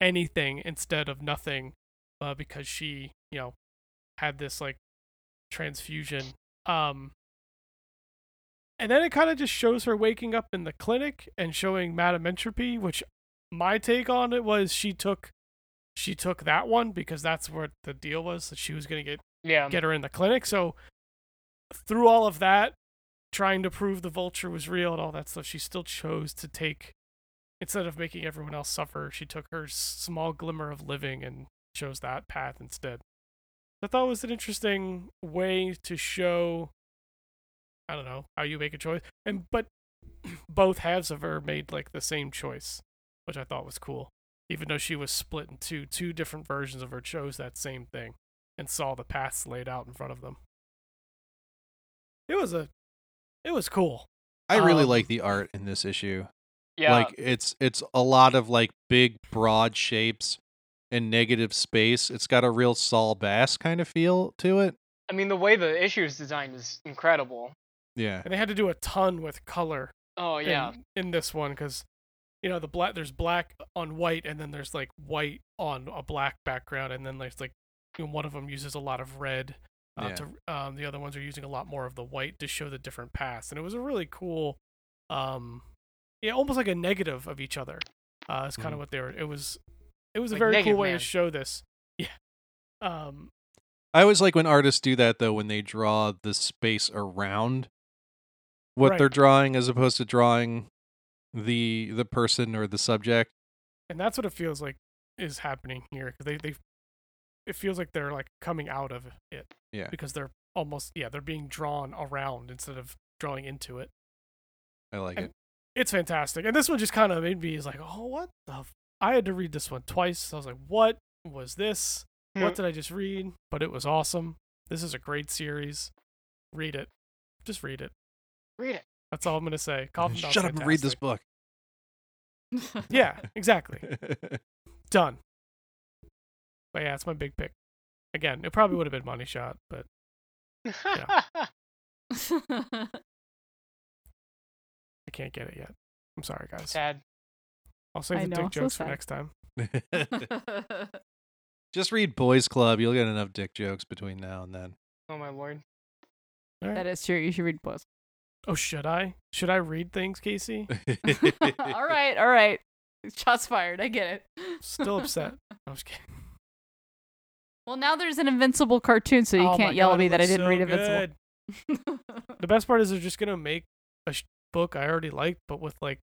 [SPEAKER 4] anything instead of nothing, uh, because she, you know, had this like transfusion. Um, and then it kind of just shows her waking up in the clinic and showing Madame Entropy, which my take on it was she took she took that one because that's what the deal was that she was going to get
[SPEAKER 5] Yeah.
[SPEAKER 4] get her in the clinic. So through all of that, trying to prove the vulture was real and all that stuff, she still chose to take instead of making everyone else suffer, she took her s- small glimmer of living and chose that path instead. I thought it was an interesting way to show I don't know, how you make a choice. And but both halves of her made like the same choice, which I thought was cool. Even though she was split in two, two different versions of her chose that same thing and saw the paths laid out in front of them. It was a, it was cool.
[SPEAKER 2] I really
[SPEAKER 4] Um,
[SPEAKER 2] like the art in this issue.
[SPEAKER 5] Yeah.
[SPEAKER 2] Like it's it's a lot of like big broad shapes and negative space. It's got a real Saul Bass kind of feel to it.
[SPEAKER 5] I mean, the way the issue is designed is incredible.
[SPEAKER 2] Yeah.
[SPEAKER 4] And they had to do a ton with color
[SPEAKER 5] Oh
[SPEAKER 4] in,
[SPEAKER 5] yeah.
[SPEAKER 4] in this one because, you know, the black there's black on white and then there's like white on a black background and then there's like you know, one of them uses a lot of red. Uh,
[SPEAKER 2] Yeah.
[SPEAKER 4] To um, the other ones are using a lot more of the white to show the different paths, and it was a really cool, um, yeah, almost like a negative of each other. Uh, is kind
[SPEAKER 2] Mhm.
[SPEAKER 4] of what they were. It was, it was a
[SPEAKER 5] Mm. Like
[SPEAKER 4] very cool
[SPEAKER 5] Negative
[SPEAKER 4] way
[SPEAKER 5] Man.
[SPEAKER 4] to show this. Yeah. Um,
[SPEAKER 2] I always like when artists do that though when they draw the space around what
[SPEAKER 4] Right.
[SPEAKER 2] they're drawing as opposed to drawing the the person or the subject.
[SPEAKER 4] and that's what it feels like is happening here 'cause they they it feels like they're like coming out of it
[SPEAKER 2] Yeah.
[SPEAKER 4] because they're almost yeah they're being drawn around instead of drawing into it
[SPEAKER 2] I like
[SPEAKER 4] And-
[SPEAKER 2] it.
[SPEAKER 4] it's fantastic and this one just kind of made me is like oh what the f-? i had to read this one twice i was like what was this
[SPEAKER 5] Yeah.
[SPEAKER 4] what did i just read but it was awesome this is a great series read it just read it
[SPEAKER 5] Read it.
[SPEAKER 4] that's all i'm gonna say Coffin Dog's
[SPEAKER 2] Shut up and read this
[SPEAKER 4] fantastic.
[SPEAKER 2] book.
[SPEAKER 4] yeah exactly done. But yeah, it's my big pick. Again, it probably would have been money shot, but I can't get it yet. I'm sorry, guys.
[SPEAKER 5] Sad.
[SPEAKER 4] I'll save
[SPEAKER 3] I
[SPEAKER 4] the
[SPEAKER 3] know,
[SPEAKER 4] dick
[SPEAKER 3] so
[SPEAKER 4] jokes for
[SPEAKER 3] sad.
[SPEAKER 4] next time.
[SPEAKER 2] Just read Boys Club. You'll get enough dick jokes between now and then.
[SPEAKER 5] Oh my lord.
[SPEAKER 3] that is true. You should read books.
[SPEAKER 4] Oh, should I? Should I read things, Casey?
[SPEAKER 3] all right, all right. Shots fired. I get it.
[SPEAKER 4] Still upset. I'm just kidding.
[SPEAKER 3] Well, now there's an Invincible cartoon, so you
[SPEAKER 4] Oh my
[SPEAKER 3] can't yell
[SPEAKER 4] God,
[SPEAKER 3] at me
[SPEAKER 4] it
[SPEAKER 3] that I
[SPEAKER 4] looks
[SPEAKER 3] didn't
[SPEAKER 4] so
[SPEAKER 3] read
[SPEAKER 4] good.
[SPEAKER 3] Invincible.
[SPEAKER 4] The best part is they're just gonna make a sh- book I already liked, but with like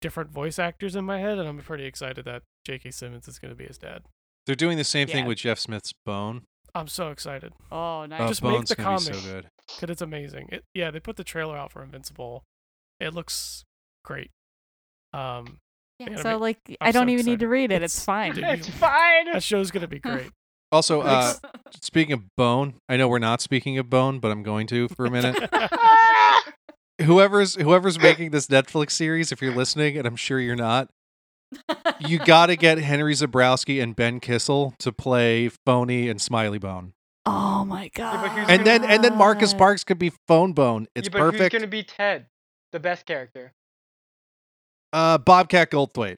[SPEAKER 4] different voice actors in my head, and I'm pretty excited that J.K. Simmons is gonna be his dad.
[SPEAKER 2] They're doing the same thing
[SPEAKER 3] Yeah.
[SPEAKER 2] with Jeff Smith's Bone.
[SPEAKER 4] I'm so excited
[SPEAKER 3] oh, nice.
[SPEAKER 2] Oh,
[SPEAKER 4] Just make
[SPEAKER 2] Bone's
[SPEAKER 4] the
[SPEAKER 2] gonna be
[SPEAKER 4] comic.
[SPEAKER 2] so good.
[SPEAKER 4] because it's amazing. It, yeah, they put the trailer out for Invincible. It looks great. Um,
[SPEAKER 3] Yeah,
[SPEAKER 4] Yeah,
[SPEAKER 3] so
[SPEAKER 4] I'm
[SPEAKER 3] like
[SPEAKER 4] I'm
[SPEAKER 3] I don't
[SPEAKER 4] so
[SPEAKER 3] even need
[SPEAKER 4] excited.
[SPEAKER 3] to read it. It's,
[SPEAKER 4] It's-
[SPEAKER 3] fine.
[SPEAKER 4] Dude,
[SPEAKER 5] It's
[SPEAKER 4] you-
[SPEAKER 5] fine.
[SPEAKER 4] that show's gonna be great.
[SPEAKER 2] Also, uh,
[SPEAKER 4] Thanks.
[SPEAKER 2] speaking of Bone, I know we're not speaking of Bone, but I'm going to for a minute.
[SPEAKER 5] Ah!
[SPEAKER 2] whoever's whoever's making this Netflix series, if you're listening, and I'm sure you're not, you got to get Henry Zabrowski and Ben Kissel to play Phony and Smiley Bone,
[SPEAKER 3] Oh my god.
[SPEAKER 5] but who's
[SPEAKER 2] and then and then Marcus
[SPEAKER 3] God.
[SPEAKER 2] Parks could be Phone Bone. It's
[SPEAKER 5] Ah. yeah, but who's
[SPEAKER 2] perfect.
[SPEAKER 5] gonna be Ted, the best character?
[SPEAKER 2] Uh, Bobcat Goldthwait.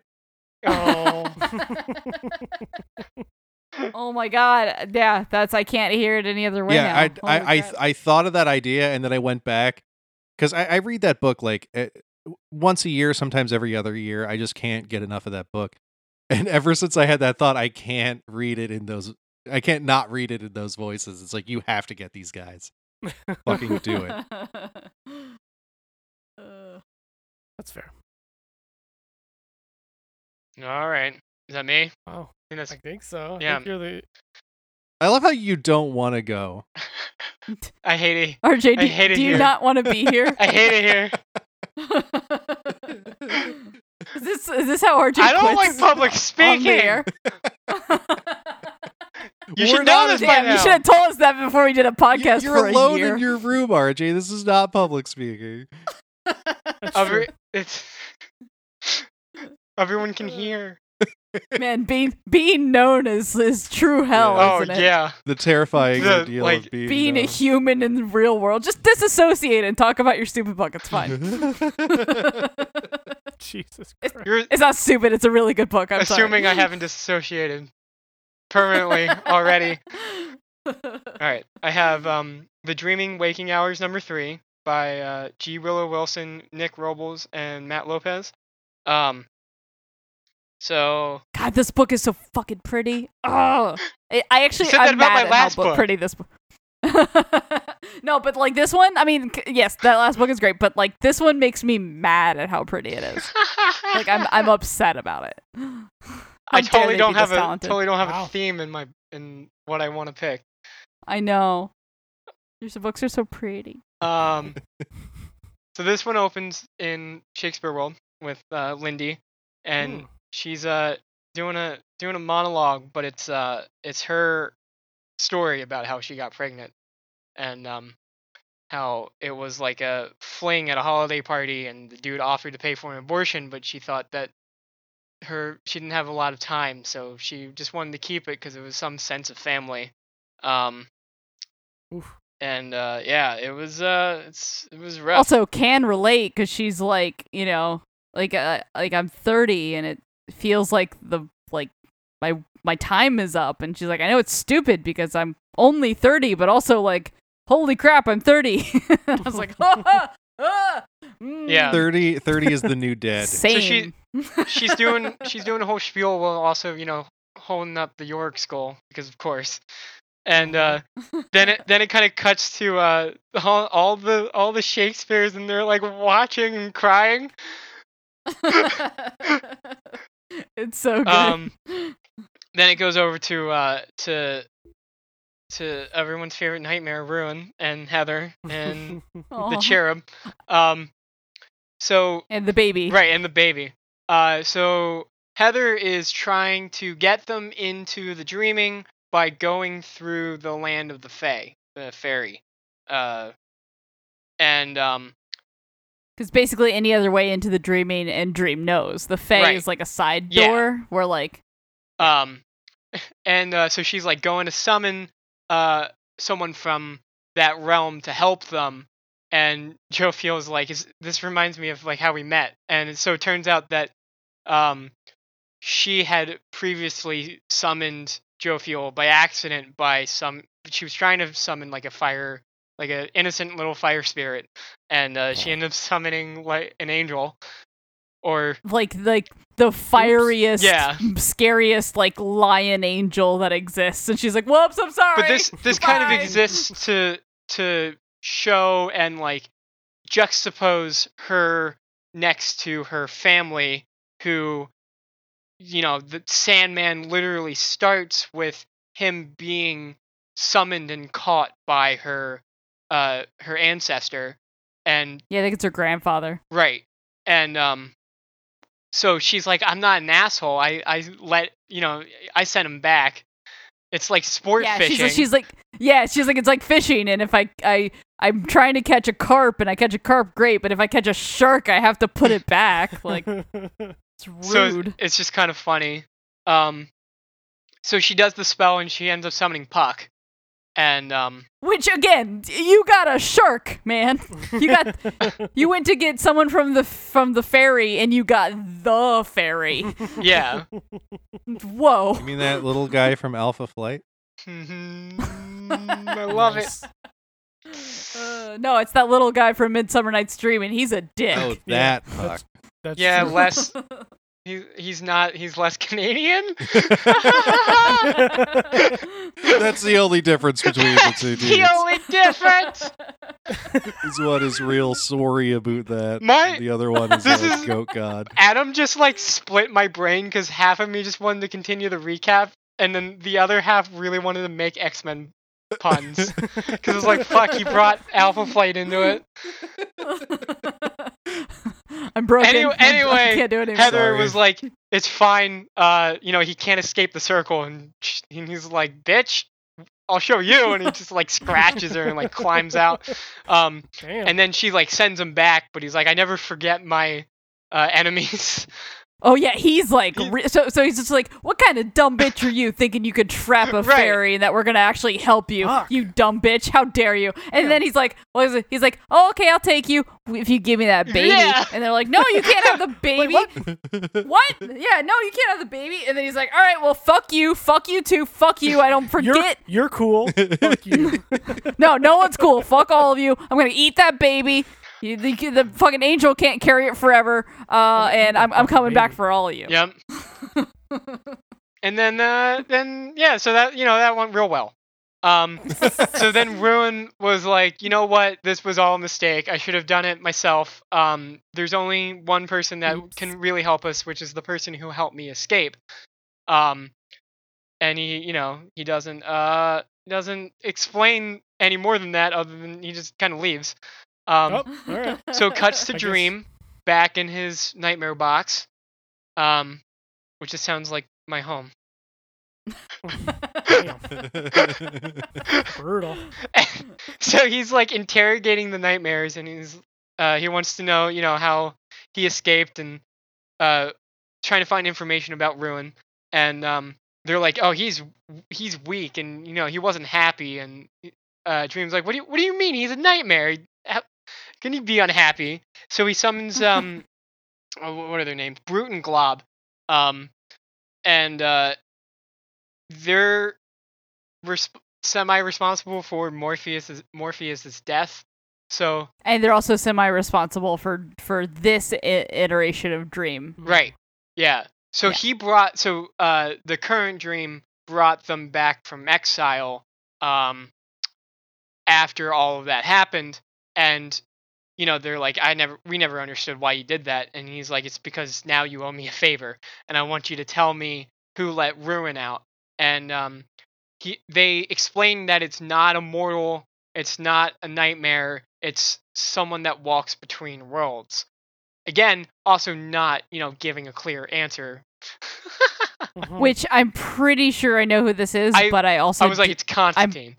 [SPEAKER 3] Oh my god. Yeah, that's I can't hear it any other way.
[SPEAKER 2] yeah, I
[SPEAKER 3] now.
[SPEAKER 2] I
[SPEAKER 3] Holy
[SPEAKER 2] I,
[SPEAKER 3] crap.
[SPEAKER 2] I thought of that idea, and then I went back because I, I read that book like eh, once a year, sometimes every other year. I just can't get enough of that book, and ever since I had that thought, I can't read it in those. I can't not read it in those voices. It's like you have to get these guys. Fucking do it.
[SPEAKER 3] Uh,
[SPEAKER 4] That's fair.
[SPEAKER 5] All right. Is that me?
[SPEAKER 4] Wow,
[SPEAKER 5] And
[SPEAKER 4] I
[SPEAKER 5] that's-
[SPEAKER 4] think so. I
[SPEAKER 5] Yeah.
[SPEAKER 4] think you're the
[SPEAKER 2] I love how you don't want to go.
[SPEAKER 5] I hate it.
[SPEAKER 3] RJ,
[SPEAKER 5] I
[SPEAKER 3] do,
[SPEAKER 5] hate it
[SPEAKER 3] do you
[SPEAKER 5] here.
[SPEAKER 3] not want to be here?
[SPEAKER 5] I hate it here.
[SPEAKER 3] is this is this how RJ
[SPEAKER 5] I don't like
[SPEAKER 3] quits
[SPEAKER 5] public
[SPEAKER 3] on the
[SPEAKER 5] speaking.
[SPEAKER 3] air?
[SPEAKER 5] You
[SPEAKER 2] We're
[SPEAKER 5] should
[SPEAKER 2] not
[SPEAKER 5] know this by
[SPEAKER 3] Damn, you should
[SPEAKER 5] now.
[SPEAKER 3] have told us that before we did a podcast
[SPEAKER 2] You, are
[SPEAKER 3] for
[SPEAKER 2] alone
[SPEAKER 3] a year.
[SPEAKER 2] in your room, RJ. This is not public speaking.
[SPEAKER 4] that's
[SPEAKER 5] Every-
[SPEAKER 4] true.
[SPEAKER 5] it's- Everyone can hear.
[SPEAKER 3] Man, being being known is is true hell,
[SPEAKER 2] Yeah.
[SPEAKER 5] oh
[SPEAKER 3] isn't it?
[SPEAKER 5] yeah,
[SPEAKER 2] the terrifying
[SPEAKER 5] The,
[SPEAKER 2] ordeal of
[SPEAKER 5] like,
[SPEAKER 2] being,
[SPEAKER 3] Being a
[SPEAKER 2] known.
[SPEAKER 3] human in the real world, just disassociate and talk about your stupid book. It's fine. it's
[SPEAKER 4] Jesus Christ.
[SPEAKER 5] you're
[SPEAKER 3] not stupid. It's a really good book. I'm sorry.
[SPEAKER 5] assuming I haven't disassociated permanently already. All right, I have um, "The Dreaming Waking Hours" number three by uh, G. Willow Wilson, Nick Robles, and Matt Lopez. Um, so
[SPEAKER 3] God, this book is so fucking pretty. Oh, I I actually
[SPEAKER 5] said that
[SPEAKER 3] I'm
[SPEAKER 5] about
[SPEAKER 3] mad
[SPEAKER 5] my
[SPEAKER 3] at how
[SPEAKER 5] last
[SPEAKER 3] bu-
[SPEAKER 5] book.
[SPEAKER 3] pretty this book. no, but like this one, I mean, c- yes, that last book is great, but like this one makes me mad at how pretty it is. Like I'm I'm upset about it. How
[SPEAKER 5] I
[SPEAKER 3] dare they
[SPEAKER 5] totally
[SPEAKER 3] be
[SPEAKER 5] don't have
[SPEAKER 3] this
[SPEAKER 5] a
[SPEAKER 3] talented.
[SPEAKER 5] totally don't have
[SPEAKER 4] Wow.
[SPEAKER 5] a theme in my in what I want to pick.
[SPEAKER 3] I know. Your s- books are so pretty.
[SPEAKER 5] Um, so this one opens in Shakespeare World with uh, Lindy, and
[SPEAKER 4] Hmm.
[SPEAKER 5] she's uh doing a doing a monologue, but it's uh it's her story about how she got pregnant, and um how it was like a fling at a holiday party, and the dude offered to pay for an abortion, but she thought that her she didn't have a lot of time, so she just wanted to keep it because it was some sense of family. Um,
[SPEAKER 4] Oof.
[SPEAKER 5] and uh, yeah, it was uh, it's it was rough.
[SPEAKER 3] Also, can relate because she's like, you know, like uh, like I'm 30 and it feels like the like my my time is up, and she's like, I know it's stupid because I'm only 30, but also like, holy crap, I'm 30. and I was like, ah, ah, mm,
[SPEAKER 5] Yeah.
[SPEAKER 2] 30, 30 is the new dead.
[SPEAKER 3] same.
[SPEAKER 5] she- she's doing she's doing a whole spiel while also you know holding up the York skull because of course, and uh,
[SPEAKER 3] Mm-hmm.
[SPEAKER 5] then it then it kind of cuts to uh, all, all the all the Shakespeare's and they're like watching and crying.
[SPEAKER 3] it's so good.
[SPEAKER 5] Um, then it goes over to uh, to to everyone's favorite nightmare, Ruin and Heather and the
[SPEAKER 3] Aw.
[SPEAKER 5] cherub. Um, so
[SPEAKER 3] and the baby.
[SPEAKER 5] Right, and the baby. Uh, so Heather is trying to get them into the dreaming by going through the land of the Fae, the fairy. Uh, and um,
[SPEAKER 3] Because basically, any other way into the dreaming and dream knows. The Fae
[SPEAKER 5] Right.
[SPEAKER 3] is like a side
[SPEAKER 5] Yeah.
[SPEAKER 3] door where, like,
[SPEAKER 5] um, and uh, so she's like going to summon uh someone from that realm to help them. And Joe feels like is this reminds me of like how we met. And so it turns out that um, she had previously summoned Joe Fuel by accident by some she was trying to summon like a fire like an innocent little fire spirit and uh, she ended up summoning like an angel or
[SPEAKER 3] like like the fieriest,
[SPEAKER 5] Yeah.
[SPEAKER 3] scariest like lion angel that exists, and she's like, "Whoops, I'm sorry."
[SPEAKER 5] but this this kind of
[SPEAKER 3] Bye.
[SPEAKER 5] exists to to show and like juxtapose her next to her family who you know the sandman literally starts with him being summoned and caught by her uh her ancestor and
[SPEAKER 3] yeah, I think it's her grandfather.
[SPEAKER 5] Right. And um so she's like, I'm not an asshole. I, I let you know, I sent him back. It's like sport
[SPEAKER 3] yeah,
[SPEAKER 5] fishing.
[SPEAKER 3] she's like, she's like, yeah, she's like, it's like fishing, and if I I I'm trying to catch a carp, and I catch a carp, great, but if I catch a shark, I have to put it back. Like, it's
[SPEAKER 5] so it's-
[SPEAKER 3] rude.
[SPEAKER 5] it's just kind of funny. Um so she does the spell and she ends up summoning Puck. And um
[SPEAKER 3] Which again, d- you got a shark, man. You got you went to get someone from the from the ferry and you got the ferry.
[SPEAKER 5] yeah.
[SPEAKER 3] Whoa.
[SPEAKER 2] You mean that little guy from Alpha Flight?
[SPEAKER 5] Mhm, Mm-hmm. I love it.
[SPEAKER 4] Nice.
[SPEAKER 3] Uh, no, it's that little guy from Midsummer Night's Dream and he's a dick.
[SPEAKER 2] Oh,
[SPEAKER 4] Yeah,
[SPEAKER 2] that
[SPEAKER 4] that's- That's
[SPEAKER 5] Yeah,
[SPEAKER 4] true.
[SPEAKER 5] less he's he's not he's less Canadian.
[SPEAKER 2] puck. That's the only difference between the two
[SPEAKER 5] the
[SPEAKER 2] dudes.
[SPEAKER 5] only difference.
[SPEAKER 2] Is one is real sorry about that.
[SPEAKER 5] My-
[SPEAKER 2] and the other one is
[SPEAKER 5] This
[SPEAKER 2] like,
[SPEAKER 5] is-
[SPEAKER 2] goat god.
[SPEAKER 5] Adam just like split my brain because half of me just wanted to continue the recap, and then the other half really wanted to make X Men puns because it's like, fuck, he brought Alpha Flight into it.
[SPEAKER 3] I'm broken.
[SPEAKER 5] Any-
[SPEAKER 3] I'm- I
[SPEAKER 5] anyway,
[SPEAKER 3] can't do it anymore.
[SPEAKER 5] Heather
[SPEAKER 2] Sorry.
[SPEAKER 5] was like, it's fine. Uh, you know, he can't escape the circle, and, sh- and he's like, bitch, I'll show you, and he just like scratches her and like climbs out. Um,
[SPEAKER 4] Damn.
[SPEAKER 5] and then she like sends him back, but he's like, I never forget my uh, enemies.
[SPEAKER 3] Oh yeah, he's like
[SPEAKER 5] He-
[SPEAKER 3] re- so. So he's just like, "What kind of dumb bitch are you thinking you could trap a
[SPEAKER 5] Right.
[SPEAKER 3] fairy and that we're gonna actually help you?
[SPEAKER 4] Fuck.
[SPEAKER 3] You dumb bitch! How dare you?" And then he's like, "What is it?" He's like, "Oh, okay, I'll take you if you give me that baby."
[SPEAKER 5] Yeah.
[SPEAKER 3] And they're like, "No, you can't have the baby."
[SPEAKER 4] what?
[SPEAKER 3] What? Yeah, no, you can't have the baby. And then he's like, "All right, well, fuck you, fuck you too, fuck you. I don't
[SPEAKER 4] You're
[SPEAKER 3] forget.
[SPEAKER 4] you're cool. Fuck you.
[SPEAKER 3] no, no one's cool. Fuck all of you. I'm gonna eat that baby. You, the, the fucking angel can't carry it forever. Uh, and I'm I'm coming back
[SPEAKER 4] baby.
[SPEAKER 3] for all of you.
[SPEAKER 5] Yep. and then uh then yeah, so that you know that went real well. Um so then Ruin was like, you know what, this was all a mistake. I should have done it myself. Um there's only one person that
[SPEAKER 3] Oops.
[SPEAKER 5] can really help us, which is the person who helped me escape. Um and he, you know, he doesn't uh doesn't explain any more than that other than he just kind of leaves. Um
[SPEAKER 4] Oh, all right.
[SPEAKER 5] so cuts
[SPEAKER 4] I
[SPEAKER 5] to
[SPEAKER 4] guess-
[SPEAKER 5] dream back in his nightmare box um which just sounds like my home
[SPEAKER 4] Damn, brutal.
[SPEAKER 5] so he's like interrogating the nightmares and he's uh he wants to know you know how he escaped and uh trying to find information about ruin and um they're like oh he's he's weak and you know he wasn't happy and uh dream's like what do you what do you mean he's a nightmare how, can he be unhappy so he summons um oh, wh- what are their names brute and glob um and uh they're resp- semi-responsible for morpheus's morpheus's death so
[SPEAKER 3] And they're also semi-responsible for for this I- iteration of Dream.
[SPEAKER 5] Right. Yeah. So
[SPEAKER 3] Yeah.
[SPEAKER 5] he brought so uh the current dream brought them back from exile um after all of that happened and you know they're like I never we never understood why you did that and he's like it's because now you owe me a favor and I want you to tell me who let ruin out and um he they explain that it's not a mortal it's not a nightmare it's someone that walks between worlds again also not you know giving a clear answer
[SPEAKER 4] Mhm.
[SPEAKER 3] Which I'm pretty sure I know who this is,
[SPEAKER 5] Hmm. I-
[SPEAKER 3] but I also
[SPEAKER 5] i was like
[SPEAKER 3] d-
[SPEAKER 5] it's constantine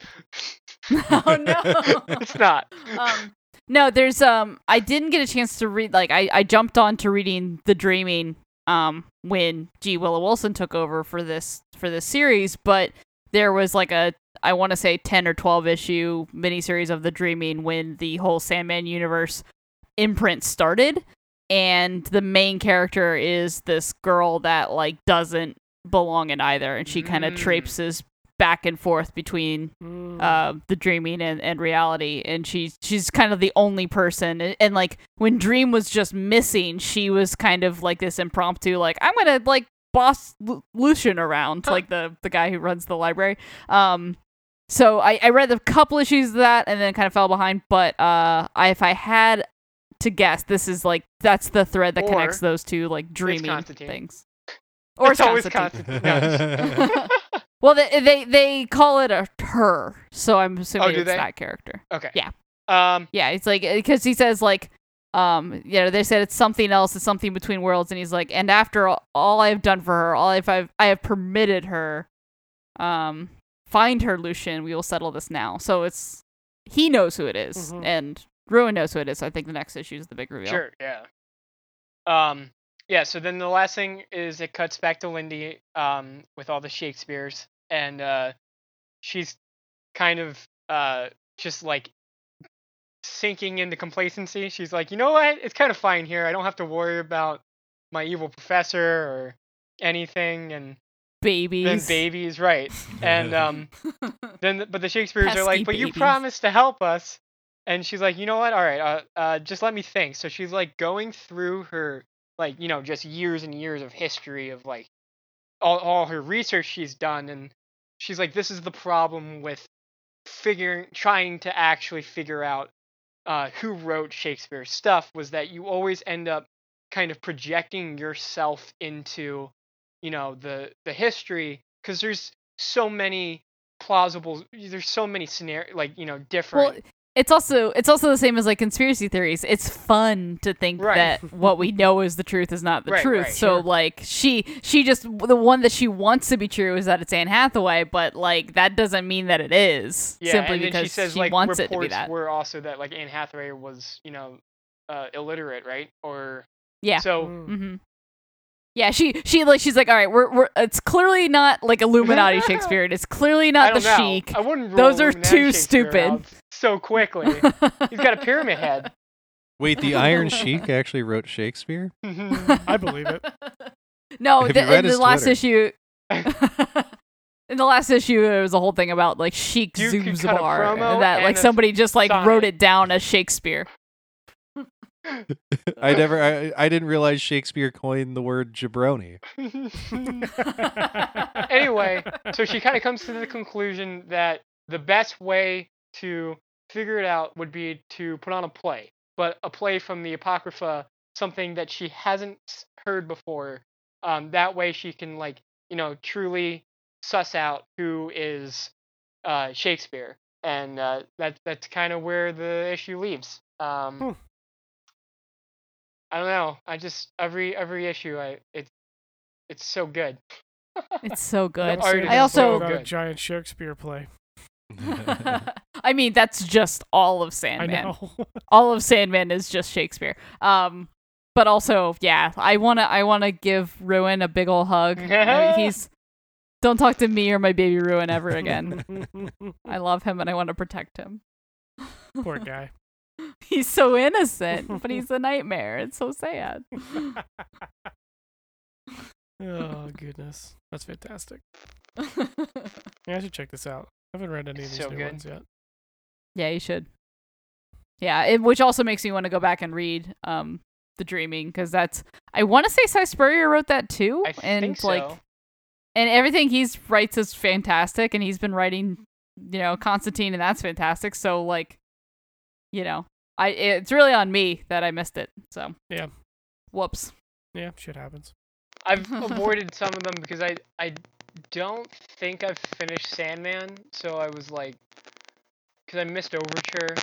[SPEAKER 3] oh no.
[SPEAKER 5] it's not
[SPEAKER 3] um, no, there's um, I didn't get a chance to read. Like, I I jumped on to reading The Dreaming um when G Willow Wilson took over for this for this series, but there was like a I want to say ten or twelve issue miniseries of The Dreaming when the whole Sandman universe imprint started, and the main character is this girl that like doesn't belong in either, and she kind of
[SPEAKER 5] Mm.
[SPEAKER 3] traipses back and forth between
[SPEAKER 4] Mm.
[SPEAKER 3] uh, the dreaming and, and reality and she's she's kind of the only person and, and like when dream was just missing she was kind of like this impromptu like i'm gonna like boss Lu- lucian around
[SPEAKER 5] Huh.
[SPEAKER 3] like the the guy who runs the library um so I, I read a couple issues of that and then kind of fell behind but uh I, if i had to guess this is like that's the thread that
[SPEAKER 5] Or
[SPEAKER 3] connects those two like dreaming
[SPEAKER 5] Constantine.
[SPEAKER 3] things or
[SPEAKER 5] it's always
[SPEAKER 3] Constantine.
[SPEAKER 5] constantine no,
[SPEAKER 3] Well, they, they they call it a her, so I'm assuming
[SPEAKER 5] Oh, do
[SPEAKER 3] it's
[SPEAKER 5] they?
[SPEAKER 3] that character.
[SPEAKER 5] okay
[SPEAKER 3] Yeah.
[SPEAKER 5] um
[SPEAKER 3] Yeah, it's like because he says like, um, you know, they said it's something else, it's something between worlds, and he's like, and after all, all I've done for her, all I've, I've I have permitted her, um, find her, Lucian. We will settle this now. So it's he knows who it is,
[SPEAKER 4] Mhm.
[SPEAKER 3] and Ruin knows who it is. So I think the next issue is the big reveal.
[SPEAKER 5] Mm-hmm. sure yeah um yeah so then the last thing is it cuts back to lindy um with all the shakespeares and uh she's kind of uh just like sinking into complacency she's like you know what it's kind of fine here i don't have to worry about my evil professor or anything and Then
[SPEAKER 3] Babies.
[SPEAKER 5] babies, right? And um, then th- but the Shakespeare's
[SPEAKER 3] Pesky
[SPEAKER 5] are like, but you
[SPEAKER 3] babies."
[SPEAKER 5] promised to help us, and she's like, you know what? All right, uh, uh, just let me think. So she's like going through her like you know just years and years of history of like all all her research she's done, and she's like, this is the problem with figuring trying to actually figure out uh, who wrote Shakespeare's stuff was that you always end up kind of projecting yourself into you know the the history because there's so many plausible there's so many scenario like you know different
[SPEAKER 3] Well, it's also it's also the same as like conspiracy theories. It's fun to think
[SPEAKER 5] Right.
[SPEAKER 3] that what we know is the truth is not the
[SPEAKER 5] Right,
[SPEAKER 3] truth.
[SPEAKER 5] right,
[SPEAKER 3] so
[SPEAKER 5] sure.
[SPEAKER 3] like she she just the one that she wants to be true is that it's Anne Hathaway, but like that doesn't mean that it is.
[SPEAKER 5] yeah
[SPEAKER 3] simply
[SPEAKER 5] and then
[SPEAKER 3] because
[SPEAKER 5] she says like
[SPEAKER 3] wants it
[SPEAKER 5] reports
[SPEAKER 3] to be that.
[SPEAKER 5] were also that like anne hathaway was you know uh illiterate right or
[SPEAKER 3] Yeah.
[SPEAKER 5] so
[SPEAKER 4] Mm.
[SPEAKER 3] hmm Yeah, she she like she's like, all right, we're we're it's clearly not like Illuminati Shakespearean. It's clearly
[SPEAKER 5] I
[SPEAKER 3] not the
[SPEAKER 5] don't know.
[SPEAKER 3] Sheik.
[SPEAKER 5] I wouldn't rule
[SPEAKER 3] Those are
[SPEAKER 5] Illuminati
[SPEAKER 3] too
[SPEAKER 5] Shakespeare
[SPEAKER 3] stupid.
[SPEAKER 5] out so quickly. He's got a pyramid head.
[SPEAKER 2] Wait, the Iron Sheik actually wrote Shakespeare?
[SPEAKER 5] Mhm.
[SPEAKER 4] I believe it.
[SPEAKER 3] No,
[SPEAKER 2] Have
[SPEAKER 3] the,
[SPEAKER 2] you read
[SPEAKER 3] in the
[SPEAKER 2] his
[SPEAKER 3] last
[SPEAKER 2] Twitter?
[SPEAKER 3] issue. in the last issue, there was a whole thing about like Sheik
[SPEAKER 5] You could cut a
[SPEAKER 3] Zumbar,
[SPEAKER 5] promo
[SPEAKER 3] and that
[SPEAKER 5] and
[SPEAKER 3] like
[SPEAKER 5] a
[SPEAKER 3] somebody just like
[SPEAKER 5] sonnet.
[SPEAKER 3] wrote it down as Shakespeare.
[SPEAKER 2] I never, I, I didn't realize Shakespeare coined the word jabroni.
[SPEAKER 5] Anyway, so she kind of comes to the conclusion that the best way to figure it out would be to put on a play, but a play from the Apocrypha, something that she hasn't s- heard before. Um, that way she can, like, you know, truly suss out who is uh, Shakespeare. And uh, that, that's kind of where the issue leaves. Um,
[SPEAKER 4] Hmm.
[SPEAKER 5] I don't know. I just every every issue, I it it's so good.
[SPEAKER 3] It's so good.
[SPEAKER 5] art is
[SPEAKER 3] I also.
[SPEAKER 5] so
[SPEAKER 4] about a
[SPEAKER 5] Oh, good.
[SPEAKER 4] giant Shakespeare play.
[SPEAKER 3] I mean, that's just all of Sandman.
[SPEAKER 4] I know.
[SPEAKER 3] all of Sandman is just Shakespeare. Um, but also, yeah, I wanna I wanna give Ruin a big ol' hug. I mean, he's don't talk to me or my baby Ruin ever again. I love him and I want to protect him.
[SPEAKER 4] Poor guy.
[SPEAKER 3] He's so innocent, but he's a nightmare. It's so sad.
[SPEAKER 4] Oh goodness, that's fantastic. Yeah, I should check this out. I haven't read any of
[SPEAKER 5] It's
[SPEAKER 4] these
[SPEAKER 5] so
[SPEAKER 4] new
[SPEAKER 5] good.
[SPEAKER 4] ones yet.
[SPEAKER 3] yeah, you should. Yeah, it, which also makes me want to go back and read um the Dreaming because that's I want to say Cy Spurrier wrote that too,
[SPEAKER 5] I
[SPEAKER 3] and
[SPEAKER 5] think
[SPEAKER 3] like
[SPEAKER 5] so.
[SPEAKER 3] and everything he's writes is fantastic and he's been writing you know constantine and that's fantastic so like you know i it's really on me that i missed it so
[SPEAKER 4] Yeah.
[SPEAKER 3] whoops
[SPEAKER 4] Yeah, shit happens.
[SPEAKER 5] I've avoided some of them because I I don't think I've finished Sandman, so I was like, because I missed Overture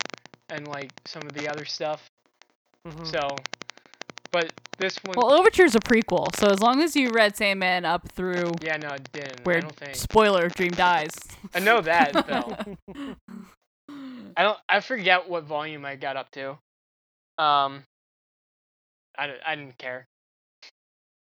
[SPEAKER 5] and like some of the other stuff.
[SPEAKER 4] Mhm.
[SPEAKER 5] So, but this one,
[SPEAKER 3] Hmm. well overture's a prequel so as long as you read sandman up through
[SPEAKER 5] yeah, no, it didn't. Mm, I
[SPEAKER 3] where
[SPEAKER 5] don't think.
[SPEAKER 3] spoiler dream dies
[SPEAKER 5] I know that though. I don't. I forget what volume I got up to. Um, I don't- I didn't care.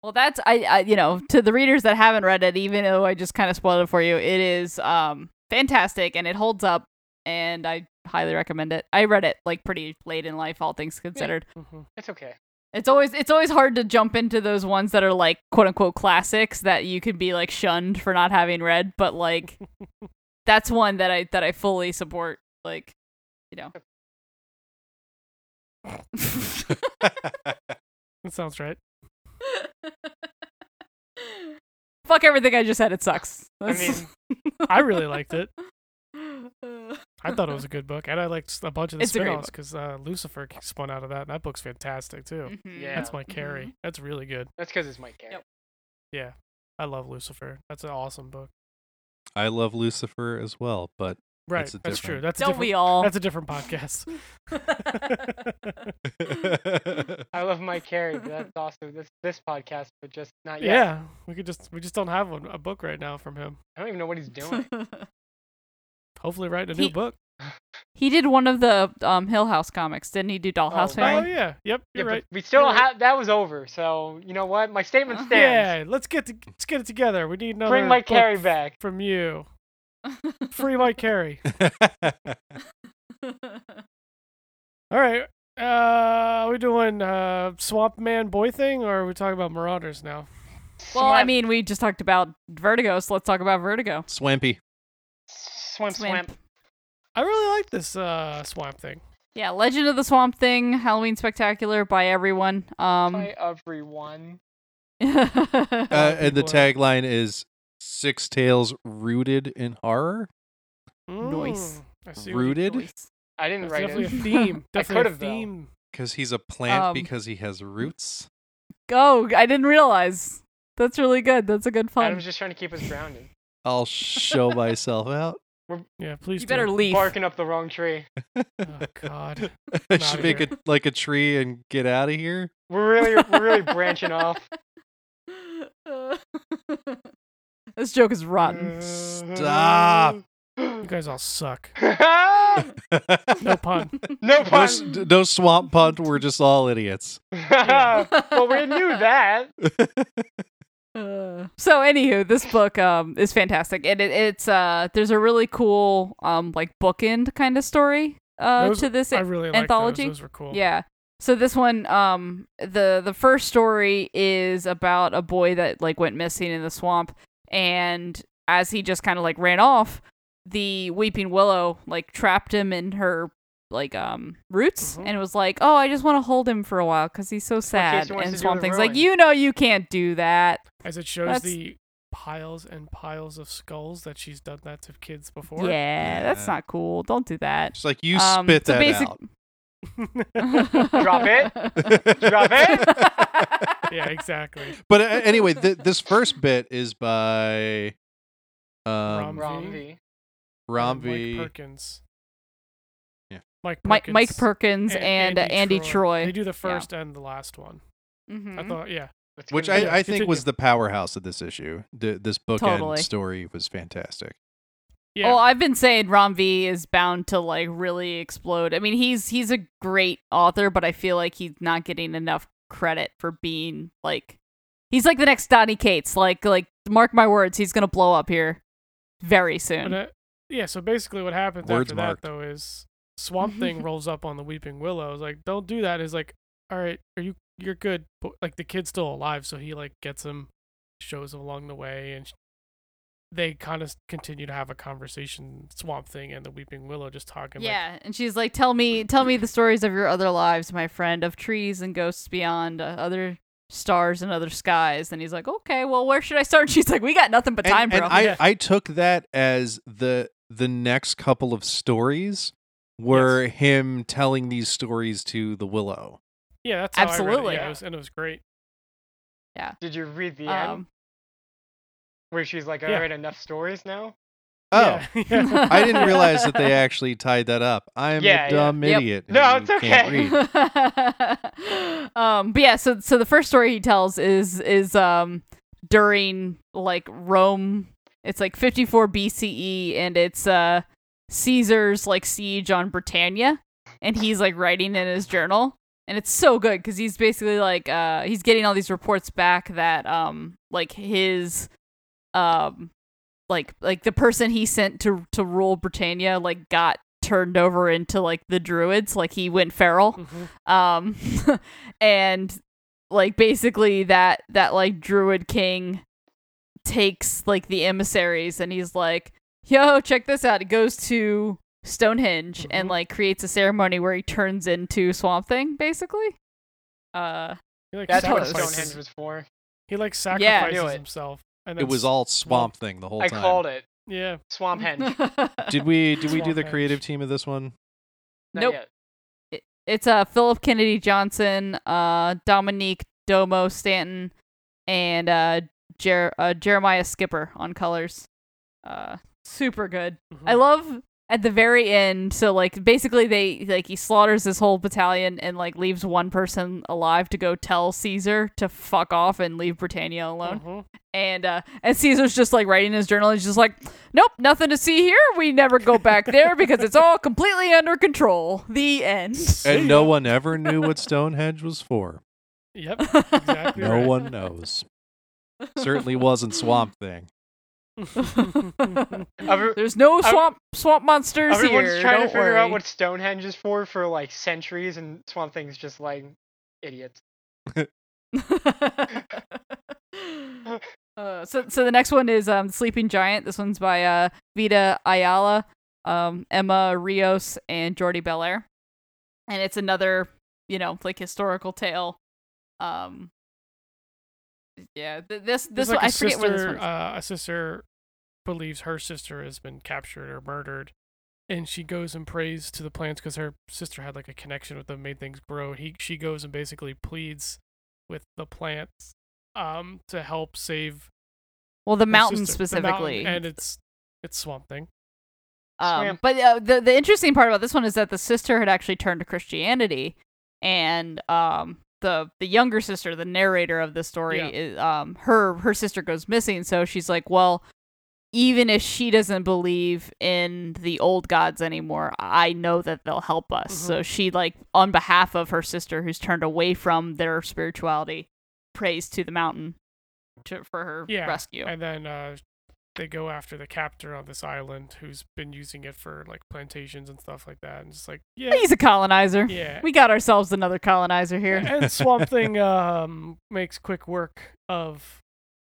[SPEAKER 3] Well, that's I, I you know to the readers that haven't read it, even though I just kind of spoiled it for you, it is um fantastic and it holds up, and I highly recommend it. I read it like pretty late in life, all things considered.
[SPEAKER 4] Mhm.
[SPEAKER 5] It's okay.
[SPEAKER 3] It's always it's always hard to jump into those ones that are like quote unquote classics that you can be like shunned for not having read, but like that's one that I that I fully support. Like, you know.
[SPEAKER 4] That sounds right.
[SPEAKER 3] Fuck everything I just said. It sucks.
[SPEAKER 5] I mean,
[SPEAKER 4] I really liked it.
[SPEAKER 3] Uh,
[SPEAKER 4] I thought it was a good book, and I liked s- a bunch of the
[SPEAKER 3] It's a great
[SPEAKER 4] spin-offs because uh, Lucifer spun out of that, and that book's fantastic too.
[SPEAKER 3] mhm.
[SPEAKER 5] Yeah. Mm-hmm.
[SPEAKER 4] That's my carry. That's really good.
[SPEAKER 5] That's because it's my care.
[SPEAKER 3] Yep.
[SPEAKER 4] Yeah, I love Lucifer. That's an awesome book.
[SPEAKER 2] I love Lucifer as well, but
[SPEAKER 4] Right,
[SPEAKER 2] That's
[SPEAKER 4] that's,
[SPEAKER 2] a
[SPEAKER 4] true.
[SPEAKER 2] different-
[SPEAKER 4] That's a
[SPEAKER 3] Don't we
[SPEAKER 4] different-
[SPEAKER 3] all?
[SPEAKER 4] That's a different podcast.
[SPEAKER 5] I love my carry, but that's also this this podcast, but just not yet.
[SPEAKER 4] yeah, we could just we just don't have one, a book right now from him.
[SPEAKER 5] I don't even know what he's doing.
[SPEAKER 4] Hopefully, writing a new
[SPEAKER 3] He-
[SPEAKER 4] book.
[SPEAKER 3] he did one of the um, Hill House comics, didn't he? Do Dollhouse
[SPEAKER 5] Oh,
[SPEAKER 4] Oh
[SPEAKER 3] Family?
[SPEAKER 4] yeah, yep,
[SPEAKER 5] Yeah,
[SPEAKER 4] you're
[SPEAKER 5] but
[SPEAKER 4] right.
[SPEAKER 5] We still
[SPEAKER 4] You're right.
[SPEAKER 5] have that was over. So you know what? My statement
[SPEAKER 3] Uh,
[SPEAKER 5] stands.
[SPEAKER 4] Oh, Yeah, let's get to, let's get it together. We need another
[SPEAKER 5] Bring my
[SPEAKER 4] book
[SPEAKER 5] carry back.
[SPEAKER 4] from you. Free my carry. All right. Uh, are we doing uh Swamp Man boy thing, or are we talking about Marauders now?
[SPEAKER 3] well, I
[SPEAKER 5] Swamp-
[SPEAKER 3] mean, we just talked about Vertigo, so let's talk about Vertigo.
[SPEAKER 2] Swampy.
[SPEAKER 5] swamp,
[SPEAKER 3] Swamp.
[SPEAKER 5] swamp.
[SPEAKER 4] I really like this uh Swamp thing.
[SPEAKER 3] Yeah, Legend of the Swamp Thing, Halloween Spectacular by everyone. Um,
[SPEAKER 5] Hi everyone.
[SPEAKER 2] Uh,
[SPEAKER 4] Swampy
[SPEAKER 2] and the
[SPEAKER 4] boy.
[SPEAKER 2] tagline is Six Tales Rooted in Horror.
[SPEAKER 3] Nice.
[SPEAKER 4] Mm, I see what you-
[SPEAKER 2] Rooted?
[SPEAKER 5] I didn't
[SPEAKER 4] That's
[SPEAKER 5] write
[SPEAKER 4] definitely
[SPEAKER 5] it.
[SPEAKER 4] a theme.
[SPEAKER 5] I
[SPEAKER 4] Definitely a
[SPEAKER 5] could've, though.
[SPEAKER 4] theme.
[SPEAKER 2] Because he's a plant
[SPEAKER 3] Um,
[SPEAKER 2] because he has roots.
[SPEAKER 3] Go! I didn't realize. That's really good. That's a good
[SPEAKER 5] Adam's
[SPEAKER 3] pun.
[SPEAKER 5] just trying to keep us grounded.
[SPEAKER 2] I'll show myself out.
[SPEAKER 4] Yeah, please.
[SPEAKER 3] You better
[SPEAKER 4] do.
[SPEAKER 3] leave.
[SPEAKER 5] Barking up the wrong tree.
[SPEAKER 4] Oh God.
[SPEAKER 2] I
[SPEAKER 4] outta
[SPEAKER 2] should make
[SPEAKER 4] here.
[SPEAKER 2] it like a tree and get out of here.
[SPEAKER 5] We're really we're really branching off.
[SPEAKER 3] this joke is rotten.
[SPEAKER 2] Stop.
[SPEAKER 4] You guys all suck.
[SPEAKER 2] no
[SPEAKER 4] No pun.
[SPEAKER 5] no
[SPEAKER 2] s-
[SPEAKER 5] pun.
[SPEAKER 2] no swamp punt. We're just all idiots.
[SPEAKER 5] Mm, uh, well, we knew that.
[SPEAKER 3] Uh, so anywho this book um is fantastic and it, it's uh there's a really cool um like bookend kind of story uh
[SPEAKER 4] Those-
[SPEAKER 3] to this
[SPEAKER 4] I really like those.
[SPEAKER 3] anthology?
[SPEAKER 4] Those were cool.
[SPEAKER 3] yeah so this one um the the first story is about a boy that like went missing in the swamp and as he just kind of like ran off the weeping willow like trapped him in her like um roots
[SPEAKER 4] Mhm.
[SPEAKER 3] and was like oh i just want to hold him for a while because he's so sad
[SPEAKER 5] he wants to
[SPEAKER 3] and
[SPEAKER 5] do
[SPEAKER 3] swamp
[SPEAKER 5] the
[SPEAKER 3] things like
[SPEAKER 5] rowing.
[SPEAKER 3] you know you can't do that
[SPEAKER 4] As it shows
[SPEAKER 3] That's-
[SPEAKER 4] the piles and piles of skulls that she's done that to kids before.
[SPEAKER 3] yeah that's
[SPEAKER 2] Yeah.
[SPEAKER 3] not cool don't do that
[SPEAKER 2] It's like you
[SPEAKER 3] Um,
[SPEAKER 2] spit
[SPEAKER 3] so
[SPEAKER 2] that
[SPEAKER 3] basic-
[SPEAKER 2] out.
[SPEAKER 3] drop
[SPEAKER 5] it. Drop it.
[SPEAKER 3] it
[SPEAKER 4] yeah, exactly.
[SPEAKER 2] But uh, anyway, th- this first bit is by um,
[SPEAKER 4] Ram-
[SPEAKER 5] Wrong V.
[SPEAKER 4] And Um, Mike
[SPEAKER 2] Ramvi.
[SPEAKER 4] Perkins.
[SPEAKER 2] Yeah.
[SPEAKER 4] Mike
[SPEAKER 3] Mike,
[SPEAKER 4] Perkins.
[SPEAKER 3] Mike Perkins and, uh Andy Troy.
[SPEAKER 4] They do the first and the last one.
[SPEAKER 3] Mhm.
[SPEAKER 4] I thought, yeah.
[SPEAKER 5] Let's
[SPEAKER 2] Which
[SPEAKER 5] continue.
[SPEAKER 4] Yeah,
[SPEAKER 2] I, I think
[SPEAKER 4] continue.
[SPEAKER 2] was the powerhouse of this issue. The, this bookend
[SPEAKER 3] Totally.
[SPEAKER 2] story was fantastic.
[SPEAKER 4] Yeah.
[SPEAKER 3] Well, I've been saying Rom V is bound to like really explode. I mean, he's he's a great author, but I feel like he's not getting enough credit for being like he's like the next Donny Cates. Like like mark my words, he's gonna blow up here very soon.
[SPEAKER 4] But, uh, yeah, so basically what happens
[SPEAKER 2] Words
[SPEAKER 4] after
[SPEAKER 2] marked.
[SPEAKER 4] that though is Swamp
[SPEAKER 3] Mm-hmm.
[SPEAKER 4] Thing rolls up on the Weeping Willow. Is like, don't do that. Is like, all right, are you you're good. But like the kid's still alive, so he like gets him, shows him along the way, and sh- they kind of continue to have a conversation. Swamp Thing and the Weeping Willow just talking. like,
[SPEAKER 3] yeah, and she's like, "Tell me, tell me the stories of your other lives, my friend, of trees and ghosts beyond, uh, other stars and other skies." And he's like, "Okay, well, where should I start?" she's like, "We got nothing but
[SPEAKER 2] And-
[SPEAKER 3] time,
[SPEAKER 2] and,
[SPEAKER 3] bro."
[SPEAKER 2] I,
[SPEAKER 4] Yeah.
[SPEAKER 2] I took that as the the next couple of stories were him telling these stories to the Willow.
[SPEAKER 4] yeah, that's how I read it.
[SPEAKER 3] Absolutely.
[SPEAKER 4] Yeah, it was, and it was great.
[SPEAKER 5] Did you read the end
[SPEAKER 3] um,
[SPEAKER 5] where she's like, "I
[SPEAKER 4] yeah.
[SPEAKER 5] read enough stories now"?
[SPEAKER 2] Oh,
[SPEAKER 4] Yeah, yeah.
[SPEAKER 2] I didn't realize that they actually tied that up. I'm
[SPEAKER 5] Yeah,
[SPEAKER 2] a
[SPEAKER 5] yeah.
[SPEAKER 2] dumb
[SPEAKER 3] Yep.
[SPEAKER 2] idiot. who
[SPEAKER 5] No, it's
[SPEAKER 2] can't
[SPEAKER 5] okay.
[SPEAKER 2] read.
[SPEAKER 3] um, but yeah, so so the first story he tells is is um during like Rome. It's like 54 BCE, and it's uh Caesar's like siege on Britannia, and he's like writing in his journal, and it's so good because he's basically like uh he's getting all these reports back that um like his um like like the person he sent to to rule Britannia like got turned over into like the druids like he went feral
[SPEAKER 4] Mhm.
[SPEAKER 3] um and like basically that that like druid king takes like the emissaries and he's like yo check this out it goes to stonehenge and
[SPEAKER 4] Mhm.
[SPEAKER 3] like creates a ceremony where he turns into swamp thing basically uh
[SPEAKER 4] He like
[SPEAKER 5] That's what
[SPEAKER 3] Close.
[SPEAKER 4] sacrifices.
[SPEAKER 5] Stonehenge was for.
[SPEAKER 4] He like
[SPEAKER 3] Yeah.
[SPEAKER 4] sacrifices
[SPEAKER 5] Knew it.
[SPEAKER 4] himself. And
[SPEAKER 2] It
[SPEAKER 4] then
[SPEAKER 2] was
[SPEAKER 4] s-
[SPEAKER 2] all Swamp Thing the whole
[SPEAKER 5] I
[SPEAKER 2] time.
[SPEAKER 5] called it
[SPEAKER 4] Yeah.
[SPEAKER 5] Swamp Henge. Not
[SPEAKER 2] Did we did we do
[SPEAKER 4] Swamp
[SPEAKER 2] the
[SPEAKER 4] Thing.
[SPEAKER 2] creative team of this one?
[SPEAKER 3] Nope.
[SPEAKER 5] yet.
[SPEAKER 3] it's uh Philip Kennedy Johnson, uh Dominique Domo Stanton, and uh, Jer- uh Jeremiah Skipper on colors. Uh super good. I
[SPEAKER 5] Mm-hmm.
[SPEAKER 4] Mhm.
[SPEAKER 3] love at the very end, so like basically they like he slaughters this whole battalion and like leaves one person alive to go tell Caesar to fuck off and leave Britannia
[SPEAKER 5] Oh.
[SPEAKER 3] alone.
[SPEAKER 4] Mhm.
[SPEAKER 3] And uh and Caesar's just like writing his journal, he's just like, Nope, nothing to see here. We never go back there because it's all completely under control. The end.
[SPEAKER 4] See
[SPEAKER 2] And no
[SPEAKER 4] ya.
[SPEAKER 2] one ever knew what Stonehenge was for.
[SPEAKER 4] Yep. Exactly.
[SPEAKER 2] No one knows. Certainly wasn't Swamp Thing.
[SPEAKER 5] Every-
[SPEAKER 3] There's no
[SPEAKER 5] every-
[SPEAKER 3] swamp swamp monsters
[SPEAKER 5] Everyone's
[SPEAKER 3] here.
[SPEAKER 5] trying
[SPEAKER 3] Don't
[SPEAKER 5] to figure
[SPEAKER 3] worry.
[SPEAKER 5] out what Stonehenge is for for like centuries, and Swamp Thing's just like idiots.
[SPEAKER 3] uh, so, so the next one is um, Sleeping Giant. This one's by uh, Vita Ayala, um, Emma Rios, and Jordi Belair, and it's another, you know, like historical tale. Um, yeah, th- this
[SPEAKER 4] There's
[SPEAKER 3] this
[SPEAKER 4] like
[SPEAKER 3] one,
[SPEAKER 4] a
[SPEAKER 3] I forget where this
[SPEAKER 4] sister,
[SPEAKER 3] one. Is.
[SPEAKER 4] uh, a sister believes her sister has been captured or murdered, and she goes and prays to the plants because her sister had like a connection with them, made things grow. He she goes and basically pleads with the plants um to help save
[SPEAKER 3] well, the
[SPEAKER 4] her
[SPEAKER 3] mountain
[SPEAKER 4] sister- the mountain,
[SPEAKER 3] specifically,
[SPEAKER 4] and it's it's swamp thing.
[SPEAKER 3] Um,
[SPEAKER 5] Swamp.
[SPEAKER 3] but uh, the the interesting part about this one is that the sister had actually turned to Christianity, and um, the the younger sister, the narrator of the story,
[SPEAKER 4] Yeah.
[SPEAKER 3] is, um, her her sister goes missing, so she's like, well, even if she doesn't believe in the old gods anymore, I know that they'll help us.
[SPEAKER 4] Mm-hmm.
[SPEAKER 3] So she like on behalf of her sister who's turned away from their spirituality, prays to the mountain to, for her
[SPEAKER 4] Yeah,
[SPEAKER 3] rescue.
[SPEAKER 4] And then uh, they go after the captor on this island who's been using it for like plantations and stuff like that. And just like, yeah,
[SPEAKER 3] He's a colonizer.
[SPEAKER 4] yeah.
[SPEAKER 3] We got ourselves another colonizer here.
[SPEAKER 4] and Swamp Thing um, makes quick work of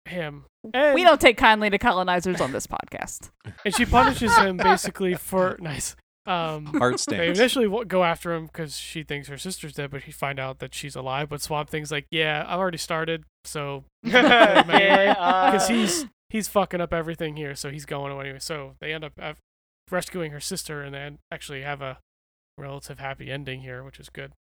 [SPEAKER 4] him. And,
[SPEAKER 3] We don't take kindly to colonizers on this podcast.
[SPEAKER 4] and she punishes him basically for nice. Um,
[SPEAKER 2] Heart
[SPEAKER 4] They
[SPEAKER 2] stamps.
[SPEAKER 4] initially wa- go after him because she thinks her sister's dead, but he find out that she's alive. But Swamp Thing's like, "Yeah, I've already started, so
[SPEAKER 5] yeah,
[SPEAKER 4] because
[SPEAKER 5] uh,
[SPEAKER 4] he's he's fucking up everything here, so he's going away anyway." So they end up af- rescuing her sister, and then actually have a relative happy ending here, which is good.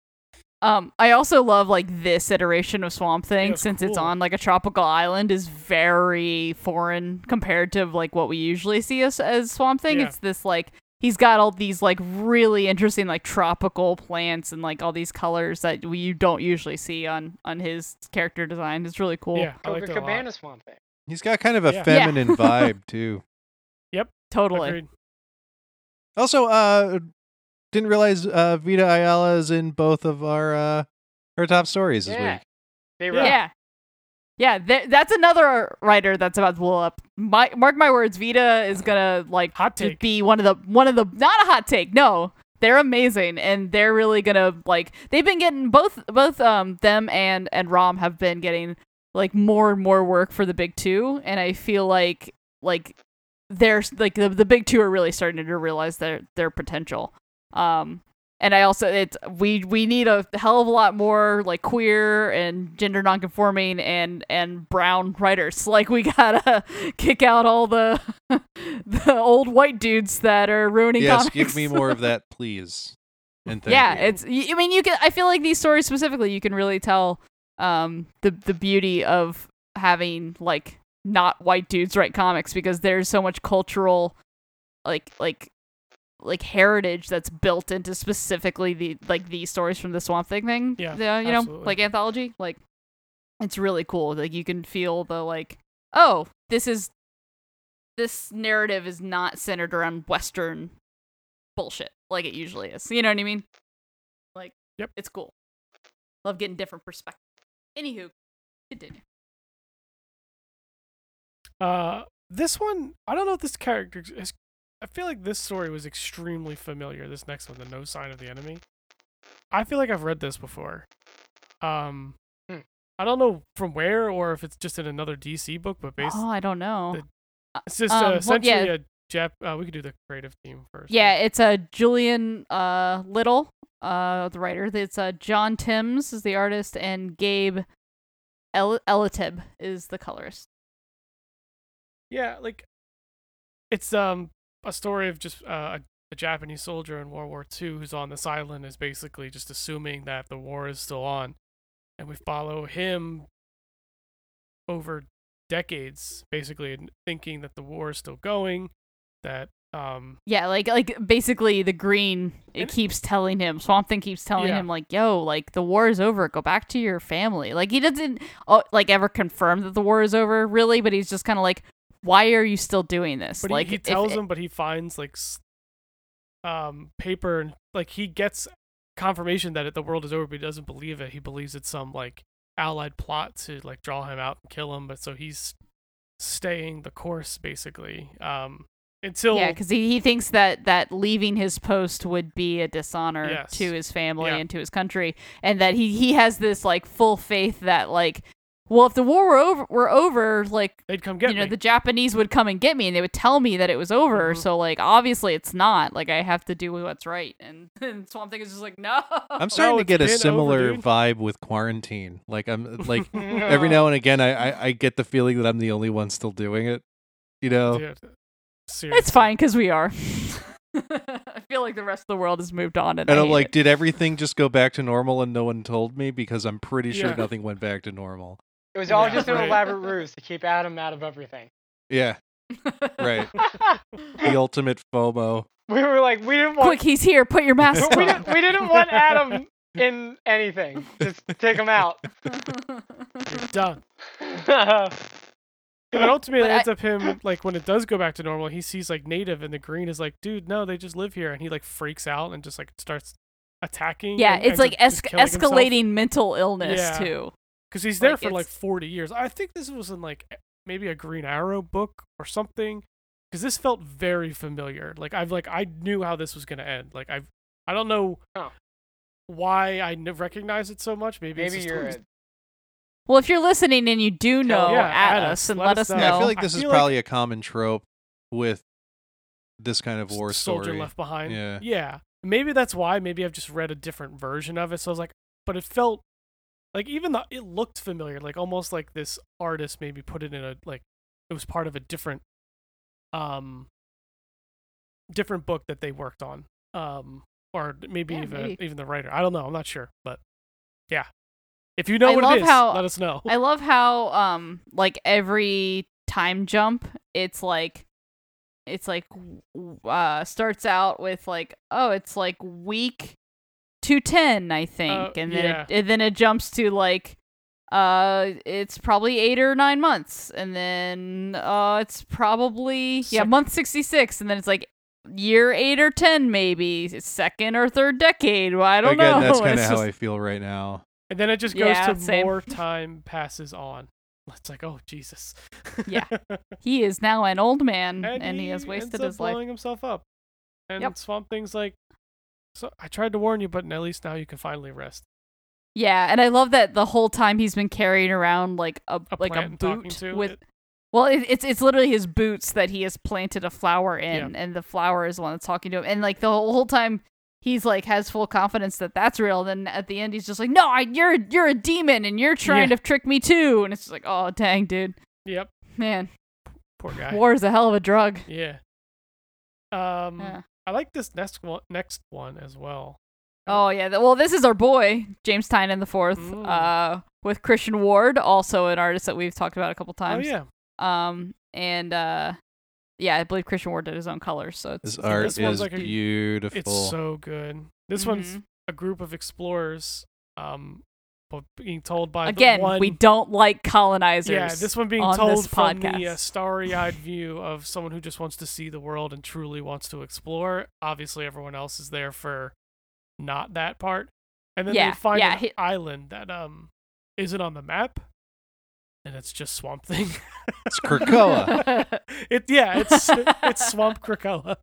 [SPEAKER 3] Um, I also love like this iteration of Swamp Thing
[SPEAKER 4] Yeah, it's
[SPEAKER 3] since it's
[SPEAKER 4] cool.
[SPEAKER 3] on like a tropical island is very foreign compared to like what we usually see as, as Swamp Thing.
[SPEAKER 4] Yeah.
[SPEAKER 3] It's this like he's got all these like really interesting like tropical plants and like all these colors that we, you don't usually see on on his character design. It's really cool.
[SPEAKER 4] Yeah, I
[SPEAKER 5] Cobra
[SPEAKER 4] liked it a lot.
[SPEAKER 5] Cabana Swamp Thing.
[SPEAKER 2] He's got kind of a
[SPEAKER 4] Yeah.
[SPEAKER 2] feminine vibe too.
[SPEAKER 3] Totally.
[SPEAKER 4] Agreed.
[SPEAKER 2] Also, uh, didn't realize uh, Vita Ayala is in both of our uh, her top stories this
[SPEAKER 5] Yeah.
[SPEAKER 2] week.
[SPEAKER 5] They
[SPEAKER 4] Yeah.
[SPEAKER 5] were
[SPEAKER 3] Yeah. Yeah, th- that's another uh, writer that's about to blow up. My- mark my words, Vita is gonna like
[SPEAKER 4] Hot
[SPEAKER 3] to
[SPEAKER 4] take.
[SPEAKER 3] be one of the one of the not a hot take. No, they're amazing, and they're really gonna like. They've been getting both both um them and and Rom have been getting like more and more work for the big two, and I feel like like they're like the, the big two are really starting to realize their their potential. Um, and I also it's we we need a hell of a lot more like queer and gender nonconforming and and brown writers. Like we gotta kick out all the the old white dudes that are ruining
[SPEAKER 2] Yes,
[SPEAKER 3] comics.
[SPEAKER 2] give me more of that, please. And thank
[SPEAKER 3] yeah,
[SPEAKER 2] you.
[SPEAKER 3] it's y- I mean you can I feel like these stories specifically you can really tell um the the beauty of having like not white dudes write comics because there's so much cultural like like like heritage that's built into specifically the like these stories from the Swamp Thing thing.
[SPEAKER 4] Yeah,
[SPEAKER 3] The- you know,
[SPEAKER 4] absolutely.
[SPEAKER 3] like anthology. Like it's really cool. Like you can feel the like, oh, this is this narrative is not centered around Western bullshit like it usually is. You know what I mean? Like
[SPEAKER 4] Yep.
[SPEAKER 3] it's cool. Love getting different perspectives. Anywho, continue.
[SPEAKER 4] Uh, this one, I don't know if this character is. I feel like this story was extremely familiar. This next one, the No Sign of the Enemy. I feel like I've read this before. Um,
[SPEAKER 5] Hmm.
[SPEAKER 4] I don't know from where or if it's just in another DC book, but basically,
[SPEAKER 3] Oh, I don't know.
[SPEAKER 4] the- it's just
[SPEAKER 3] um,
[SPEAKER 4] uh,
[SPEAKER 3] well,
[SPEAKER 4] essentially
[SPEAKER 3] yeah.
[SPEAKER 4] a Jap. Uh, we could do the creative team first.
[SPEAKER 3] Yeah, it's a Julian uh, Little, uh, the writer. It's uh, John Timms is the artist, and Gabe El- Elatib is the colorist.
[SPEAKER 4] yeah, like it's um a story of just uh, a, a Japanese soldier in World War II who's on this island is basically just assuming that the war is still on, and we follow him over decades, basically and thinking that the war is still going, that um
[SPEAKER 3] Yeah, like like basically the green it
[SPEAKER 4] And-
[SPEAKER 3] keeps telling him Swamp Thing keeps telling
[SPEAKER 4] Yeah.
[SPEAKER 3] him like, "Yo, like the war is over. Go back to your family." Like he doesn't uh, like ever confirm that the war is over really, but he's just kind of like, "Why are you still doing this?"
[SPEAKER 4] But
[SPEAKER 3] like
[SPEAKER 4] he, he
[SPEAKER 3] if
[SPEAKER 4] tells
[SPEAKER 3] it-
[SPEAKER 4] him, but he finds like s- um paper and like he gets confirmation that it, the world is over, but he doesn't believe it. He believes it's some like allied plot to like draw him out and kill him. But so he's staying the course basically um until
[SPEAKER 3] yeah, because he, he thinks that that leaving his post would be a dishonor
[SPEAKER 4] Yes.
[SPEAKER 3] to his family
[SPEAKER 4] Yeah.
[SPEAKER 3] and to his country, and that he he has this like full faith that like, well, if the war were over, were over, like
[SPEAKER 4] they'd come get
[SPEAKER 3] you know
[SPEAKER 4] me.
[SPEAKER 3] the Japanese would come and get me, and they would tell me that it was over.
[SPEAKER 4] Mhm.
[SPEAKER 3] So like, obviously, it's not. Like, I have to do what's right, and, and Swamp Thing is just like, no.
[SPEAKER 2] I'm starting to
[SPEAKER 4] Oh, it's
[SPEAKER 2] get a
[SPEAKER 4] been over,
[SPEAKER 2] similar
[SPEAKER 4] dude.
[SPEAKER 2] vibe with quarantine. Like I'm like
[SPEAKER 4] Oh.
[SPEAKER 2] every now and again, I, I I get the feeling that I'm the only one still doing it. You know,
[SPEAKER 4] Dude, seriously.
[SPEAKER 3] It's fine because we are. I feel like the rest of the world has moved on, and,
[SPEAKER 2] and
[SPEAKER 3] I
[SPEAKER 2] I'm
[SPEAKER 3] hate
[SPEAKER 2] like,
[SPEAKER 3] it.
[SPEAKER 2] did everything just go back to normal and no one told me? Because I'm pretty sure
[SPEAKER 4] Yeah.
[SPEAKER 2] nothing went back to normal.
[SPEAKER 5] It was all
[SPEAKER 4] Yeah,
[SPEAKER 5] just an
[SPEAKER 4] right.
[SPEAKER 5] elaborate ruse to keep Adam out of everything.
[SPEAKER 2] Yeah, right. the ultimate FOMO.
[SPEAKER 5] we were like, we didn't want,
[SPEAKER 3] Quick, he's here. Put your mask
[SPEAKER 5] we
[SPEAKER 3] on.
[SPEAKER 5] didn't, we didn't want Adam in anything. Just take him out.
[SPEAKER 4] Done.
[SPEAKER 5] yeah,
[SPEAKER 4] Yeah, but ultimately,
[SPEAKER 3] But
[SPEAKER 4] it
[SPEAKER 3] I-
[SPEAKER 4] ends up him like when it does go back to normal, he sees like native, and the green is like, dude, no, they just live here, and he like freaks out and just like starts attacking.
[SPEAKER 3] yeah,
[SPEAKER 4] and
[SPEAKER 3] it's
[SPEAKER 4] ends
[SPEAKER 3] like
[SPEAKER 4] up just
[SPEAKER 3] es-
[SPEAKER 4] killing himself.
[SPEAKER 3] escalating mental illness
[SPEAKER 4] Yeah.
[SPEAKER 3] too.
[SPEAKER 4] because he's there
[SPEAKER 3] Like,
[SPEAKER 4] for like
[SPEAKER 3] it's-
[SPEAKER 4] 40 years. I think this was in like maybe a Green Arrow book or something because this felt very familiar. Like I've like I knew how this was gonna end. Like I've I don't know
[SPEAKER 5] Oh.
[SPEAKER 4] why I n- recognize it so much. Maybe, it's
[SPEAKER 5] Maybe
[SPEAKER 4] just
[SPEAKER 5] you're
[SPEAKER 4] towards-
[SPEAKER 5] a-
[SPEAKER 3] Well, if you're listening and you do know,
[SPEAKER 4] yeah,
[SPEAKER 3] at
[SPEAKER 4] add
[SPEAKER 3] us,
[SPEAKER 4] us.
[SPEAKER 3] and
[SPEAKER 4] Let
[SPEAKER 3] let
[SPEAKER 4] us
[SPEAKER 3] us
[SPEAKER 4] know.
[SPEAKER 3] know.
[SPEAKER 2] Yeah, I feel like
[SPEAKER 4] I
[SPEAKER 2] this is
[SPEAKER 4] feel like-
[SPEAKER 2] probably a common trope with this kind of
[SPEAKER 4] just
[SPEAKER 2] war
[SPEAKER 4] the soldier
[SPEAKER 2] story.
[SPEAKER 4] left behind.
[SPEAKER 2] Yeah.
[SPEAKER 4] yeah. Maybe that's why. Maybe I've just read a different version of it. So I was like, but it felt like even though it looked familiar, like almost like this artist maybe put it in a like it was part of a different um different book that they worked on. Um or maybe
[SPEAKER 3] Yeah,
[SPEAKER 4] even
[SPEAKER 3] maybe.
[SPEAKER 4] even the writer. I don't know. I'm not sure, but yeah. If you know
[SPEAKER 3] I
[SPEAKER 4] what
[SPEAKER 3] love
[SPEAKER 4] it is,
[SPEAKER 3] how-
[SPEAKER 4] let us know.
[SPEAKER 3] I love how um like every time jump it's like it's like w- w- uh starts out with like oh it's like week 210 I think
[SPEAKER 4] Uh,
[SPEAKER 3] and then
[SPEAKER 4] yeah.
[SPEAKER 3] it, and then it jumps to like uh it's probably 8 or 9 months and then uh it's probably yeah
[SPEAKER 4] Sec-
[SPEAKER 3] month 66 and then it's like year 8 or 10 maybe second or third decade well, I don't
[SPEAKER 2] Again,
[SPEAKER 3] know
[SPEAKER 2] that's kind of
[SPEAKER 3] It's
[SPEAKER 2] how
[SPEAKER 3] just-
[SPEAKER 2] I feel right now.
[SPEAKER 4] and then it just goes
[SPEAKER 3] Yeah,
[SPEAKER 4] to
[SPEAKER 3] same.
[SPEAKER 4] more time passes on. It's like, oh Jesus.
[SPEAKER 3] Yeah. he is now an old man
[SPEAKER 4] Mm-hmm. and,
[SPEAKER 3] and, he, has wasted
[SPEAKER 4] ends up
[SPEAKER 3] his life
[SPEAKER 4] blowing himself up. And
[SPEAKER 3] Yep.
[SPEAKER 4] Swamp Thing's like, so I tried to warn you, but at least now you can finally rest.
[SPEAKER 3] Yeah, and I love that the whole time he's been carrying around like a,
[SPEAKER 4] A
[SPEAKER 3] like a
[SPEAKER 4] plant talking
[SPEAKER 3] boot
[SPEAKER 4] to
[SPEAKER 3] with.
[SPEAKER 4] it.
[SPEAKER 3] Well, it, it's it's literally his boots that he has planted a flower in, and the flower is the one that's talking to him. And like the whole, whole time, he's like has full confidence that that's real. Then at the end, he's just like, "No, I, you're you're a demon, and you're trying
[SPEAKER 4] Yeah.
[SPEAKER 3] to trick me too." And it's just like, "Oh, dang, dude,
[SPEAKER 4] Yep,
[SPEAKER 3] man,
[SPEAKER 4] poor guy.
[SPEAKER 3] war is a hell of a drug."
[SPEAKER 4] yeah. Um,
[SPEAKER 3] Yeah.
[SPEAKER 4] I like this next one, next one as well.
[SPEAKER 3] Oh yeah. th- Well, this is our boy James Tynan the fourth,
[SPEAKER 4] Mm.
[SPEAKER 3] uh, with Christian Ward, also an artist that we've talked about a couple times.
[SPEAKER 4] oh yeah,
[SPEAKER 3] Um, and uh, yeah, I believe Christian Ward did his own colors, so it's
[SPEAKER 2] This art
[SPEAKER 4] this one's
[SPEAKER 2] is
[SPEAKER 4] like a-
[SPEAKER 2] beautiful.
[SPEAKER 4] it's so good. This one's
[SPEAKER 3] Mhm.
[SPEAKER 4] a group of explorers, um, but being told by the
[SPEAKER 3] again
[SPEAKER 4] one,
[SPEAKER 3] we don't like colonizers.
[SPEAKER 4] Yeah, this one being
[SPEAKER 3] on
[SPEAKER 4] told
[SPEAKER 3] this
[SPEAKER 4] from the uh,
[SPEAKER 3] podcast.
[SPEAKER 4] starry-eyed view of someone who just wants to see the world and truly wants to explore. Obviously, everyone else is there for not that part. And then
[SPEAKER 3] Yeah,
[SPEAKER 4] they find
[SPEAKER 3] yeah,
[SPEAKER 4] an
[SPEAKER 3] he-
[SPEAKER 4] island that um isn't on the map, and it's just Swamp Thing.
[SPEAKER 2] It's Krakoa.
[SPEAKER 4] it yeah, it's it's Swamp Krakoa.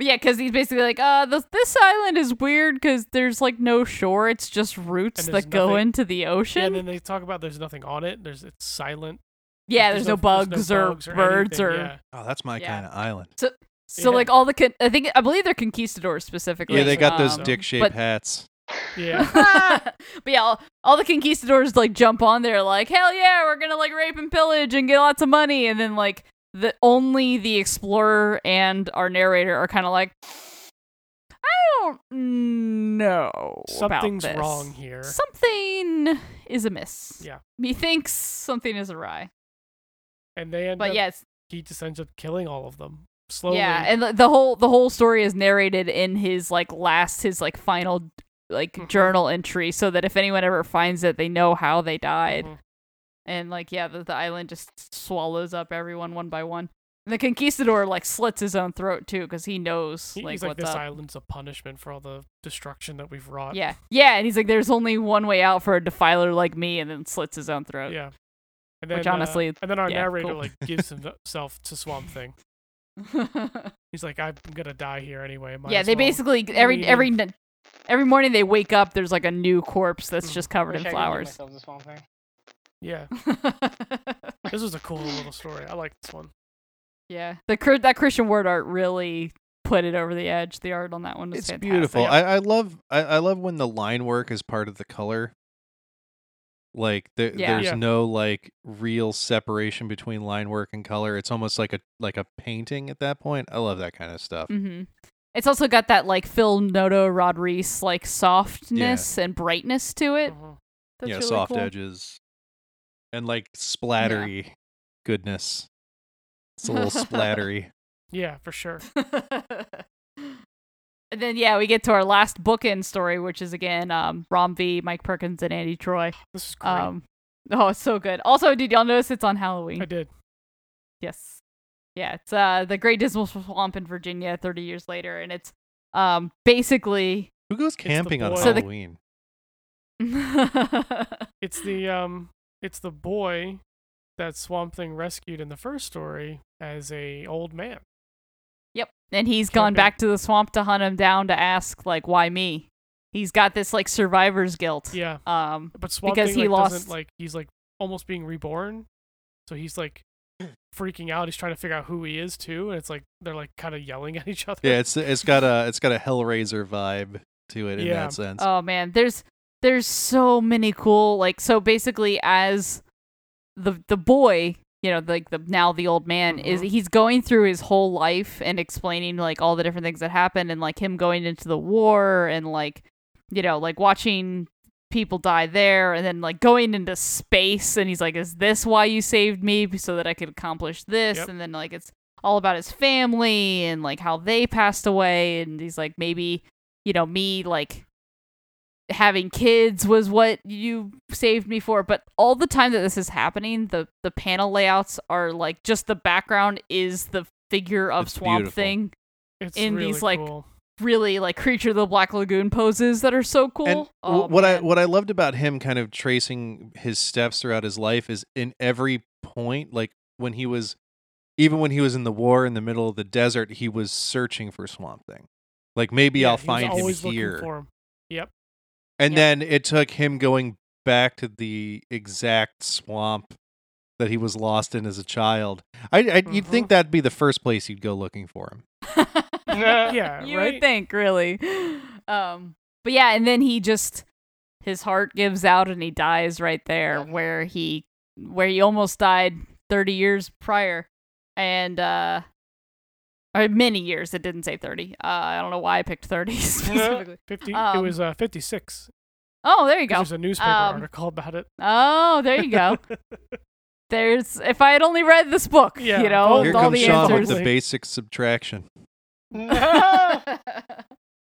[SPEAKER 3] yeah, because he's basically like, uh, this, this island is weird because there's like no shore; it's just roots
[SPEAKER 4] And
[SPEAKER 3] that
[SPEAKER 4] there's
[SPEAKER 3] go
[SPEAKER 4] nothing-
[SPEAKER 3] into the
[SPEAKER 4] Yeah,
[SPEAKER 3] ocean.
[SPEAKER 4] and
[SPEAKER 3] Yeah,
[SPEAKER 4] then they talk about there's nothing on it. There's it's silent.
[SPEAKER 3] there's,
[SPEAKER 4] no,
[SPEAKER 3] no bugs
[SPEAKER 4] there's no
[SPEAKER 3] or
[SPEAKER 4] bugs
[SPEAKER 3] birds
[SPEAKER 4] anything,
[SPEAKER 3] or
[SPEAKER 4] yeah.
[SPEAKER 2] oh, that's my
[SPEAKER 3] Yeah.
[SPEAKER 2] kind of island.
[SPEAKER 3] so.
[SPEAKER 4] Yeah.
[SPEAKER 3] Like all the, con- I think I believe they're conquistadors specifically.
[SPEAKER 2] Yeah, they got those
[SPEAKER 3] um,
[SPEAKER 2] dick-shaped
[SPEAKER 3] but-
[SPEAKER 2] hats.
[SPEAKER 4] yeah.
[SPEAKER 3] but yeah, all, all the conquistadors like jump on there, like hell yeah, we're gonna like rape and pillage and get lots of money, and then like the only the explorer and our narrator are kind of like, I don't know, about
[SPEAKER 4] Something's
[SPEAKER 3] this.
[SPEAKER 4] wrong here.
[SPEAKER 3] Something is amiss.
[SPEAKER 4] Yeah.
[SPEAKER 3] methinks something is awry.
[SPEAKER 4] And they end
[SPEAKER 3] But
[SPEAKER 4] up
[SPEAKER 3] yes,
[SPEAKER 4] he just ends up killing all of them slowly.
[SPEAKER 3] yeah, and the, the whole the whole story is narrated in his like last his like final like
[SPEAKER 4] Mhm.
[SPEAKER 3] journal entry, so that if anyone ever finds it, they know how they died.
[SPEAKER 4] Mhm.
[SPEAKER 3] and like yeah the, the island just swallows up everyone one by one and the conquistador like slits his own throat too because he knows
[SPEAKER 4] He-
[SPEAKER 3] like
[SPEAKER 4] he's like,
[SPEAKER 3] what's
[SPEAKER 4] this
[SPEAKER 3] up
[SPEAKER 4] island's a punishment for all the destruction that we've wrought.
[SPEAKER 3] yeah yeah and he's like there's only one way out for a defiler like me and then slits his own throat
[SPEAKER 4] yeah. And
[SPEAKER 3] Which
[SPEAKER 4] uh,
[SPEAKER 3] honestly,
[SPEAKER 4] and then our
[SPEAKER 3] yeah,
[SPEAKER 4] narrator
[SPEAKER 3] cool.
[SPEAKER 4] like gives himself to Swamp Thing. He's like, I'm gonna die here anyway. might
[SPEAKER 3] yeah
[SPEAKER 4] as
[SPEAKER 3] they
[SPEAKER 4] well."
[SPEAKER 3] basically every
[SPEAKER 4] lean in.
[SPEAKER 3] every n- every morning they wake up there's like a new corpse that's
[SPEAKER 4] Mm.
[SPEAKER 3] just covered
[SPEAKER 5] Wish I
[SPEAKER 3] in
[SPEAKER 5] could give
[SPEAKER 3] flowers
[SPEAKER 5] myself this one thing.
[SPEAKER 4] Yeah, this was a cool little story. I like this one.
[SPEAKER 3] yeah the Chr- that christian word art really put it over the edge the art on that one was
[SPEAKER 2] It's
[SPEAKER 3] fantastic.
[SPEAKER 2] beautiful.
[SPEAKER 4] Yeah.
[SPEAKER 2] I, I love I, I love when the line work is part of the color. Like there,
[SPEAKER 3] Yeah.
[SPEAKER 2] there's
[SPEAKER 4] Yeah.
[SPEAKER 2] no like real separation between line work and color. It's almost like a like a painting at that point. I love that kind of stuff.
[SPEAKER 3] Mm-hmm. It's also got that like Phil Noto Rodriguez like softness and brightness to it.
[SPEAKER 4] Mhm.
[SPEAKER 3] That's
[SPEAKER 2] yeah,
[SPEAKER 3] really
[SPEAKER 2] soft
[SPEAKER 3] cool.
[SPEAKER 2] edges and like splattery goodness. It's a little splattery.
[SPEAKER 4] Yeah, for sure.
[SPEAKER 3] and then yeah, we get to our last bookend story, which is again um, Rom V, Mike Perkins, and Andy Troy.
[SPEAKER 4] This is great.
[SPEAKER 3] Um, oh, it's so good. Also, did y'all notice it's on
[SPEAKER 4] I
[SPEAKER 3] Halloween?
[SPEAKER 4] did.
[SPEAKER 3] Yes. Yeah, it's uh the Great Dismal Swamp in Virginia 30 years later and it's um basically
[SPEAKER 2] Who goes
[SPEAKER 4] the
[SPEAKER 2] camping on
[SPEAKER 4] boy.
[SPEAKER 3] So the-
[SPEAKER 2] Halloween?
[SPEAKER 4] It's the um, it's the boy that Swamp Thing rescued in the first story as a old man.
[SPEAKER 3] Yep. And he's gone
[SPEAKER 4] Camping.
[SPEAKER 3] back to the swamp to hunt him down to ask like why me? He's got this like survivor's guilt.
[SPEAKER 4] Yeah,
[SPEAKER 3] Um
[SPEAKER 4] but Swamp
[SPEAKER 3] Because
[SPEAKER 4] Thing
[SPEAKER 3] he
[SPEAKER 4] like,
[SPEAKER 3] lost-
[SPEAKER 4] doesn't like he's like almost being reborn, so he's like freaking out. He's trying to figure out who he is too, and it's like they're like kind of yelling at each other.
[SPEAKER 2] Yeah, it's it's got a it's got a Hellraiser vibe to it in
[SPEAKER 4] Yeah.
[SPEAKER 2] that sense.
[SPEAKER 3] Oh man, there's there's so many cool like so basically as the the boy, you know, like the now the old man is
[SPEAKER 4] Mhm.
[SPEAKER 3] he's going through his whole life and explaining like all the different things that happened and like him going into the war and like you know, like watching people die there and then like going into space and he's like is this why you saved me so that I could accomplish this
[SPEAKER 4] Yep.
[SPEAKER 3] and then like it's all about his family and like how they passed away and he's like maybe you know me like having kids was what you saved me for but all the time that this is happening the the panel layouts are like just the background is the figure of
[SPEAKER 2] It's
[SPEAKER 3] swamp
[SPEAKER 2] beautiful.
[SPEAKER 3] thing
[SPEAKER 4] It's
[SPEAKER 3] in
[SPEAKER 4] really
[SPEAKER 3] these, like,
[SPEAKER 4] cool.
[SPEAKER 3] really like creature of the black lagoon poses that are so cool
[SPEAKER 2] And
[SPEAKER 3] oh,
[SPEAKER 2] wh- what I
[SPEAKER 3] man.
[SPEAKER 2] what I loved about him kind of tracing his steps throughout his life is in every point, like when he was even when he was in the war in the middle of the desert, he was searching for Swamp Thing. Like maybe
[SPEAKER 4] Yeah,
[SPEAKER 2] I'll
[SPEAKER 4] he was
[SPEAKER 2] find him
[SPEAKER 4] always looking
[SPEAKER 2] here.
[SPEAKER 4] for him. Yep.
[SPEAKER 2] And
[SPEAKER 3] Yep.
[SPEAKER 2] then it took him going back to the exact swamp that he was lost in as a child. I, I you'd
[SPEAKER 4] Mhm.
[SPEAKER 2] think that'd be the first place you'd go looking for him.
[SPEAKER 4] Yeah,
[SPEAKER 3] Uh, you
[SPEAKER 4] right?
[SPEAKER 3] would think really um but yeah and then he just his heart gives out and he dies right there where he where he almost died 30 years prior and uh or many years it didn't say 30 uh i don't know why i picked 30 specifically
[SPEAKER 4] Fifty. it
[SPEAKER 3] Um,
[SPEAKER 4] was uh, fifty-six.
[SPEAKER 3] oh there you
[SPEAKER 4] 'cause
[SPEAKER 3] go
[SPEAKER 4] There's a newspaper
[SPEAKER 3] Um,
[SPEAKER 4] article about it.
[SPEAKER 3] oh there you go there's if i had only read this book
[SPEAKER 4] Yeah,
[SPEAKER 3] you know
[SPEAKER 4] all-
[SPEAKER 3] with
[SPEAKER 2] Here
[SPEAKER 4] all
[SPEAKER 3] all
[SPEAKER 2] comes
[SPEAKER 3] the
[SPEAKER 2] Sean
[SPEAKER 3] answers
[SPEAKER 2] with the
[SPEAKER 4] Like-
[SPEAKER 2] basic subtraction.
[SPEAKER 3] Mm.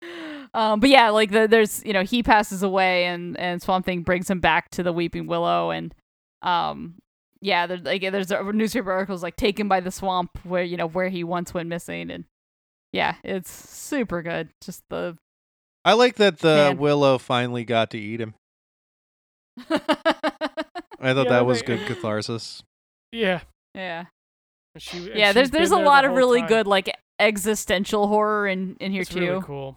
[SPEAKER 4] Hmm.
[SPEAKER 3] um, but yeah, like the, there's you know he passes away and and Swamp Thing brings him back to the Weeping Willow and um yeah there, like there's a- newspaper articles like taken by the swamp where you know where he once went missing and yeah it's super good just the
[SPEAKER 2] I like that the
[SPEAKER 3] Man.
[SPEAKER 2] willow finally got to eat him. I thought
[SPEAKER 4] Yeah,
[SPEAKER 2] that was
[SPEAKER 4] they-
[SPEAKER 2] good catharsis.
[SPEAKER 4] Yeah.
[SPEAKER 3] yeah
[SPEAKER 4] and She, and
[SPEAKER 3] yeah there's
[SPEAKER 4] she's
[SPEAKER 3] there's a
[SPEAKER 4] been there
[SPEAKER 3] lot
[SPEAKER 4] the
[SPEAKER 3] of
[SPEAKER 4] whole
[SPEAKER 3] really
[SPEAKER 4] time.
[SPEAKER 3] good like existential horror in in here
[SPEAKER 4] It's
[SPEAKER 3] too
[SPEAKER 4] really cool.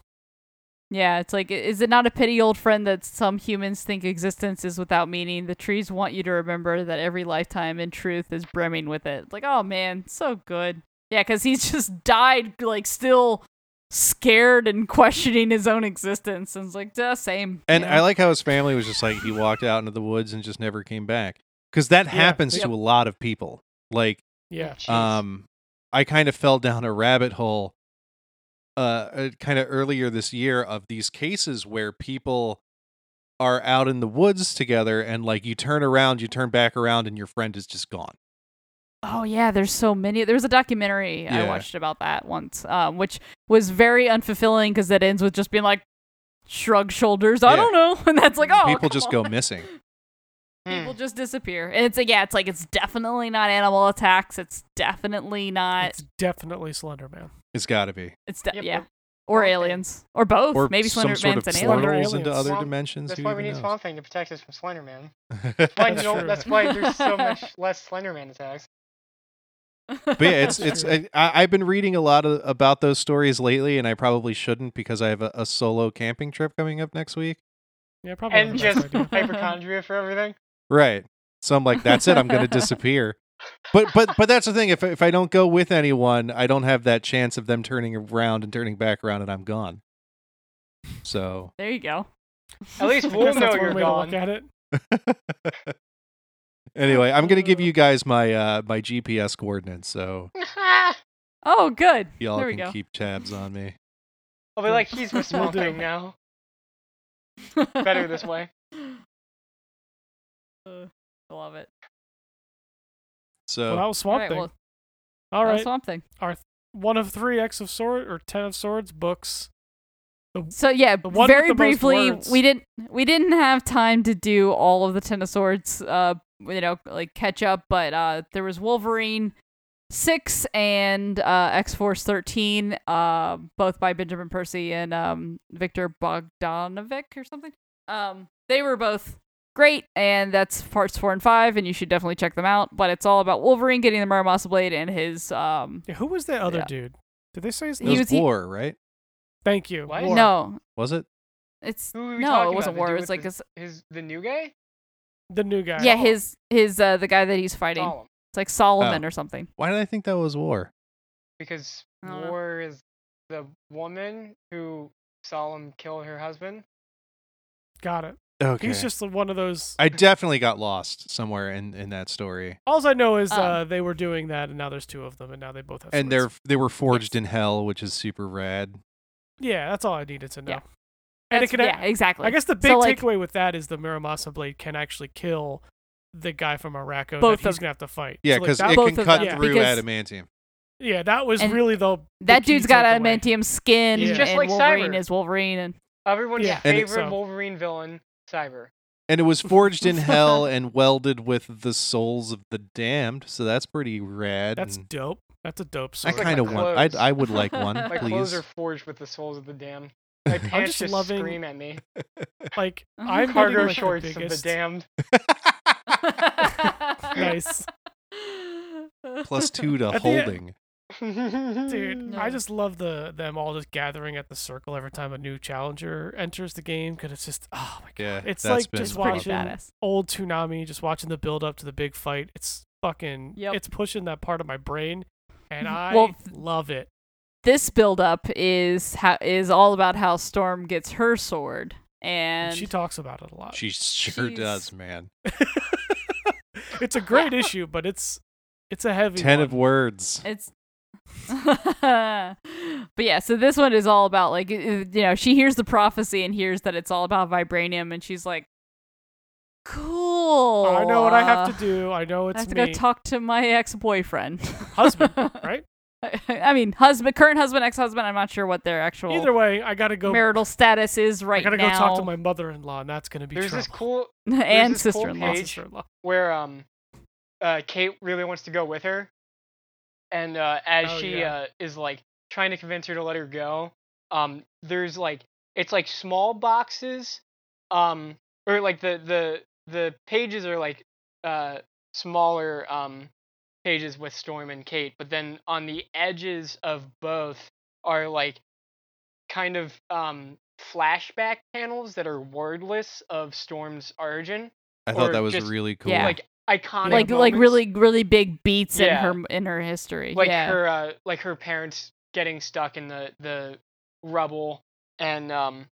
[SPEAKER 3] Yeah, it's like, is it not a pity, old friend, that some humans think existence is without meaning? The trees want you to remember that every lifetime in truth is brimming with it. It's like, oh man, so good. Yeah, because he's just died, like, still scared and questioning his own existence. And it's like, duh, same.
[SPEAKER 2] And
[SPEAKER 3] you
[SPEAKER 2] I
[SPEAKER 3] know?
[SPEAKER 2] like how his family was just like he walked out into the woods and just never came back. Because that
[SPEAKER 4] Yeah.
[SPEAKER 2] happens
[SPEAKER 3] Yep.
[SPEAKER 2] to a lot of people. Like
[SPEAKER 4] Yeah.
[SPEAKER 2] um I kind of fell down a rabbit hole uh, uh kind of earlier this year of these cases where people are out in the woods together and like you turn around, you turn back around and your friend is just gone.
[SPEAKER 3] Oh yeah, there's so many. There was a documentary
[SPEAKER 2] Yeah.
[SPEAKER 3] I watched about that once, um, which was very unfulfilling because it ends with just being like, shrug shoulders. I
[SPEAKER 2] Yeah.
[SPEAKER 3] don't know, and that's like, oh,
[SPEAKER 2] people
[SPEAKER 3] come
[SPEAKER 2] just
[SPEAKER 3] on.
[SPEAKER 2] go missing. Hmm.
[SPEAKER 3] people just disappear and it's like yeah it's like it's definitely not animal attacks it's definitely not it's,
[SPEAKER 4] It's definitely Slender Man.
[SPEAKER 2] It's got to be.
[SPEAKER 3] de-
[SPEAKER 5] Yep,
[SPEAKER 3] yeah
[SPEAKER 5] yep.
[SPEAKER 3] or
[SPEAKER 5] Okay.
[SPEAKER 3] aliens or both
[SPEAKER 2] Or
[SPEAKER 3] maybe
[SPEAKER 2] some
[SPEAKER 3] slender
[SPEAKER 2] sort of
[SPEAKER 3] man's an
[SPEAKER 4] Slender-
[SPEAKER 3] alien
[SPEAKER 2] portals into
[SPEAKER 4] aliens.
[SPEAKER 2] other
[SPEAKER 5] Swamp-
[SPEAKER 2] dimensions.
[SPEAKER 5] That's
[SPEAKER 2] who
[SPEAKER 5] why we
[SPEAKER 2] even
[SPEAKER 5] need
[SPEAKER 2] knows?
[SPEAKER 5] Swamp Thing to protect us from Slender Man. Why
[SPEAKER 2] but
[SPEAKER 4] That's
[SPEAKER 5] don't-
[SPEAKER 4] true.
[SPEAKER 5] that's why there's so much less Slender Man attacks.
[SPEAKER 2] yeah, it's
[SPEAKER 4] That's
[SPEAKER 2] it's. I,
[SPEAKER 4] true.
[SPEAKER 2] I've been reading a lot of, about those stories lately, and I probably shouldn't because I have a, a solo camping trip coming up next week.
[SPEAKER 4] Yeah, probably.
[SPEAKER 5] And
[SPEAKER 4] not the best
[SPEAKER 5] just
[SPEAKER 4] idea.
[SPEAKER 5] hypochondria for everything.
[SPEAKER 2] Right. So I'm like, that's it. I'm going to disappear. But but but that's the thing. If if I don't go with anyone, I don't have that chance of them turning around and turning back around, and I'm gone. So
[SPEAKER 3] there you go
[SPEAKER 5] At least
[SPEAKER 4] I guess
[SPEAKER 5] we'll
[SPEAKER 4] that's
[SPEAKER 5] know
[SPEAKER 4] one
[SPEAKER 5] you're
[SPEAKER 4] way
[SPEAKER 5] gone.
[SPEAKER 4] To look at it.
[SPEAKER 2] anyway, I'm going to give you guys my uh my GPS coordinates, so
[SPEAKER 3] oh good
[SPEAKER 2] y'all
[SPEAKER 3] there we
[SPEAKER 2] can
[SPEAKER 3] go
[SPEAKER 2] keep tabs on me.
[SPEAKER 5] I'll be like, he's with
[SPEAKER 4] We'll
[SPEAKER 5] Swamp
[SPEAKER 4] do.
[SPEAKER 5] Thing now. Better this way.
[SPEAKER 3] Uh, I love it
[SPEAKER 2] So
[SPEAKER 4] Well, that was Swamp
[SPEAKER 3] Alright,
[SPEAKER 4] Thing.
[SPEAKER 3] well,
[SPEAKER 4] All
[SPEAKER 3] that was
[SPEAKER 4] right.
[SPEAKER 3] swamp thing
[SPEAKER 4] One of three X of Swords or Ten of Swords books.
[SPEAKER 3] so yeah
[SPEAKER 4] The one with
[SPEAKER 3] very
[SPEAKER 4] the most
[SPEAKER 3] briefly
[SPEAKER 4] words.
[SPEAKER 3] we didn't we didn't have time to do all of the ten of swords uh you know like catch up but uh there was wolverine Six and uh, X Force 13, uh, both by Benjamin Percy and um, Victor Bogdanovic or something. Um, they were both great, and that's parts four and five, and you should definitely check them out. But it's all about Wolverine getting the Muramasa Blade and his. Um,
[SPEAKER 4] Yeah, who was that other
[SPEAKER 3] Yeah.
[SPEAKER 4] dude? Did they say his
[SPEAKER 3] He
[SPEAKER 2] It
[SPEAKER 4] name?
[SPEAKER 2] was,
[SPEAKER 3] was- e he-
[SPEAKER 2] war, right?
[SPEAKER 4] Thank you.
[SPEAKER 5] What?
[SPEAKER 4] War.
[SPEAKER 3] no,
[SPEAKER 2] Was it?
[SPEAKER 3] it's.
[SPEAKER 5] Who are we
[SPEAKER 3] No,
[SPEAKER 5] talking
[SPEAKER 3] it wasn't
[SPEAKER 5] about? The
[SPEAKER 3] war.
[SPEAKER 5] dude
[SPEAKER 3] It was
[SPEAKER 5] with
[SPEAKER 3] like
[SPEAKER 5] the-
[SPEAKER 3] his,
[SPEAKER 5] His the new guy.
[SPEAKER 4] the new guy.
[SPEAKER 3] yeah, his his uh the guy that he's fighting.
[SPEAKER 5] Gollum.
[SPEAKER 3] It's like
[SPEAKER 2] Oh.
[SPEAKER 3] Solomon or something.
[SPEAKER 2] Why did I think that was war?
[SPEAKER 5] Because
[SPEAKER 3] I don't know.
[SPEAKER 5] War is the woman who saw him kill her husband.
[SPEAKER 4] Got it.
[SPEAKER 2] Okay.
[SPEAKER 4] He's just one of those.
[SPEAKER 2] I definitely got lost somewhere in in that story.
[SPEAKER 4] All I know is
[SPEAKER 3] Um,
[SPEAKER 4] uh, they were doing that, and now there's two of them, and now they both have.
[SPEAKER 2] And
[SPEAKER 4] swords.
[SPEAKER 2] they're they were forged in hell, which is super rad.
[SPEAKER 4] Yeah, that's all I needed to know.
[SPEAKER 3] Yeah.
[SPEAKER 4] And it
[SPEAKER 3] That's-
[SPEAKER 4] can,
[SPEAKER 3] yeah, exactly.
[SPEAKER 4] I guess the
[SPEAKER 3] So,
[SPEAKER 4] big
[SPEAKER 3] like-
[SPEAKER 4] takeaway with that is the Miramasa blade can actually kill the guy from Araco
[SPEAKER 3] Both
[SPEAKER 4] that he's
[SPEAKER 3] of-
[SPEAKER 4] gonna have to fight.
[SPEAKER 2] Yeah,
[SPEAKER 4] So, like,
[SPEAKER 2] because
[SPEAKER 4] that-
[SPEAKER 2] it
[SPEAKER 3] Both
[SPEAKER 2] can
[SPEAKER 3] of
[SPEAKER 2] cut
[SPEAKER 4] them.
[SPEAKER 2] through
[SPEAKER 3] Because-
[SPEAKER 2] adamantium.
[SPEAKER 4] yeah, that was
[SPEAKER 3] and
[SPEAKER 4] really the the
[SPEAKER 3] that
[SPEAKER 4] key
[SPEAKER 3] dude's got
[SPEAKER 4] takeaway.
[SPEAKER 3] adamantium skin,
[SPEAKER 4] He's just
[SPEAKER 3] and
[SPEAKER 5] like
[SPEAKER 3] Wolverine
[SPEAKER 5] Cyber.
[SPEAKER 3] is Wolverine, and
[SPEAKER 5] Everyone's
[SPEAKER 4] Yeah.
[SPEAKER 2] And
[SPEAKER 5] favorite
[SPEAKER 2] it-
[SPEAKER 4] so-
[SPEAKER 5] Wolverine villain, Cyber.
[SPEAKER 2] And it was forged in hell and welded with the souls of the damned. So that's pretty rad.
[SPEAKER 4] That's
[SPEAKER 2] and
[SPEAKER 4] dope. That's a dope
[SPEAKER 2] I
[SPEAKER 4] sword.
[SPEAKER 5] like
[SPEAKER 2] kind of
[SPEAKER 5] my
[SPEAKER 2] want. I'd,
[SPEAKER 5] clothes.
[SPEAKER 2] I would like one,
[SPEAKER 3] My
[SPEAKER 5] My clothes
[SPEAKER 2] please.
[SPEAKER 5] are forged with the souls of the damned. My pants
[SPEAKER 4] just
[SPEAKER 5] just,
[SPEAKER 4] loving-
[SPEAKER 5] scream at me.
[SPEAKER 4] like
[SPEAKER 3] Uh-huh.
[SPEAKER 4] I'm getting,
[SPEAKER 5] Cargo
[SPEAKER 4] like,
[SPEAKER 5] shorts
[SPEAKER 4] the
[SPEAKER 5] of the
[SPEAKER 4] biggest,
[SPEAKER 5] damned.
[SPEAKER 4] Nice,
[SPEAKER 2] Plus two to
[SPEAKER 4] At the-
[SPEAKER 2] holding.
[SPEAKER 4] dude. I
[SPEAKER 3] No.
[SPEAKER 4] just love the them all just gathering at the circle every time a new challenger enters the game because it's just oh my god,
[SPEAKER 2] Yeah,
[SPEAKER 4] it's
[SPEAKER 2] that's
[SPEAKER 4] like
[SPEAKER 2] been
[SPEAKER 4] just
[SPEAKER 3] Pretty
[SPEAKER 4] watching
[SPEAKER 3] badass.
[SPEAKER 4] old Toonami, just watching the build up to the big fight. It's fucking,
[SPEAKER 3] Yep.
[SPEAKER 4] it's pushing that part of my brain, and I
[SPEAKER 3] Well, th-
[SPEAKER 4] love it.
[SPEAKER 3] This build up is how is all about how Storm gets her sword, and
[SPEAKER 4] And she talks about it a lot.
[SPEAKER 2] She sure
[SPEAKER 3] She's-
[SPEAKER 2] does, man.
[SPEAKER 4] it's a great issue, but it's it's a heavy
[SPEAKER 2] Ten
[SPEAKER 4] one.
[SPEAKER 2] of words.
[SPEAKER 3] It's. but yeah, so this one is all about like i- i- you know she hears the prophecy and hears that it's all about vibranium, and she's like, "Cool,
[SPEAKER 4] I know what I
[SPEAKER 3] uh,
[SPEAKER 4] have to do. I know
[SPEAKER 3] I
[SPEAKER 4] it's
[SPEAKER 3] have to
[SPEAKER 4] me,
[SPEAKER 3] go talk to my ex boyfriend,
[SPEAKER 4] husband. Right?
[SPEAKER 3] I mean, husband, current husband, ex husband. I'm not sure what their actual
[SPEAKER 4] Either way, I gotta go.
[SPEAKER 3] marital status is right
[SPEAKER 4] I gotta
[SPEAKER 3] now.
[SPEAKER 4] go talk to my mother-in-law, and that's gonna be
[SPEAKER 5] There's this
[SPEAKER 4] trouble.
[SPEAKER 5] cool
[SPEAKER 3] and
[SPEAKER 5] this cool
[SPEAKER 3] sister-in-law.
[SPEAKER 5] page-
[SPEAKER 4] sister-in-law.
[SPEAKER 5] where um uh Kate really wants to go with her. And uh as
[SPEAKER 4] Oh,
[SPEAKER 5] she
[SPEAKER 4] yeah.
[SPEAKER 5] uh is like trying to convince her to let her go, um there's like it's like small boxes um or like the the the pages are like uh smaller um pages with Storm and Kate, but then on the edges of both are like kind of um flashback panels that are wordless of Storm's origin.
[SPEAKER 2] I thought
[SPEAKER 5] or
[SPEAKER 2] that was
[SPEAKER 5] just-
[SPEAKER 2] really cool.
[SPEAKER 3] Yeah.
[SPEAKER 5] Like iconic
[SPEAKER 3] like like
[SPEAKER 5] moments.
[SPEAKER 3] really really big beats
[SPEAKER 5] Yeah.
[SPEAKER 3] in her in her history.
[SPEAKER 5] like
[SPEAKER 3] yeah,
[SPEAKER 5] her uh, like her parents getting stuck in the the rubble and um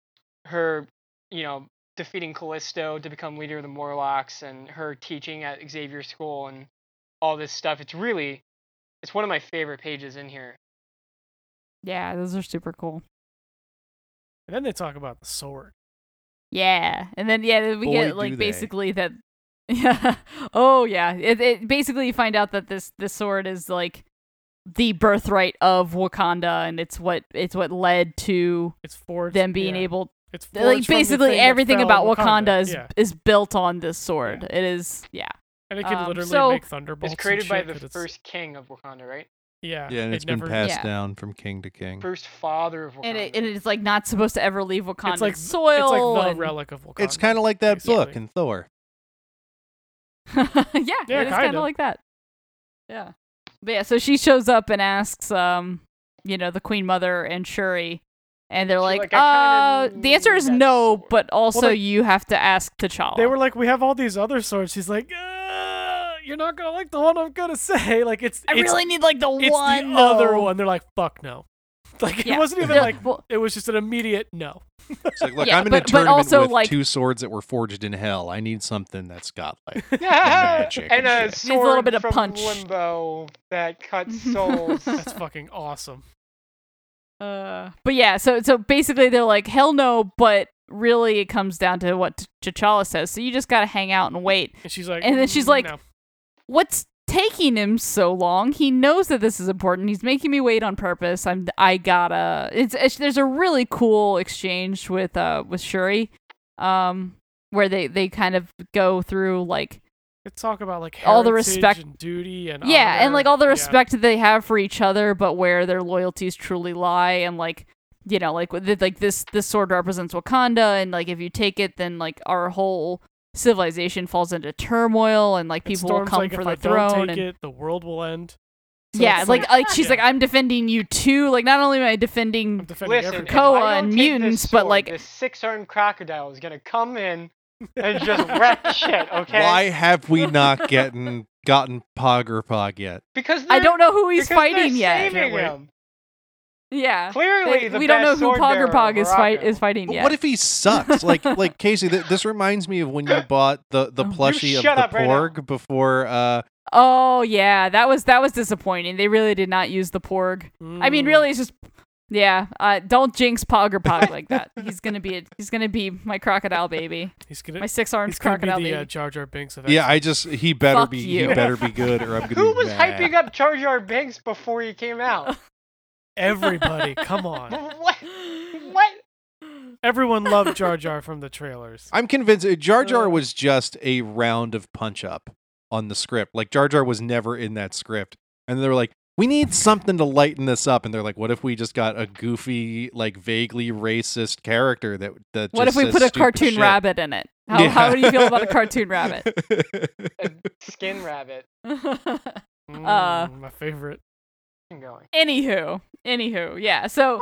[SPEAKER 5] her you know defeating Callisto to become leader of the Morlocks and her teaching at Xavier School and all this stuff. It's really it's one of my favorite pages in here.
[SPEAKER 3] yeah, those are super cool.
[SPEAKER 4] And then they talk about the sword.
[SPEAKER 3] Yeah, and then yeah, then we
[SPEAKER 2] Boy,
[SPEAKER 3] get
[SPEAKER 2] do
[SPEAKER 3] like
[SPEAKER 2] they.
[SPEAKER 3] basically that. Yeah. Oh yeah. It, it basically you find out that this this sword is like the birthright of Wakanda, and it's what it's what led to
[SPEAKER 4] It's forged.
[SPEAKER 3] them being
[SPEAKER 4] yeah.
[SPEAKER 3] able.
[SPEAKER 4] It's forged
[SPEAKER 3] Like
[SPEAKER 4] from the
[SPEAKER 3] basically
[SPEAKER 4] thing that
[SPEAKER 3] everything
[SPEAKER 4] fell
[SPEAKER 3] about
[SPEAKER 4] in
[SPEAKER 3] Wakanda, is
[SPEAKER 4] Yeah.
[SPEAKER 3] is built on this sword. It is yeah.
[SPEAKER 4] and it can
[SPEAKER 3] um,
[SPEAKER 4] literally
[SPEAKER 3] so-
[SPEAKER 4] make thunderbolts.
[SPEAKER 5] It's
[SPEAKER 4] and
[SPEAKER 5] created by
[SPEAKER 4] shit
[SPEAKER 5] the
[SPEAKER 4] 'cause it's-
[SPEAKER 5] first king of Wakanda, right?
[SPEAKER 4] Yeah,
[SPEAKER 2] Yeah, and
[SPEAKER 4] it
[SPEAKER 2] it's been
[SPEAKER 4] never-
[SPEAKER 2] passed
[SPEAKER 3] Yeah.
[SPEAKER 2] down from king to king.
[SPEAKER 5] First father of Wakanda.
[SPEAKER 3] And it, and it's like not supposed to ever leave Wakanda
[SPEAKER 4] It's like
[SPEAKER 3] soil.
[SPEAKER 4] It's like the
[SPEAKER 3] and-
[SPEAKER 4] relic of Wakanda.
[SPEAKER 2] It's kind of like that book
[SPEAKER 4] basically.
[SPEAKER 2] in Thor.
[SPEAKER 3] yeah,
[SPEAKER 4] Yeah,
[SPEAKER 3] it's kind
[SPEAKER 4] kinda.
[SPEAKER 3] of like that. Yeah. But yeah, so she shows up and asks, um, you know, the Queen Mother and Shuri, and they're
[SPEAKER 5] She's
[SPEAKER 3] like,
[SPEAKER 5] like, "I
[SPEAKER 3] uh,
[SPEAKER 5] kinda
[SPEAKER 3] the answer
[SPEAKER 5] need
[SPEAKER 3] is
[SPEAKER 5] that
[SPEAKER 3] no,
[SPEAKER 5] sword."
[SPEAKER 3] but also
[SPEAKER 4] like,
[SPEAKER 3] you have to ask T'Challa.
[SPEAKER 4] They were like, we have all these other swords. She's like, "Uh, you're not gonna like the one I'm gonna say. Like it's
[SPEAKER 3] I
[SPEAKER 4] it's,
[SPEAKER 3] really need like the
[SPEAKER 4] it's
[SPEAKER 3] one
[SPEAKER 4] the other
[SPEAKER 3] though."
[SPEAKER 4] one. They're like, fuck no. Like
[SPEAKER 3] Yeah.
[SPEAKER 4] it wasn't even
[SPEAKER 3] They're
[SPEAKER 4] like
[SPEAKER 3] well,
[SPEAKER 4] it was just an immediate no.
[SPEAKER 2] It's like, look,
[SPEAKER 3] Yeah,
[SPEAKER 2] I'm in a
[SPEAKER 3] but- but
[SPEAKER 2] tournament
[SPEAKER 3] also,
[SPEAKER 2] with
[SPEAKER 3] like-
[SPEAKER 2] two swords that were forged in hell. I need something that's got like
[SPEAKER 5] yeah,
[SPEAKER 2] magic
[SPEAKER 5] and
[SPEAKER 2] and shit.
[SPEAKER 5] a
[SPEAKER 3] Needs a little
[SPEAKER 5] sword
[SPEAKER 3] bit of
[SPEAKER 5] from
[SPEAKER 3] punch.
[SPEAKER 5] Limbo that cuts souls.
[SPEAKER 4] That's fucking awesome.
[SPEAKER 3] Uh, but yeah, so so basically they're like, hell no, but really it comes down to what T- T'Challa says. So you just gotta hang out and wait.
[SPEAKER 4] And she's like,
[SPEAKER 3] And then she's
[SPEAKER 4] "Mm,
[SPEAKER 3] like-
[SPEAKER 4] no."
[SPEAKER 3] what's taking him so long he knows that this is important he's making me wait on purpose i'm i gotta it's, it's there's a really cool exchange with uh with shuri um where they they kind of go through like
[SPEAKER 4] It's talk about like
[SPEAKER 3] All the
[SPEAKER 4] heritage
[SPEAKER 3] respect-
[SPEAKER 4] and duty and
[SPEAKER 3] yeah, and
[SPEAKER 4] honor.
[SPEAKER 3] like all the
[SPEAKER 4] Yeah.
[SPEAKER 3] respect that they have for each other, but where their loyalties truly lie, and like you know, like with the, like this this sword represents Wakanda, and like if you take it, then like our whole civilization falls into turmoil, and like
[SPEAKER 4] And
[SPEAKER 3] people will
[SPEAKER 4] Storm's
[SPEAKER 3] come
[SPEAKER 4] like,
[SPEAKER 3] for
[SPEAKER 4] if
[SPEAKER 3] the
[SPEAKER 4] I
[SPEAKER 3] throne.
[SPEAKER 4] Don't take
[SPEAKER 3] and
[SPEAKER 4] it, the world will end. So
[SPEAKER 3] yeah,
[SPEAKER 4] it's
[SPEAKER 3] like like she's
[SPEAKER 4] yeah.
[SPEAKER 3] like I'm defending you too. Like not only am I
[SPEAKER 4] I'm
[SPEAKER 3] defending
[SPEAKER 4] defending
[SPEAKER 5] Listen,
[SPEAKER 4] everything.
[SPEAKER 5] if I
[SPEAKER 3] Krakoa
[SPEAKER 5] don't
[SPEAKER 3] and
[SPEAKER 5] take this
[SPEAKER 3] mutants, but,
[SPEAKER 5] sword,
[SPEAKER 3] like-
[SPEAKER 5] this six-armed crocodile is gonna come in and just wreck shit. Okay?
[SPEAKER 2] Why have we not gotten gotten Pog or Pog yet?
[SPEAKER 5] Because
[SPEAKER 3] I
[SPEAKER 5] they're-
[SPEAKER 3] don't know who he's
[SPEAKER 5] because they're
[SPEAKER 3] fighting yet.
[SPEAKER 5] saving
[SPEAKER 4] Can't wait.
[SPEAKER 5] him.
[SPEAKER 3] Yeah,
[SPEAKER 5] Clearly,
[SPEAKER 3] They-
[SPEAKER 5] the
[SPEAKER 3] we don't know
[SPEAKER 5] best
[SPEAKER 3] who
[SPEAKER 5] sword
[SPEAKER 3] Pog or
[SPEAKER 5] bearer
[SPEAKER 3] Pog
[SPEAKER 5] of
[SPEAKER 3] is fight
[SPEAKER 5] Morocco.
[SPEAKER 3] is fighting
[SPEAKER 2] But
[SPEAKER 3] yet.
[SPEAKER 2] what if he sucks? like like Casey, th- this reminds me of when you bought the the
[SPEAKER 3] Oh. You
[SPEAKER 2] plushie of
[SPEAKER 5] shut
[SPEAKER 2] the
[SPEAKER 5] up right now.
[SPEAKER 2] Porg before. Uh,
[SPEAKER 3] oh yeah, that was that was disappointing. They really did not use the Porg. I mean,
[SPEAKER 4] Mm.
[SPEAKER 3] really, it's just yeah. Uh, don't jinx Pog or Pog like that. He's gonna be a, he's gonna be my crocodile baby,
[SPEAKER 4] he's gonna
[SPEAKER 3] my six armed
[SPEAKER 4] he's gonna
[SPEAKER 3] crocodile
[SPEAKER 4] be the uh,
[SPEAKER 3] baby.
[SPEAKER 4] Jar Jar Binks of
[SPEAKER 2] yeah,
[SPEAKER 4] X-Men.
[SPEAKER 2] I just he better
[SPEAKER 3] Fuck
[SPEAKER 2] be
[SPEAKER 3] you.
[SPEAKER 2] he better be good, or I'm gonna.
[SPEAKER 5] Who
[SPEAKER 2] be
[SPEAKER 5] was
[SPEAKER 2] mad.
[SPEAKER 5] hyping up Jar Jar Binks before he came out?
[SPEAKER 4] everybody. Come on,
[SPEAKER 5] what? What?
[SPEAKER 4] everyone loved Jar Jar from the trailers.
[SPEAKER 2] I'm convinced uh, Jar Jar
[SPEAKER 4] Uh.
[SPEAKER 2] was just a round of punch up on the script. Like Jar Jar was never in that script, and they were like, "We need something to lighten this up." And they're like, "What if we just got a goofy, like vaguely racist character that that?"
[SPEAKER 3] What if
[SPEAKER 2] just
[SPEAKER 3] we
[SPEAKER 2] says
[SPEAKER 3] put a
[SPEAKER 2] stupid
[SPEAKER 3] cartoon
[SPEAKER 2] shit?"
[SPEAKER 3] rabbit in it? How
[SPEAKER 2] Yeah.
[SPEAKER 3] how do you feel about a cartoon rabbit?
[SPEAKER 5] A skin rabbit.
[SPEAKER 3] Uh,
[SPEAKER 4] Mm, my favorite.
[SPEAKER 5] I'm going.
[SPEAKER 3] anywho, anywho, yeah. So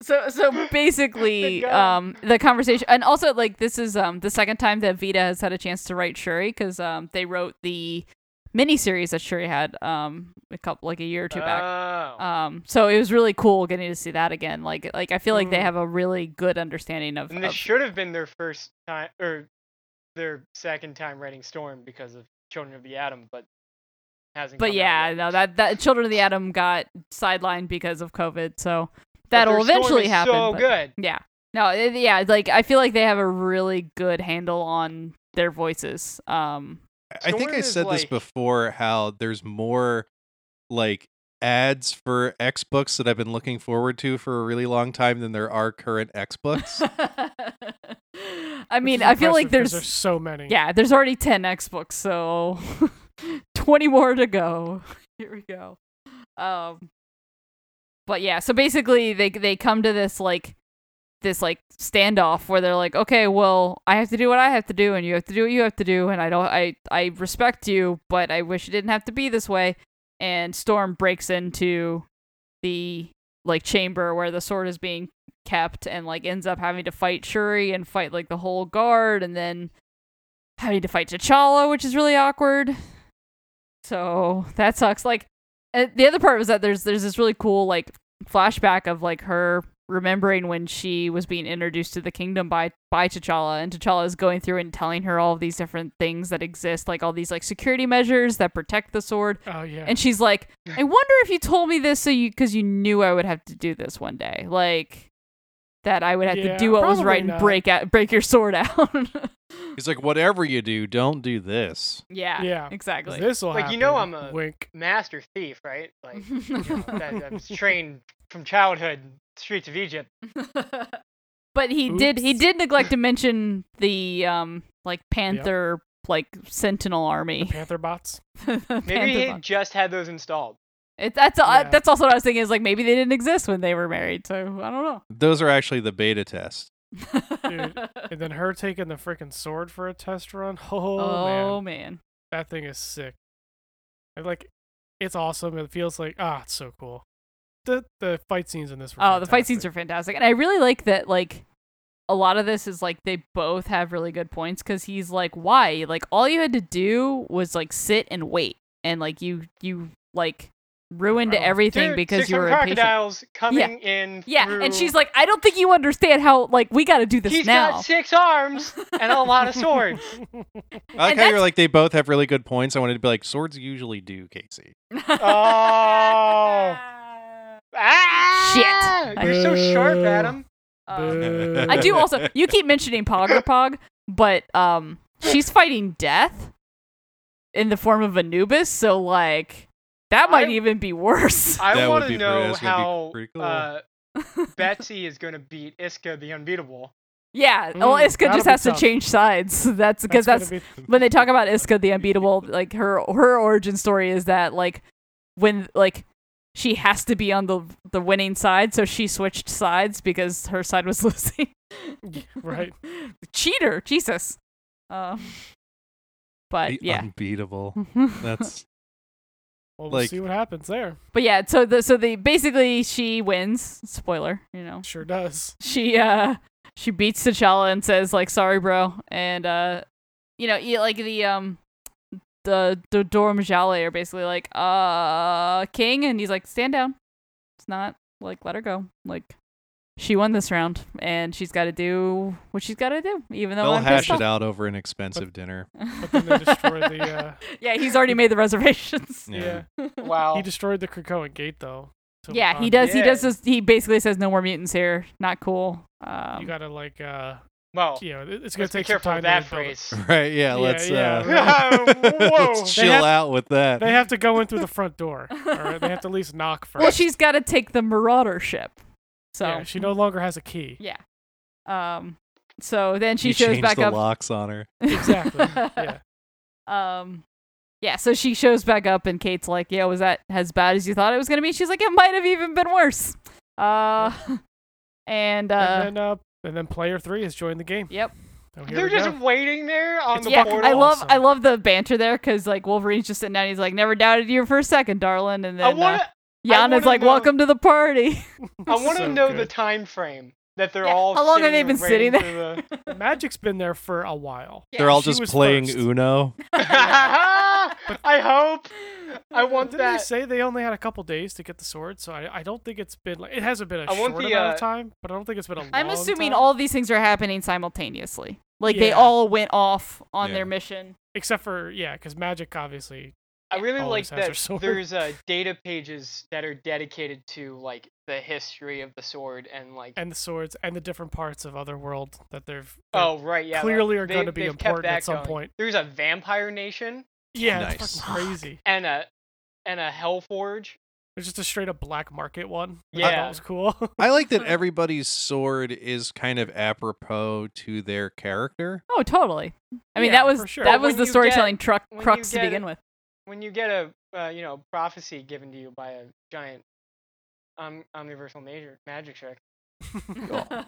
[SPEAKER 3] so so basically,
[SPEAKER 5] Good God.
[SPEAKER 3] um, the conversation, and also like this is um the second time that Vita has had a chance to write Shuri because um they wrote the miniseries that Shuri had um a couple like a year or two back.
[SPEAKER 5] Oh.
[SPEAKER 3] Um, so it was really cool getting to see that again. Like, like I feel like they
[SPEAKER 4] Mm.
[SPEAKER 3] have a really good understanding of.
[SPEAKER 5] and this
[SPEAKER 3] of-
[SPEAKER 5] should have been their first time or their second time writing Storm because of Children of the Atom, but hasn't.
[SPEAKER 3] but
[SPEAKER 5] come out
[SPEAKER 3] yeah,
[SPEAKER 5] yet.
[SPEAKER 3] no, that that Children of the Atom got sidelined because of COVID, so
[SPEAKER 5] But their
[SPEAKER 3] that'll
[SPEAKER 5] Storm
[SPEAKER 3] eventually
[SPEAKER 5] is
[SPEAKER 3] happen.
[SPEAKER 5] So
[SPEAKER 3] but-
[SPEAKER 5] good.
[SPEAKER 3] Yeah, no, it- yeah, like I feel like they have a really good handle on their voices. Um,
[SPEAKER 2] I think
[SPEAKER 5] Storm
[SPEAKER 2] I
[SPEAKER 5] is
[SPEAKER 2] said this
[SPEAKER 5] like-
[SPEAKER 2] before how there's more like ads for X books that I've been looking forward to for a really long time than there are current X books.
[SPEAKER 3] I
[SPEAKER 4] Which
[SPEAKER 3] mean,
[SPEAKER 4] is
[SPEAKER 3] I feel like
[SPEAKER 4] impressive 'cause
[SPEAKER 3] there's,
[SPEAKER 4] there's so many.
[SPEAKER 3] yeah, there's already ten X books, so twenty more to go. Here we go. Um, but yeah, so basically they they come to this like this like standoff where they're like, okay, well, I have to do what I have to do, and you have to do what you have to do, and I don't, I I respect you, but I wish it didn't have to be this way. And Storm breaks into the like chamber where the sword is being kept, and like ends up having to fight Shuri and fight like the whole guard, and then having to fight T'Challa, which is really awkward. So that sucks. Like and the other part was that there's there's this really cool like flashback of like her remembering when she was being introduced to the kingdom by by T'Challa and T'Challa is going through and telling her all of these different things that exist like all these like security measures that protect the sword
[SPEAKER 4] Oh yeah.
[SPEAKER 3] and she's like I wonder if you told me this so you cuz you knew I would have to do this one day like that I would have
[SPEAKER 4] Yeah,
[SPEAKER 3] to do what was
[SPEAKER 4] probably
[SPEAKER 3] right
[SPEAKER 4] not.
[SPEAKER 3] and break out break your sword out
[SPEAKER 2] He's like, whatever you do, don't do this.
[SPEAKER 3] yeah
[SPEAKER 4] Yeah.
[SPEAKER 3] exactly
[SPEAKER 4] This will
[SPEAKER 5] Like, you know
[SPEAKER 4] happen.
[SPEAKER 5] I'm a-
[SPEAKER 4] wink.
[SPEAKER 5] Master thief, right? Like you know, that, I was trained from childhood, streets of Egypt.
[SPEAKER 3] but he did he
[SPEAKER 4] Oops.
[SPEAKER 3] did neglect to mention the um like panther like sentinel
[SPEAKER 4] The
[SPEAKER 3] army
[SPEAKER 4] Panther bots.
[SPEAKER 3] Panther
[SPEAKER 5] Maybe he
[SPEAKER 3] box.
[SPEAKER 5] just had those installed.
[SPEAKER 3] it, that's uh,
[SPEAKER 4] Yeah.
[SPEAKER 3] that's also what i was thinking is like maybe they didn't exist when they were married so i don't know
[SPEAKER 2] Those are actually the beta test.
[SPEAKER 4] Dude, And then her taking the freaking sword for a test run. Oh,
[SPEAKER 3] oh
[SPEAKER 4] man,
[SPEAKER 3] man,
[SPEAKER 4] that thing is sick. And like, it's awesome. It feels like ah, it's so cool. The the fight scenes in this. Were
[SPEAKER 3] oh the fight scenes are fantastic and i really like that like a lot of this is like they both have really good points because he's like why like all you had to do was like sit and wait and like you you like ruined
[SPEAKER 4] Oh,
[SPEAKER 3] everything
[SPEAKER 5] Dude,
[SPEAKER 3] because you
[SPEAKER 5] 600
[SPEAKER 3] were impatient
[SPEAKER 5] crocodiles coming in.
[SPEAKER 3] Yeah,
[SPEAKER 5] through...
[SPEAKER 3] and she's like, I don't think you understand how like we got to do this
[SPEAKER 5] He's
[SPEAKER 3] now.
[SPEAKER 5] got six arms and a lot of swords.
[SPEAKER 2] I like
[SPEAKER 3] And
[SPEAKER 2] how you're
[SPEAKER 3] that's-
[SPEAKER 2] like, they both have really good points. I wanted to be like, swords usually do, Casey.
[SPEAKER 5] Oh. Ah! You're so sharp,
[SPEAKER 2] Uh,
[SPEAKER 4] Boo.
[SPEAKER 5] Adam.
[SPEAKER 3] Um, I do also. You keep mentioning Pog or Pog, but um, she's fighting death in the form of Anubis. So like, that might
[SPEAKER 5] I-
[SPEAKER 3] even be worse.
[SPEAKER 5] I
[SPEAKER 2] That would
[SPEAKER 5] want
[SPEAKER 2] be pretty-
[SPEAKER 5] to know
[SPEAKER 2] that's gonna be
[SPEAKER 5] how
[SPEAKER 2] pretty cool.
[SPEAKER 5] uh, Betsy is going to beat Iska the Unbeatable.
[SPEAKER 3] Yeah, well, Iska
[SPEAKER 4] Mm,
[SPEAKER 3] just
[SPEAKER 4] that'll be
[SPEAKER 3] has to
[SPEAKER 4] tough.
[SPEAKER 3] change sides. That's because
[SPEAKER 4] gonna
[SPEAKER 3] that's,
[SPEAKER 4] be-
[SPEAKER 3] when they talk about Iska the unbeatable. Like her her origin story is that like when like she has to be on the the winning side, so she switched sides because her side was losing.
[SPEAKER 4] right.
[SPEAKER 3] Cheater, Jesus. Um, but
[SPEAKER 2] The
[SPEAKER 3] yeah.
[SPEAKER 2] unbeatable. That's
[SPEAKER 4] Well, we'll
[SPEAKER 2] Like-
[SPEAKER 4] see what happens there.
[SPEAKER 3] But yeah, so the so the basically she wins. Spoiler, you know.
[SPEAKER 4] Sure does.
[SPEAKER 3] She uh she beats T'Challa and says like sorry bro and uh you know yeah, like the um the the Dora Majale are basically like uh king and he's like stand down. It's not like let her go. Like she won this round and she's got to do what she's got to do even though
[SPEAKER 2] they'll
[SPEAKER 3] I'm
[SPEAKER 2] hash
[SPEAKER 3] pissed
[SPEAKER 2] it
[SPEAKER 3] off.
[SPEAKER 2] out over an expensive dinner.
[SPEAKER 4] But then they destroy the. Uh,
[SPEAKER 3] yeah, he's already made the reservations.
[SPEAKER 2] Yeah.
[SPEAKER 4] yeah.
[SPEAKER 5] Wow.
[SPEAKER 4] He destroyed the Krakoan gate though. So,
[SPEAKER 3] Yeah, he
[SPEAKER 4] um,
[SPEAKER 3] does. He
[SPEAKER 5] yeah.
[SPEAKER 3] does. This, he basically says no more mutants here. Not cool. Um,
[SPEAKER 4] You gotta like. Uh,
[SPEAKER 5] Well,
[SPEAKER 4] you know, it- it's gonna
[SPEAKER 5] let's be
[SPEAKER 4] take some
[SPEAKER 5] careful
[SPEAKER 4] time.
[SPEAKER 5] with
[SPEAKER 4] to
[SPEAKER 5] that
[SPEAKER 4] rebuild it.
[SPEAKER 5] phrase.
[SPEAKER 2] Right? Yeah.
[SPEAKER 4] Yeah,
[SPEAKER 2] let's
[SPEAKER 4] yeah,
[SPEAKER 2] uh,
[SPEAKER 5] Whoa.
[SPEAKER 2] let's
[SPEAKER 4] They
[SPEAKER 2] chill
[SPEAKER 4] have-
[SPEAKER 2] out with that.
[SPEAKER 4] They have to go in through the front door. All right, they have to at least knock first.
[SPEAKER 3] well, she's got to take the Marauder ship. So
[SPEAKER 4] Yeah, she no longer has a key.
[SPEAKER 3] Yeah. Um. So then she
[SPEAKER 2] He
[SPEAKER 3] shows
[SPEAKER 2] changed
[SPEAKER 3] back
[SPEAKER 2] the
[SPEAKER 3] up.
[SPEAKER 2] locks on her.
[SPEAKER 4] Exactly. Yeah.
[SPEAKER 3] Um. Yeah. So she shows back up, and Kate's like, "Yeah, was that as bad as you thought it was gonna be?" She's like, "It might have even been worse." Uh. And uh.
[SPEAKER 4] and then, uh, and then player three has joined the game.
[SPEAKER 3] Yep.
[SPEAKER 4] So here
[SPEAKER 5] They're
[SPEAKER 4] we
[SPEAKER 5] just
[SPEAKER 4] go.
[SPEAKER 5] waiting there on
[SPEAKER 4] It's
[SPEAKER 5] the
[SPEAKER 3] Yeah,
[SPEAKER 5] portal.
[SPEAKER 3] I love I
[SPEAKER 4] awesome.
[SPEAKER 3] love the banter there because like Wolverine's just sitting down. He's like, "Never doubted you for a second, darling." And then
[SPEAKER 5] I
[SPEAKER 3] uh,
[SPEAKER 5] want to.
[SPEAKER 3] Yana's
[SPEAKER 5] wanna
[SPEAKER 3] like,
[SPEAKER 5] know-
[SPEAKER 3] "Welcome to the party."
[SPEAKER 5] I want to
[SPEAKER 4] So
[SPEAKER 5] know the
[SPEAKER 4] good.
[SPEAKER 5] time frame that they're
[SPEAKER 3] Yeah,
[SPEAKER 5] all.
[SPEAKER 3] how long have
[SPEAKER 5] sitting
[SPEAKER 3] they
[SPEAKER 5] and
[SPEAKER 3] been sitting
[SPEAKER 5] waiting for
[SPEAKER 4] Magic's been there for a while.
[SPEAKER 2] They're all
[SPEAKER 4] she
[SPEAKER 2] just
[SPEAKER 4] was
[SPEAKER 2] playing
[SPEAKER 4] first.
[SPEAKER 2] Uno.
[SPEAKER 5] the- I hope. I want
[SPEAKER 4] Didn't they
[SPEAKER 5] that.
[SPEAKER 4] say they only had a couple days to get the sword? So I, I don't think it's been like it hasn't been a
[SPEAKER 5] I
[SPEAKER 4] short
[SPEAKER 5] want the,
[SPEAKER 4] amount
[SPEAKER 5] uh,
[SPEAKER 4] of time, but I don't think it's been a long.
[SPEAKER 3] I'm assuming
[SPEAKER 4] time.
[SPEAKER 3] all these things are happening simultaneously. Like they
[SPEAKER 4] Yeah.
[SPEAKER 3] all went off on
[SPEAKER 2] Yeah.
[SPEAKER 3] their mission.
[SPEAKER 4] except for yeah, because Magic obviously
[SPEAKER 5] I really like
[SPEAKER 4] Always has her
[SPEAKER 5] that
[SPEAKER 4] sword.
[SPEAKER 5] there's uh, data pages that are dedicated to like the history of the sword and like.
[SPEAKER 4] and the swords and the different parts of Otherworld that they've they're-
[SPEAKER 5] oh right, yeah. that-
[SPEAKER 4] clearly are
[SPEAKER 5] they-
[SPEAKER 4] gonna be
[SPEAKER 5] they've kept
[SPEAKER 4] important at
[SPEAKER 5] that
[SPEAKER 4] some
[SPEAKER 5] going.
[SPEAKER 4] point.
[SPEAKER 5] There's a vampire nation
[SPEAKER 4] yeah,
[SPEAKER 2] Nice.
[SPEAKER 4] it's fucking crazy.
[SPEAKER 5] and a and a hellforge.
[SPEAKER 4] There's just a straight up black market one. which I
[SPEAKER 5] Yeah.
[SPEAKER 4] thought was cool.
[SPEAKER 2] I like that everybody's sword is kind of apropos to their character.
[SPEAKER 3] Oh, totally. I mean,
[SPEAKER 4] Yeah,
[SPEAKER 3] that was
[SPEAKER 4] for sure.
[SPEAKER 3] that
[SPEAKER 5] But
[SPEAKER 3] was
[SPEAKER 5] when
[SPEAKER 3] the
[SPEAKER 5] you
[SPEAKER 3] storytelling truck
[SPEAKER 5] when you
[SPEAKER 3] crux to
[SPEAKER 5] get
[SPEAKER 3] begin
[SPEAKER 5] it-
[SPEAKER 3] with.
[SPEAKER 5] When you get a uh, you know prophecy given to you by a giant um, omniversal major magic trick,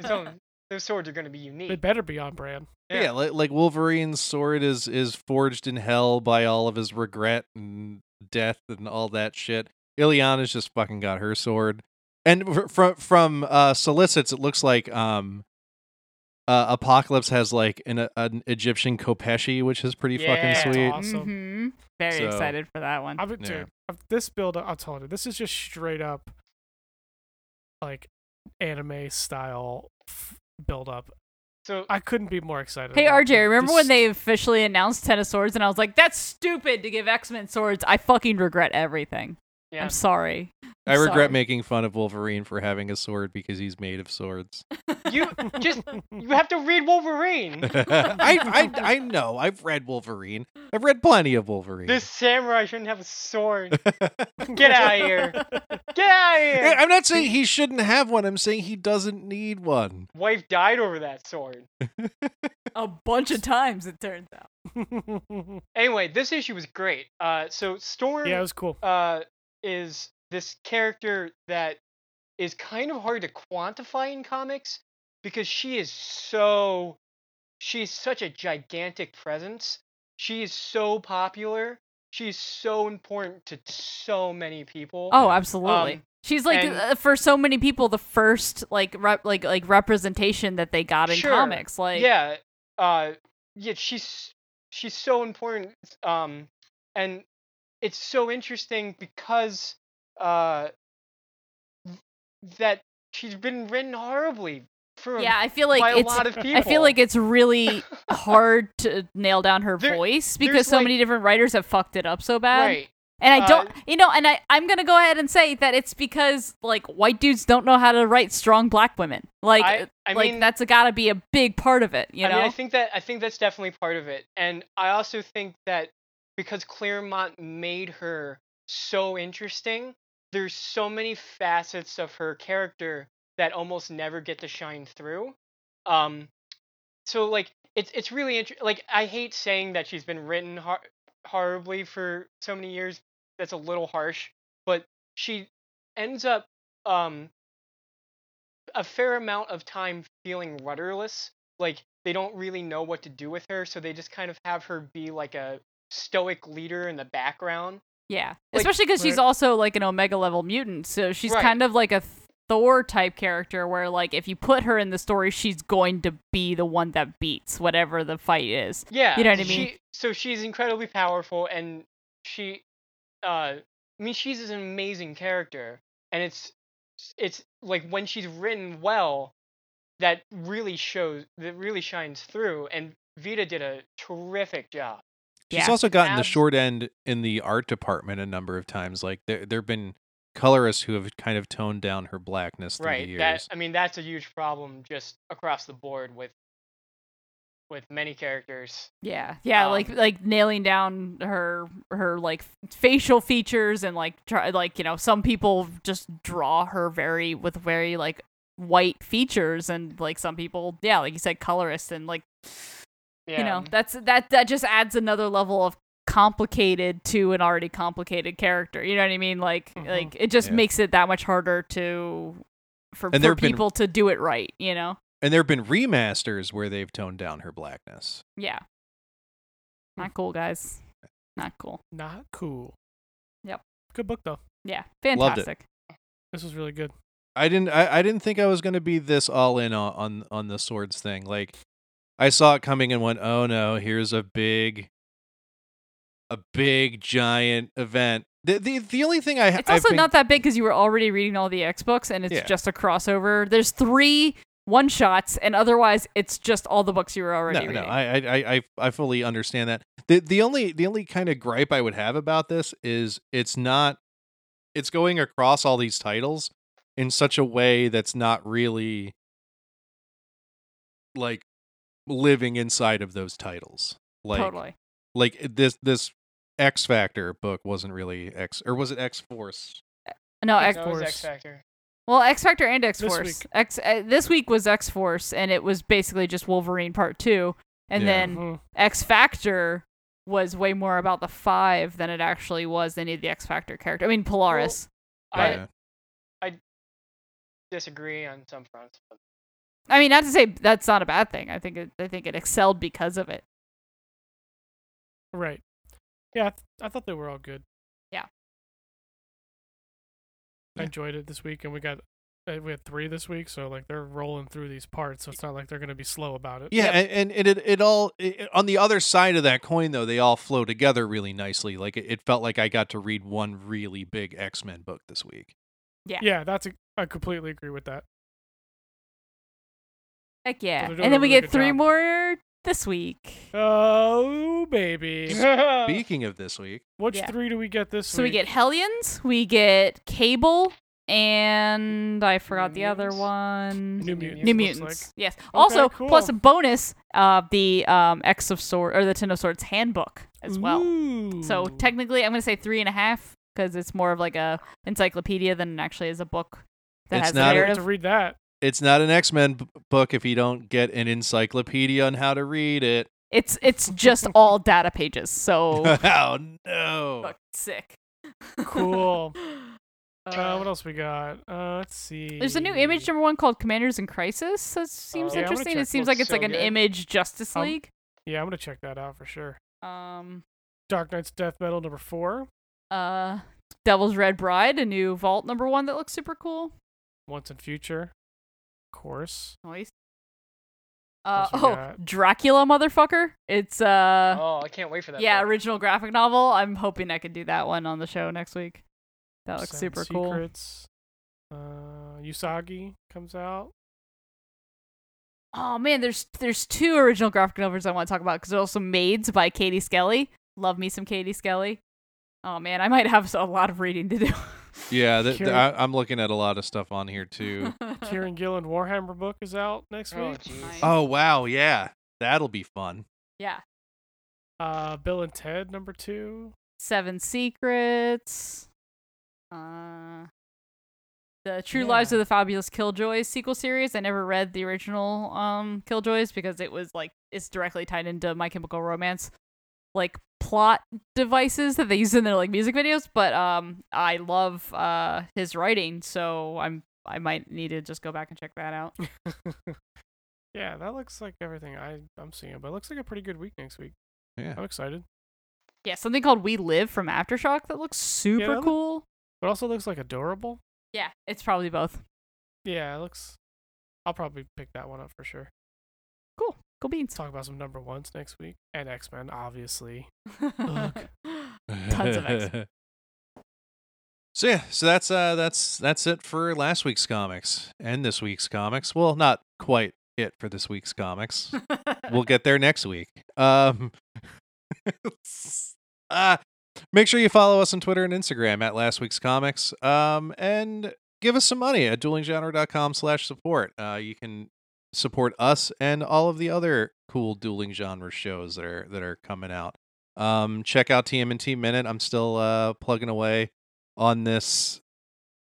[SPEAKER 5] so those swords are going to be unique.
[SPEAKER 4] they better be on brand.
[SPEAKER 2] Yeah,
[SPEAKER 5] Yeah.
[SPEAKER 2] like, like Wolverine's sword is is forged in hell by all of his regret and death and all that shit. Ileana's just fucking got her sword, and from from uh, solicits, it looks like um, uh, Apocalypse has like an, uh, an Egyptian Kopeshi, which is pretty
[SPEAKER 5] Yeah.
[SPEAKER 2] fucking
[SPEAKER 5] That's
[SPEAKER 2] sweet.
[SPEAKER 4] Awesome.
[SPEAKER 3] Mhm. Very
[SPEAKER 2] So-
[SPEAKER 3] excited for that one.
[SPEAKER 4] I've been,
[SPEAKER 2] Yeah.
[SPEAKER 4] dude, I've, this build, I'm telling you, this is just straight up like anime style f- build up.
[SPEAKER 5] So
[SPEAKER 4] I couldn't be more excited.
[SPEAKER 3] Hey
[SPEAKER 4] about the-
[SPEAKER 3] RJ, remember
[SPEAKER 4] this-
[SPEAKER 3] when they officially announced Ten of Swords, and I was like, "That's stupid to give X Men swords." I fucking regret everything.
[SPEAKER 5] yeah,
[SPEAKER 3] I'm sorry.
[SPEAKER 2] I regret
[SPEAKER 3] Sorry.
[SPEAKER 2] making fun of Wolverine for having a sword because he's made of swords.
[SPEAKER 5] you just you have to read Wolverine.
[SPEAKER 2] I, I I know. I've read Wolverine. I've read plenty of Wolverine.
[SPEAKER 5] This samurai shouldn't have a sword. Get out of here. Get out of
[SPEAKER 2] I-
[SPEAKER 5] here.
[SPEAKER 2] I'm not saying he shouldn't have one. I'm saying he doesn't need one.
[SPEAKER 5] Wife died over that sword.
[SPEAKER 3] A bunch of times it turns out.
[SPEAKER 5] Anyway, this issue was great. Uh, so Storm
[SPEAKER 4] yeah, it was cool.
[SPEAKER 5] uh, is this character that is kind of hard to quantify in comics because she is so she's such a gigantic presence. She is so popular. She is so important to so many people.
[SPEAKER 3] Oh, absolutely.
[SPEAKER 5] Um,
[SPEAKER 3] She's like
[SPEAKER 5] and-
[SPEAKER 3] uh, for so many people the first like rep- like like representation that they got in
[SPEAKER 5] Sure.
[SPEAKER 3] comics. Like
[SPEAKER 5] yeah uh yeah she's she's so important um and it's so interesting because uh th- that she's been written horribly for
[SPEAKER 3] Yeah, I feel like
[SPEAKER 5] by a
[SPEAKER 3] it's
[SPEAKER 5] lot of people
[SPEAKER 3] I feel like it's really hard to nail down her
[SPEAKER 5] There-
[SPEAKER 3] voice
[SPEAKER 5] there's,
[SPEAKER 3] because so
[SPEAKER 5] like-
[SPEAKER 3] many different writers have fucked it up so bad.
[SPEAKER 5] right
[SPEAKER 3] And I
[SPEAKER 5] Uh,
[SPEAKER 3] don't, you know, and I, I'm going to go ahead and say that it's because, like, white dudes don't know how to write strong black women. Like, uh,
[SPEAKER 5] I- I
[SPEAKER 3] like
[SPEAKER 5] mean-
[SPEAKER 3] that's got to be a big part of it, you
[SPEAKER 5] I
[SPEAKER 3] know?
[SPEAKER 5] mean, I think that I think that's definitely part of it, and I also think that because Claremont made her so interesting, there's so many facets of her character that almost never get to shine through. Um, so like it's it's really interesting. Like I hate saying that she's been written hor- horribly for so many years. That's a little harsh, but she ends up um a fair amount of time feeling rudderless. Like they don't really know what to do with her, so they just kind of have her be like a stoic leader in the background.
[SPEAKER 3] Yeah,
[SPEAKER 5] Like,
[SPEAKER 3] especially because she's
[SPEAKER 4] where-
[SPEAKER 3] also like an Omega level mutant, so she's
[SPEAKER 5] Right.
[SPEAKER 3] kind of like a Thor type character, where like if you put her in the story, she's going to be the one that beats whatever the fight is.
[SPEAKER 5] Yeah.
[SPEAKER 3] You know what I
[SPEAKER 5] she-
[SPEAKER 3] mean?
[SPEAKER 5] so she's incredibly powerful and she uh I mean she's an amazing character and it's it's like when she's written well that really shows that really shines through and Vita did a terrific job.
[SPEAKER 2] She's
[SPEAKER 3] Yeah.
[SPEAKER 2] also gotten the
[SPEAKER 5] Abs-
[SPEAKER 2] short end in the art department a number of times. Like there, there have been colorists who have kind of toned down her blackness through the
[SPEAKER 5] Right.
[SPEAKER 2] years.
[SPEAKER 5] That I mean that's a huge problem just across the board with with many characters.
[SPEAKER 3] Yeah, yeah,
[SPEAKER 5] Um,
[SPEAKER 3] like like nailing down her her like facial features and like try like you know some people just draw her very with very like white features and like some people yeah like you said colorist and like
[SPEAKER 5] Yeah.
[SPEAKER 3] you know that's that that just adds another level of complicated to an already complicated character you know what i mean like
[SPEAKER 4] Mhm.
[SPEAKER 3] like it just
[SPEAKER 2] Mm-hmm. Yeah.
[SPEAKER 3] makes it that much harder to for,
[SPEAKER 2] And there
[SPEAKER 3] for
[SPEAKER 2] have been-
[SPEAKER 3] people to do it right you know
[SPEAKER 2] and there have been remasters where they've toned down her blackness.
[SPEAKER 3] yeah
[SPEAKER 2] Hmm.
[SPEAKER 3] not cool guys not cool
[SPEAKER 4] Not cool.
[SPEAKER 3] Yep.
[SPEAKER 4] Good book though.
[SPEAKER 3] yeah
[SPEAKER 2] it.
[SPEAKER 3] fantastic
[SPEAKER 4] This was really good.
[SPEAKER 2] I didn't. I, I didn't think I was going to be this all in on, on on the swords thing. Like, I saw it coming and went, "Oh no! Here's a big, a big giant event." The the, the only thing I
[SPEAKER 3] It's
[SPEAKER 2] I've
[SPEAKER 3] also
[SPEAKER 2] been-
[SPEAKER 3] not that big because you were already reading all the X books, and it's
[SPEAKER 2] Yeah.
[SPEAKER 3] just a crossover. There's three one shots, and otherwise, it's just all the books you were
[SPEAKER 2] no,
[SPEAKER 3] already reading.
[SPEAKER 2] No, I, I- I, I, I fully understand that. the the only The only kind of gripe I would have about this is it's not, it's going across all these titles in such a way that's not really like living inside of those titles. Like,
[SPEAKER 3] totally.
[SPEAKER 2] like eh, this this X Factor book wasn't really X, or was it X Force?
[SPEAKER 3] No,
[SPEAKER 4] think
[SPEAKER 3] X
[SPEAKER 4] that was
[SPEAKER 5] That was
[SPEAKER 4] course.
[SPEAKER 5] X Factor.
[SPEAKER 3] Well, X Factor and X
[SPEAKER 4] This
[SPEAKER 3] Force.
[SPEAKER 4] week.
[SPEAKER 3] X uh, this week was X Force, and it was basically just Wolverine Part Two, and
[SPEAKER 2] Yeah.
[SPEAKER 3] then
[SPEAKER 4] Mhm.
[SPEAKER 3] X Factor was way more about the five than it actually was any of the X Factor character. I mean Polaris.
[SPEAKER 5] I
[SPEAKER 2] Yeah.
[SPEAKER 5] disagree on some fronts. but-
[SPEAKER 3] I mean, not to say that's not a bad thing. I think it, I think it excelled because of it.
[SPEAKER 4] Right. Yeah, I, th- I thought they were all good.
[SPEAKER 3] Yeah.
[SPEAKER 4] I enjoyed it this week, and we got uh, we had three this week, so like they're rolling through these parts, so it's not like they're gonna be slow about it.
[SPEAKER 2] Yeah, and, and it it all it, on the other side of that coin though, they all flow together really nicely. Like it, it felt like I got to read one really big X Men book this week.
[SPEAKER 3] Yeah.
[SPEAKER 4] Yeah, that's a, I completely agree with that.
[SPEAKER 3] Heck yeah!
[SPEAKER 4] they're doing
[SPEAKER 3] And
[SPEAKER 4] a
[SPEAKER 3] then we get
[SPEAKER 4] really good
[SPEAKER 3] three
[SPEAKER 4] job.
[SPEAKER 3] more this week.
[SPEAKER 4] Oh baby,
[SPEAKER 2] Speaking of this week,
[SPEAKER 4] which
[SPEAKER 3] Yeah.
[SPEAKER 4] three do we get this
[SPEAKER 3] So we
[SPEAKER 4] week?
[SPEAKER 3] get Hellions, we get Cable, and I forgot the other
[SPEAKER 5] Mutants?
[SPEAKER 3] one.
[SPEAKER 4] New
[SPEAKER 5] New
[SPEAKER 4] Mutants.
[SPEAKER 3] New
[SPEAKER 4] it looks
[SPEAKER 3] Mutants.
[SPEAKER 4] like.
[SPEAKER 3] Yes. also,
[SPEAKER 4] cool.
[SPEAKER 3] plus a bonus of the um, X of Sword or the Ten of Swords handbook as well. So
[SPEAKER 4] Ooh.
[SPEAKER 3] technically, I'm going to say three and a half because it's more of like a encyclopedia than it actually is a book that
[SPEAKER 2] It's
[SPEAKER 3] has
[SPEAKER 2] not
[SPEAKER 4] I
[SPEAKER 2] a-
[SPEAKER 4] have
[SPEAKER 3] narrative.
[SPEAKER 4] to read that.
[SPEAKER 2] it's not an X Men b- book if you don't get an encyclopedia on how to read it.
[SPEAKER 3] it's it's just all data pages. So
[SPEAKER 2] Oh, no!
[SPEAKER 3] fuck, sick.
[SPEAKER 4] Cool. Uh,
[SPEAKER 3] Uh,
[SPEAKER 4] what else we got? Uh, let's see.
[SPEAKER 3] There's a new image number one called Commanders in Crisis. That seems
[SPEAKER 5] yeah, I'm gonna
[SPEAKER 3] interesting.
[SPEAKER 4] check.
[SPEAKER 3] It seems
[SPEAKER 5] Looks
[SPEAKER 3] like it's
[SPEAKER 5] so
[SPEAKER 3] like an
[SPEAKER 5] good.
[SPEAKER 3] image Justice
[SPEAKER 4] Um,
[SPEAKER 3] League.
[SPEAKER 4] Yeah, I'm gonna check that out for sure.
[SPEAKER 3] Um,
[SPEAKER 4] Dark Knight's Death Metal number four.
[SPEAKER 3] uh, Devil's Red Bride, a new Vault number one that looks super cool.
[SPEAKER 4] Once in Future, of course.
[SPEAKER 3] Nice. Uh,
[SPEAKER 4] else we
[SPEAKER 3] oh,
[SPEAKER 4] got?
[SPEAKER 3] Dracula, motherfucker! It's uh,
[SPEAKER 5] oh, I can't wait for that.
[SPEAKER 3] yeah,
[SPEAKER 5] book.
[SPEAKER 3] original graphic novel. I'm hoping I can do that one on the show next week. That looks
[SPEAKER 4] Seven
[SPEAKER 3] super cool.
[SPEAKER 4] Secrets. Uh, Usagi comes out.
[SPEAKER 3] Oh man, there's there's two original graphic novels I want to talk about because they're also Maids by Katie Skelly. Love me some Katie Skelly. Oh man, I might have a lot of reading to do.
[SPEAKER 2] Yeah, th- th-
[SPEAKER 4] Curi-
[SPEAKER 2] I, I'm looking at a lot of stuff on here too.
[SPEAKER 4] Kieran Gillen Warhammer book is out next
[SPEAKER 5] Oh,
[SPEAKER 4] week.
[SPEAKER 5] jeez.
[SPEAKER 2] oh wow, yeah, that'll be fun.
[SPEAKER 3] yeah,
[SPEAKER 4] Uh, Bill and Ted number two.
[SPEAKER 3] Seven Secrets. Uh, the True
[SPEAKER 2] Yeah.
[SPEAKER 3] Lives of the Fabulous Killjoys sequel series. I never read the original um Killjoys because it was like it's directly tied into My Chemical Romance like plot devices that they use in their like music videos, but um I love uh his writing, so I'm I might need to just go back and check that out.
[SPEAKER 4] yeah, that looks like everything I I'm seeing, but it looks like a pretty good week next week.
[SPEAKER 2] Yeah.
[SPEAKER 4] I'm excited,
[SPEAKER 3] Yeah, something called We Live from Aftershock that looks super
[SPEAKER 4] that look-
[SPEAKER 3] cool.
[SPEAKER 4] but also looks like adorable.
[SPEAKER 3] yeah, it's probably both.
[SPEAKER 4] Yeah, it looks. I'll probably pick that one up for sure.
[SPEAKER 3] Cool. Cool beans.
[SPEAKER 4] Talk about some number ones next week and X Men, obviously. Ugh.
[SPEAKER 3] Tons of X.
[SPEAKER 2] So yeah, so that's uh that's that's it for last week's comics and this week's comics. Well, not quite it for this week's comics. we'll get there next week. Um, uh, make sure you follow us on Twitter and Instagram at Last Week's Comics. Um, and give us some money at duelinggenre.com slash support. Uh, you can support us and all of the other cool dueling genre shows that are that are coming out. Um, check out TMNT Minute. I'm still uh, plugging away on this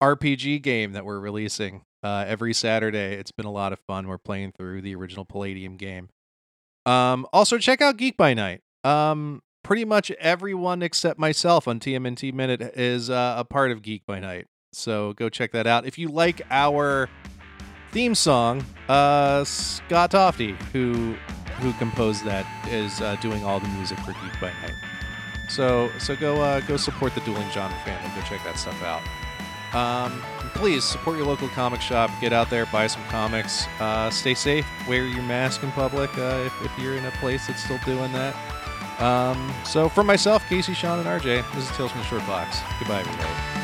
[SPEAKER 2] RPG game that we're releasing uh, every Saturday. It's been a lot of fun. We're playing through the original Palladium game. Um, also, check out Geek by Night. Um, pretty much everyone except myself on TMNT Minute is uh, a part of Geek by Night. So go check that out. If you like our theme song, uh, Scott Tofty, who who composed that, is uh, doing all the music for Geek by Night. So so go uh, go support the Dueling Genre family. Go check that stuff out. Um, please support your local comic shop. Get out there, buy some comics. Uh, stay safe. Wear your mask in public uh, if, if you're in a place that's still doing that. Um, so for myself, Casey, Sean, and RJ, this is Tales from the Short Box. Goodbye, everybody.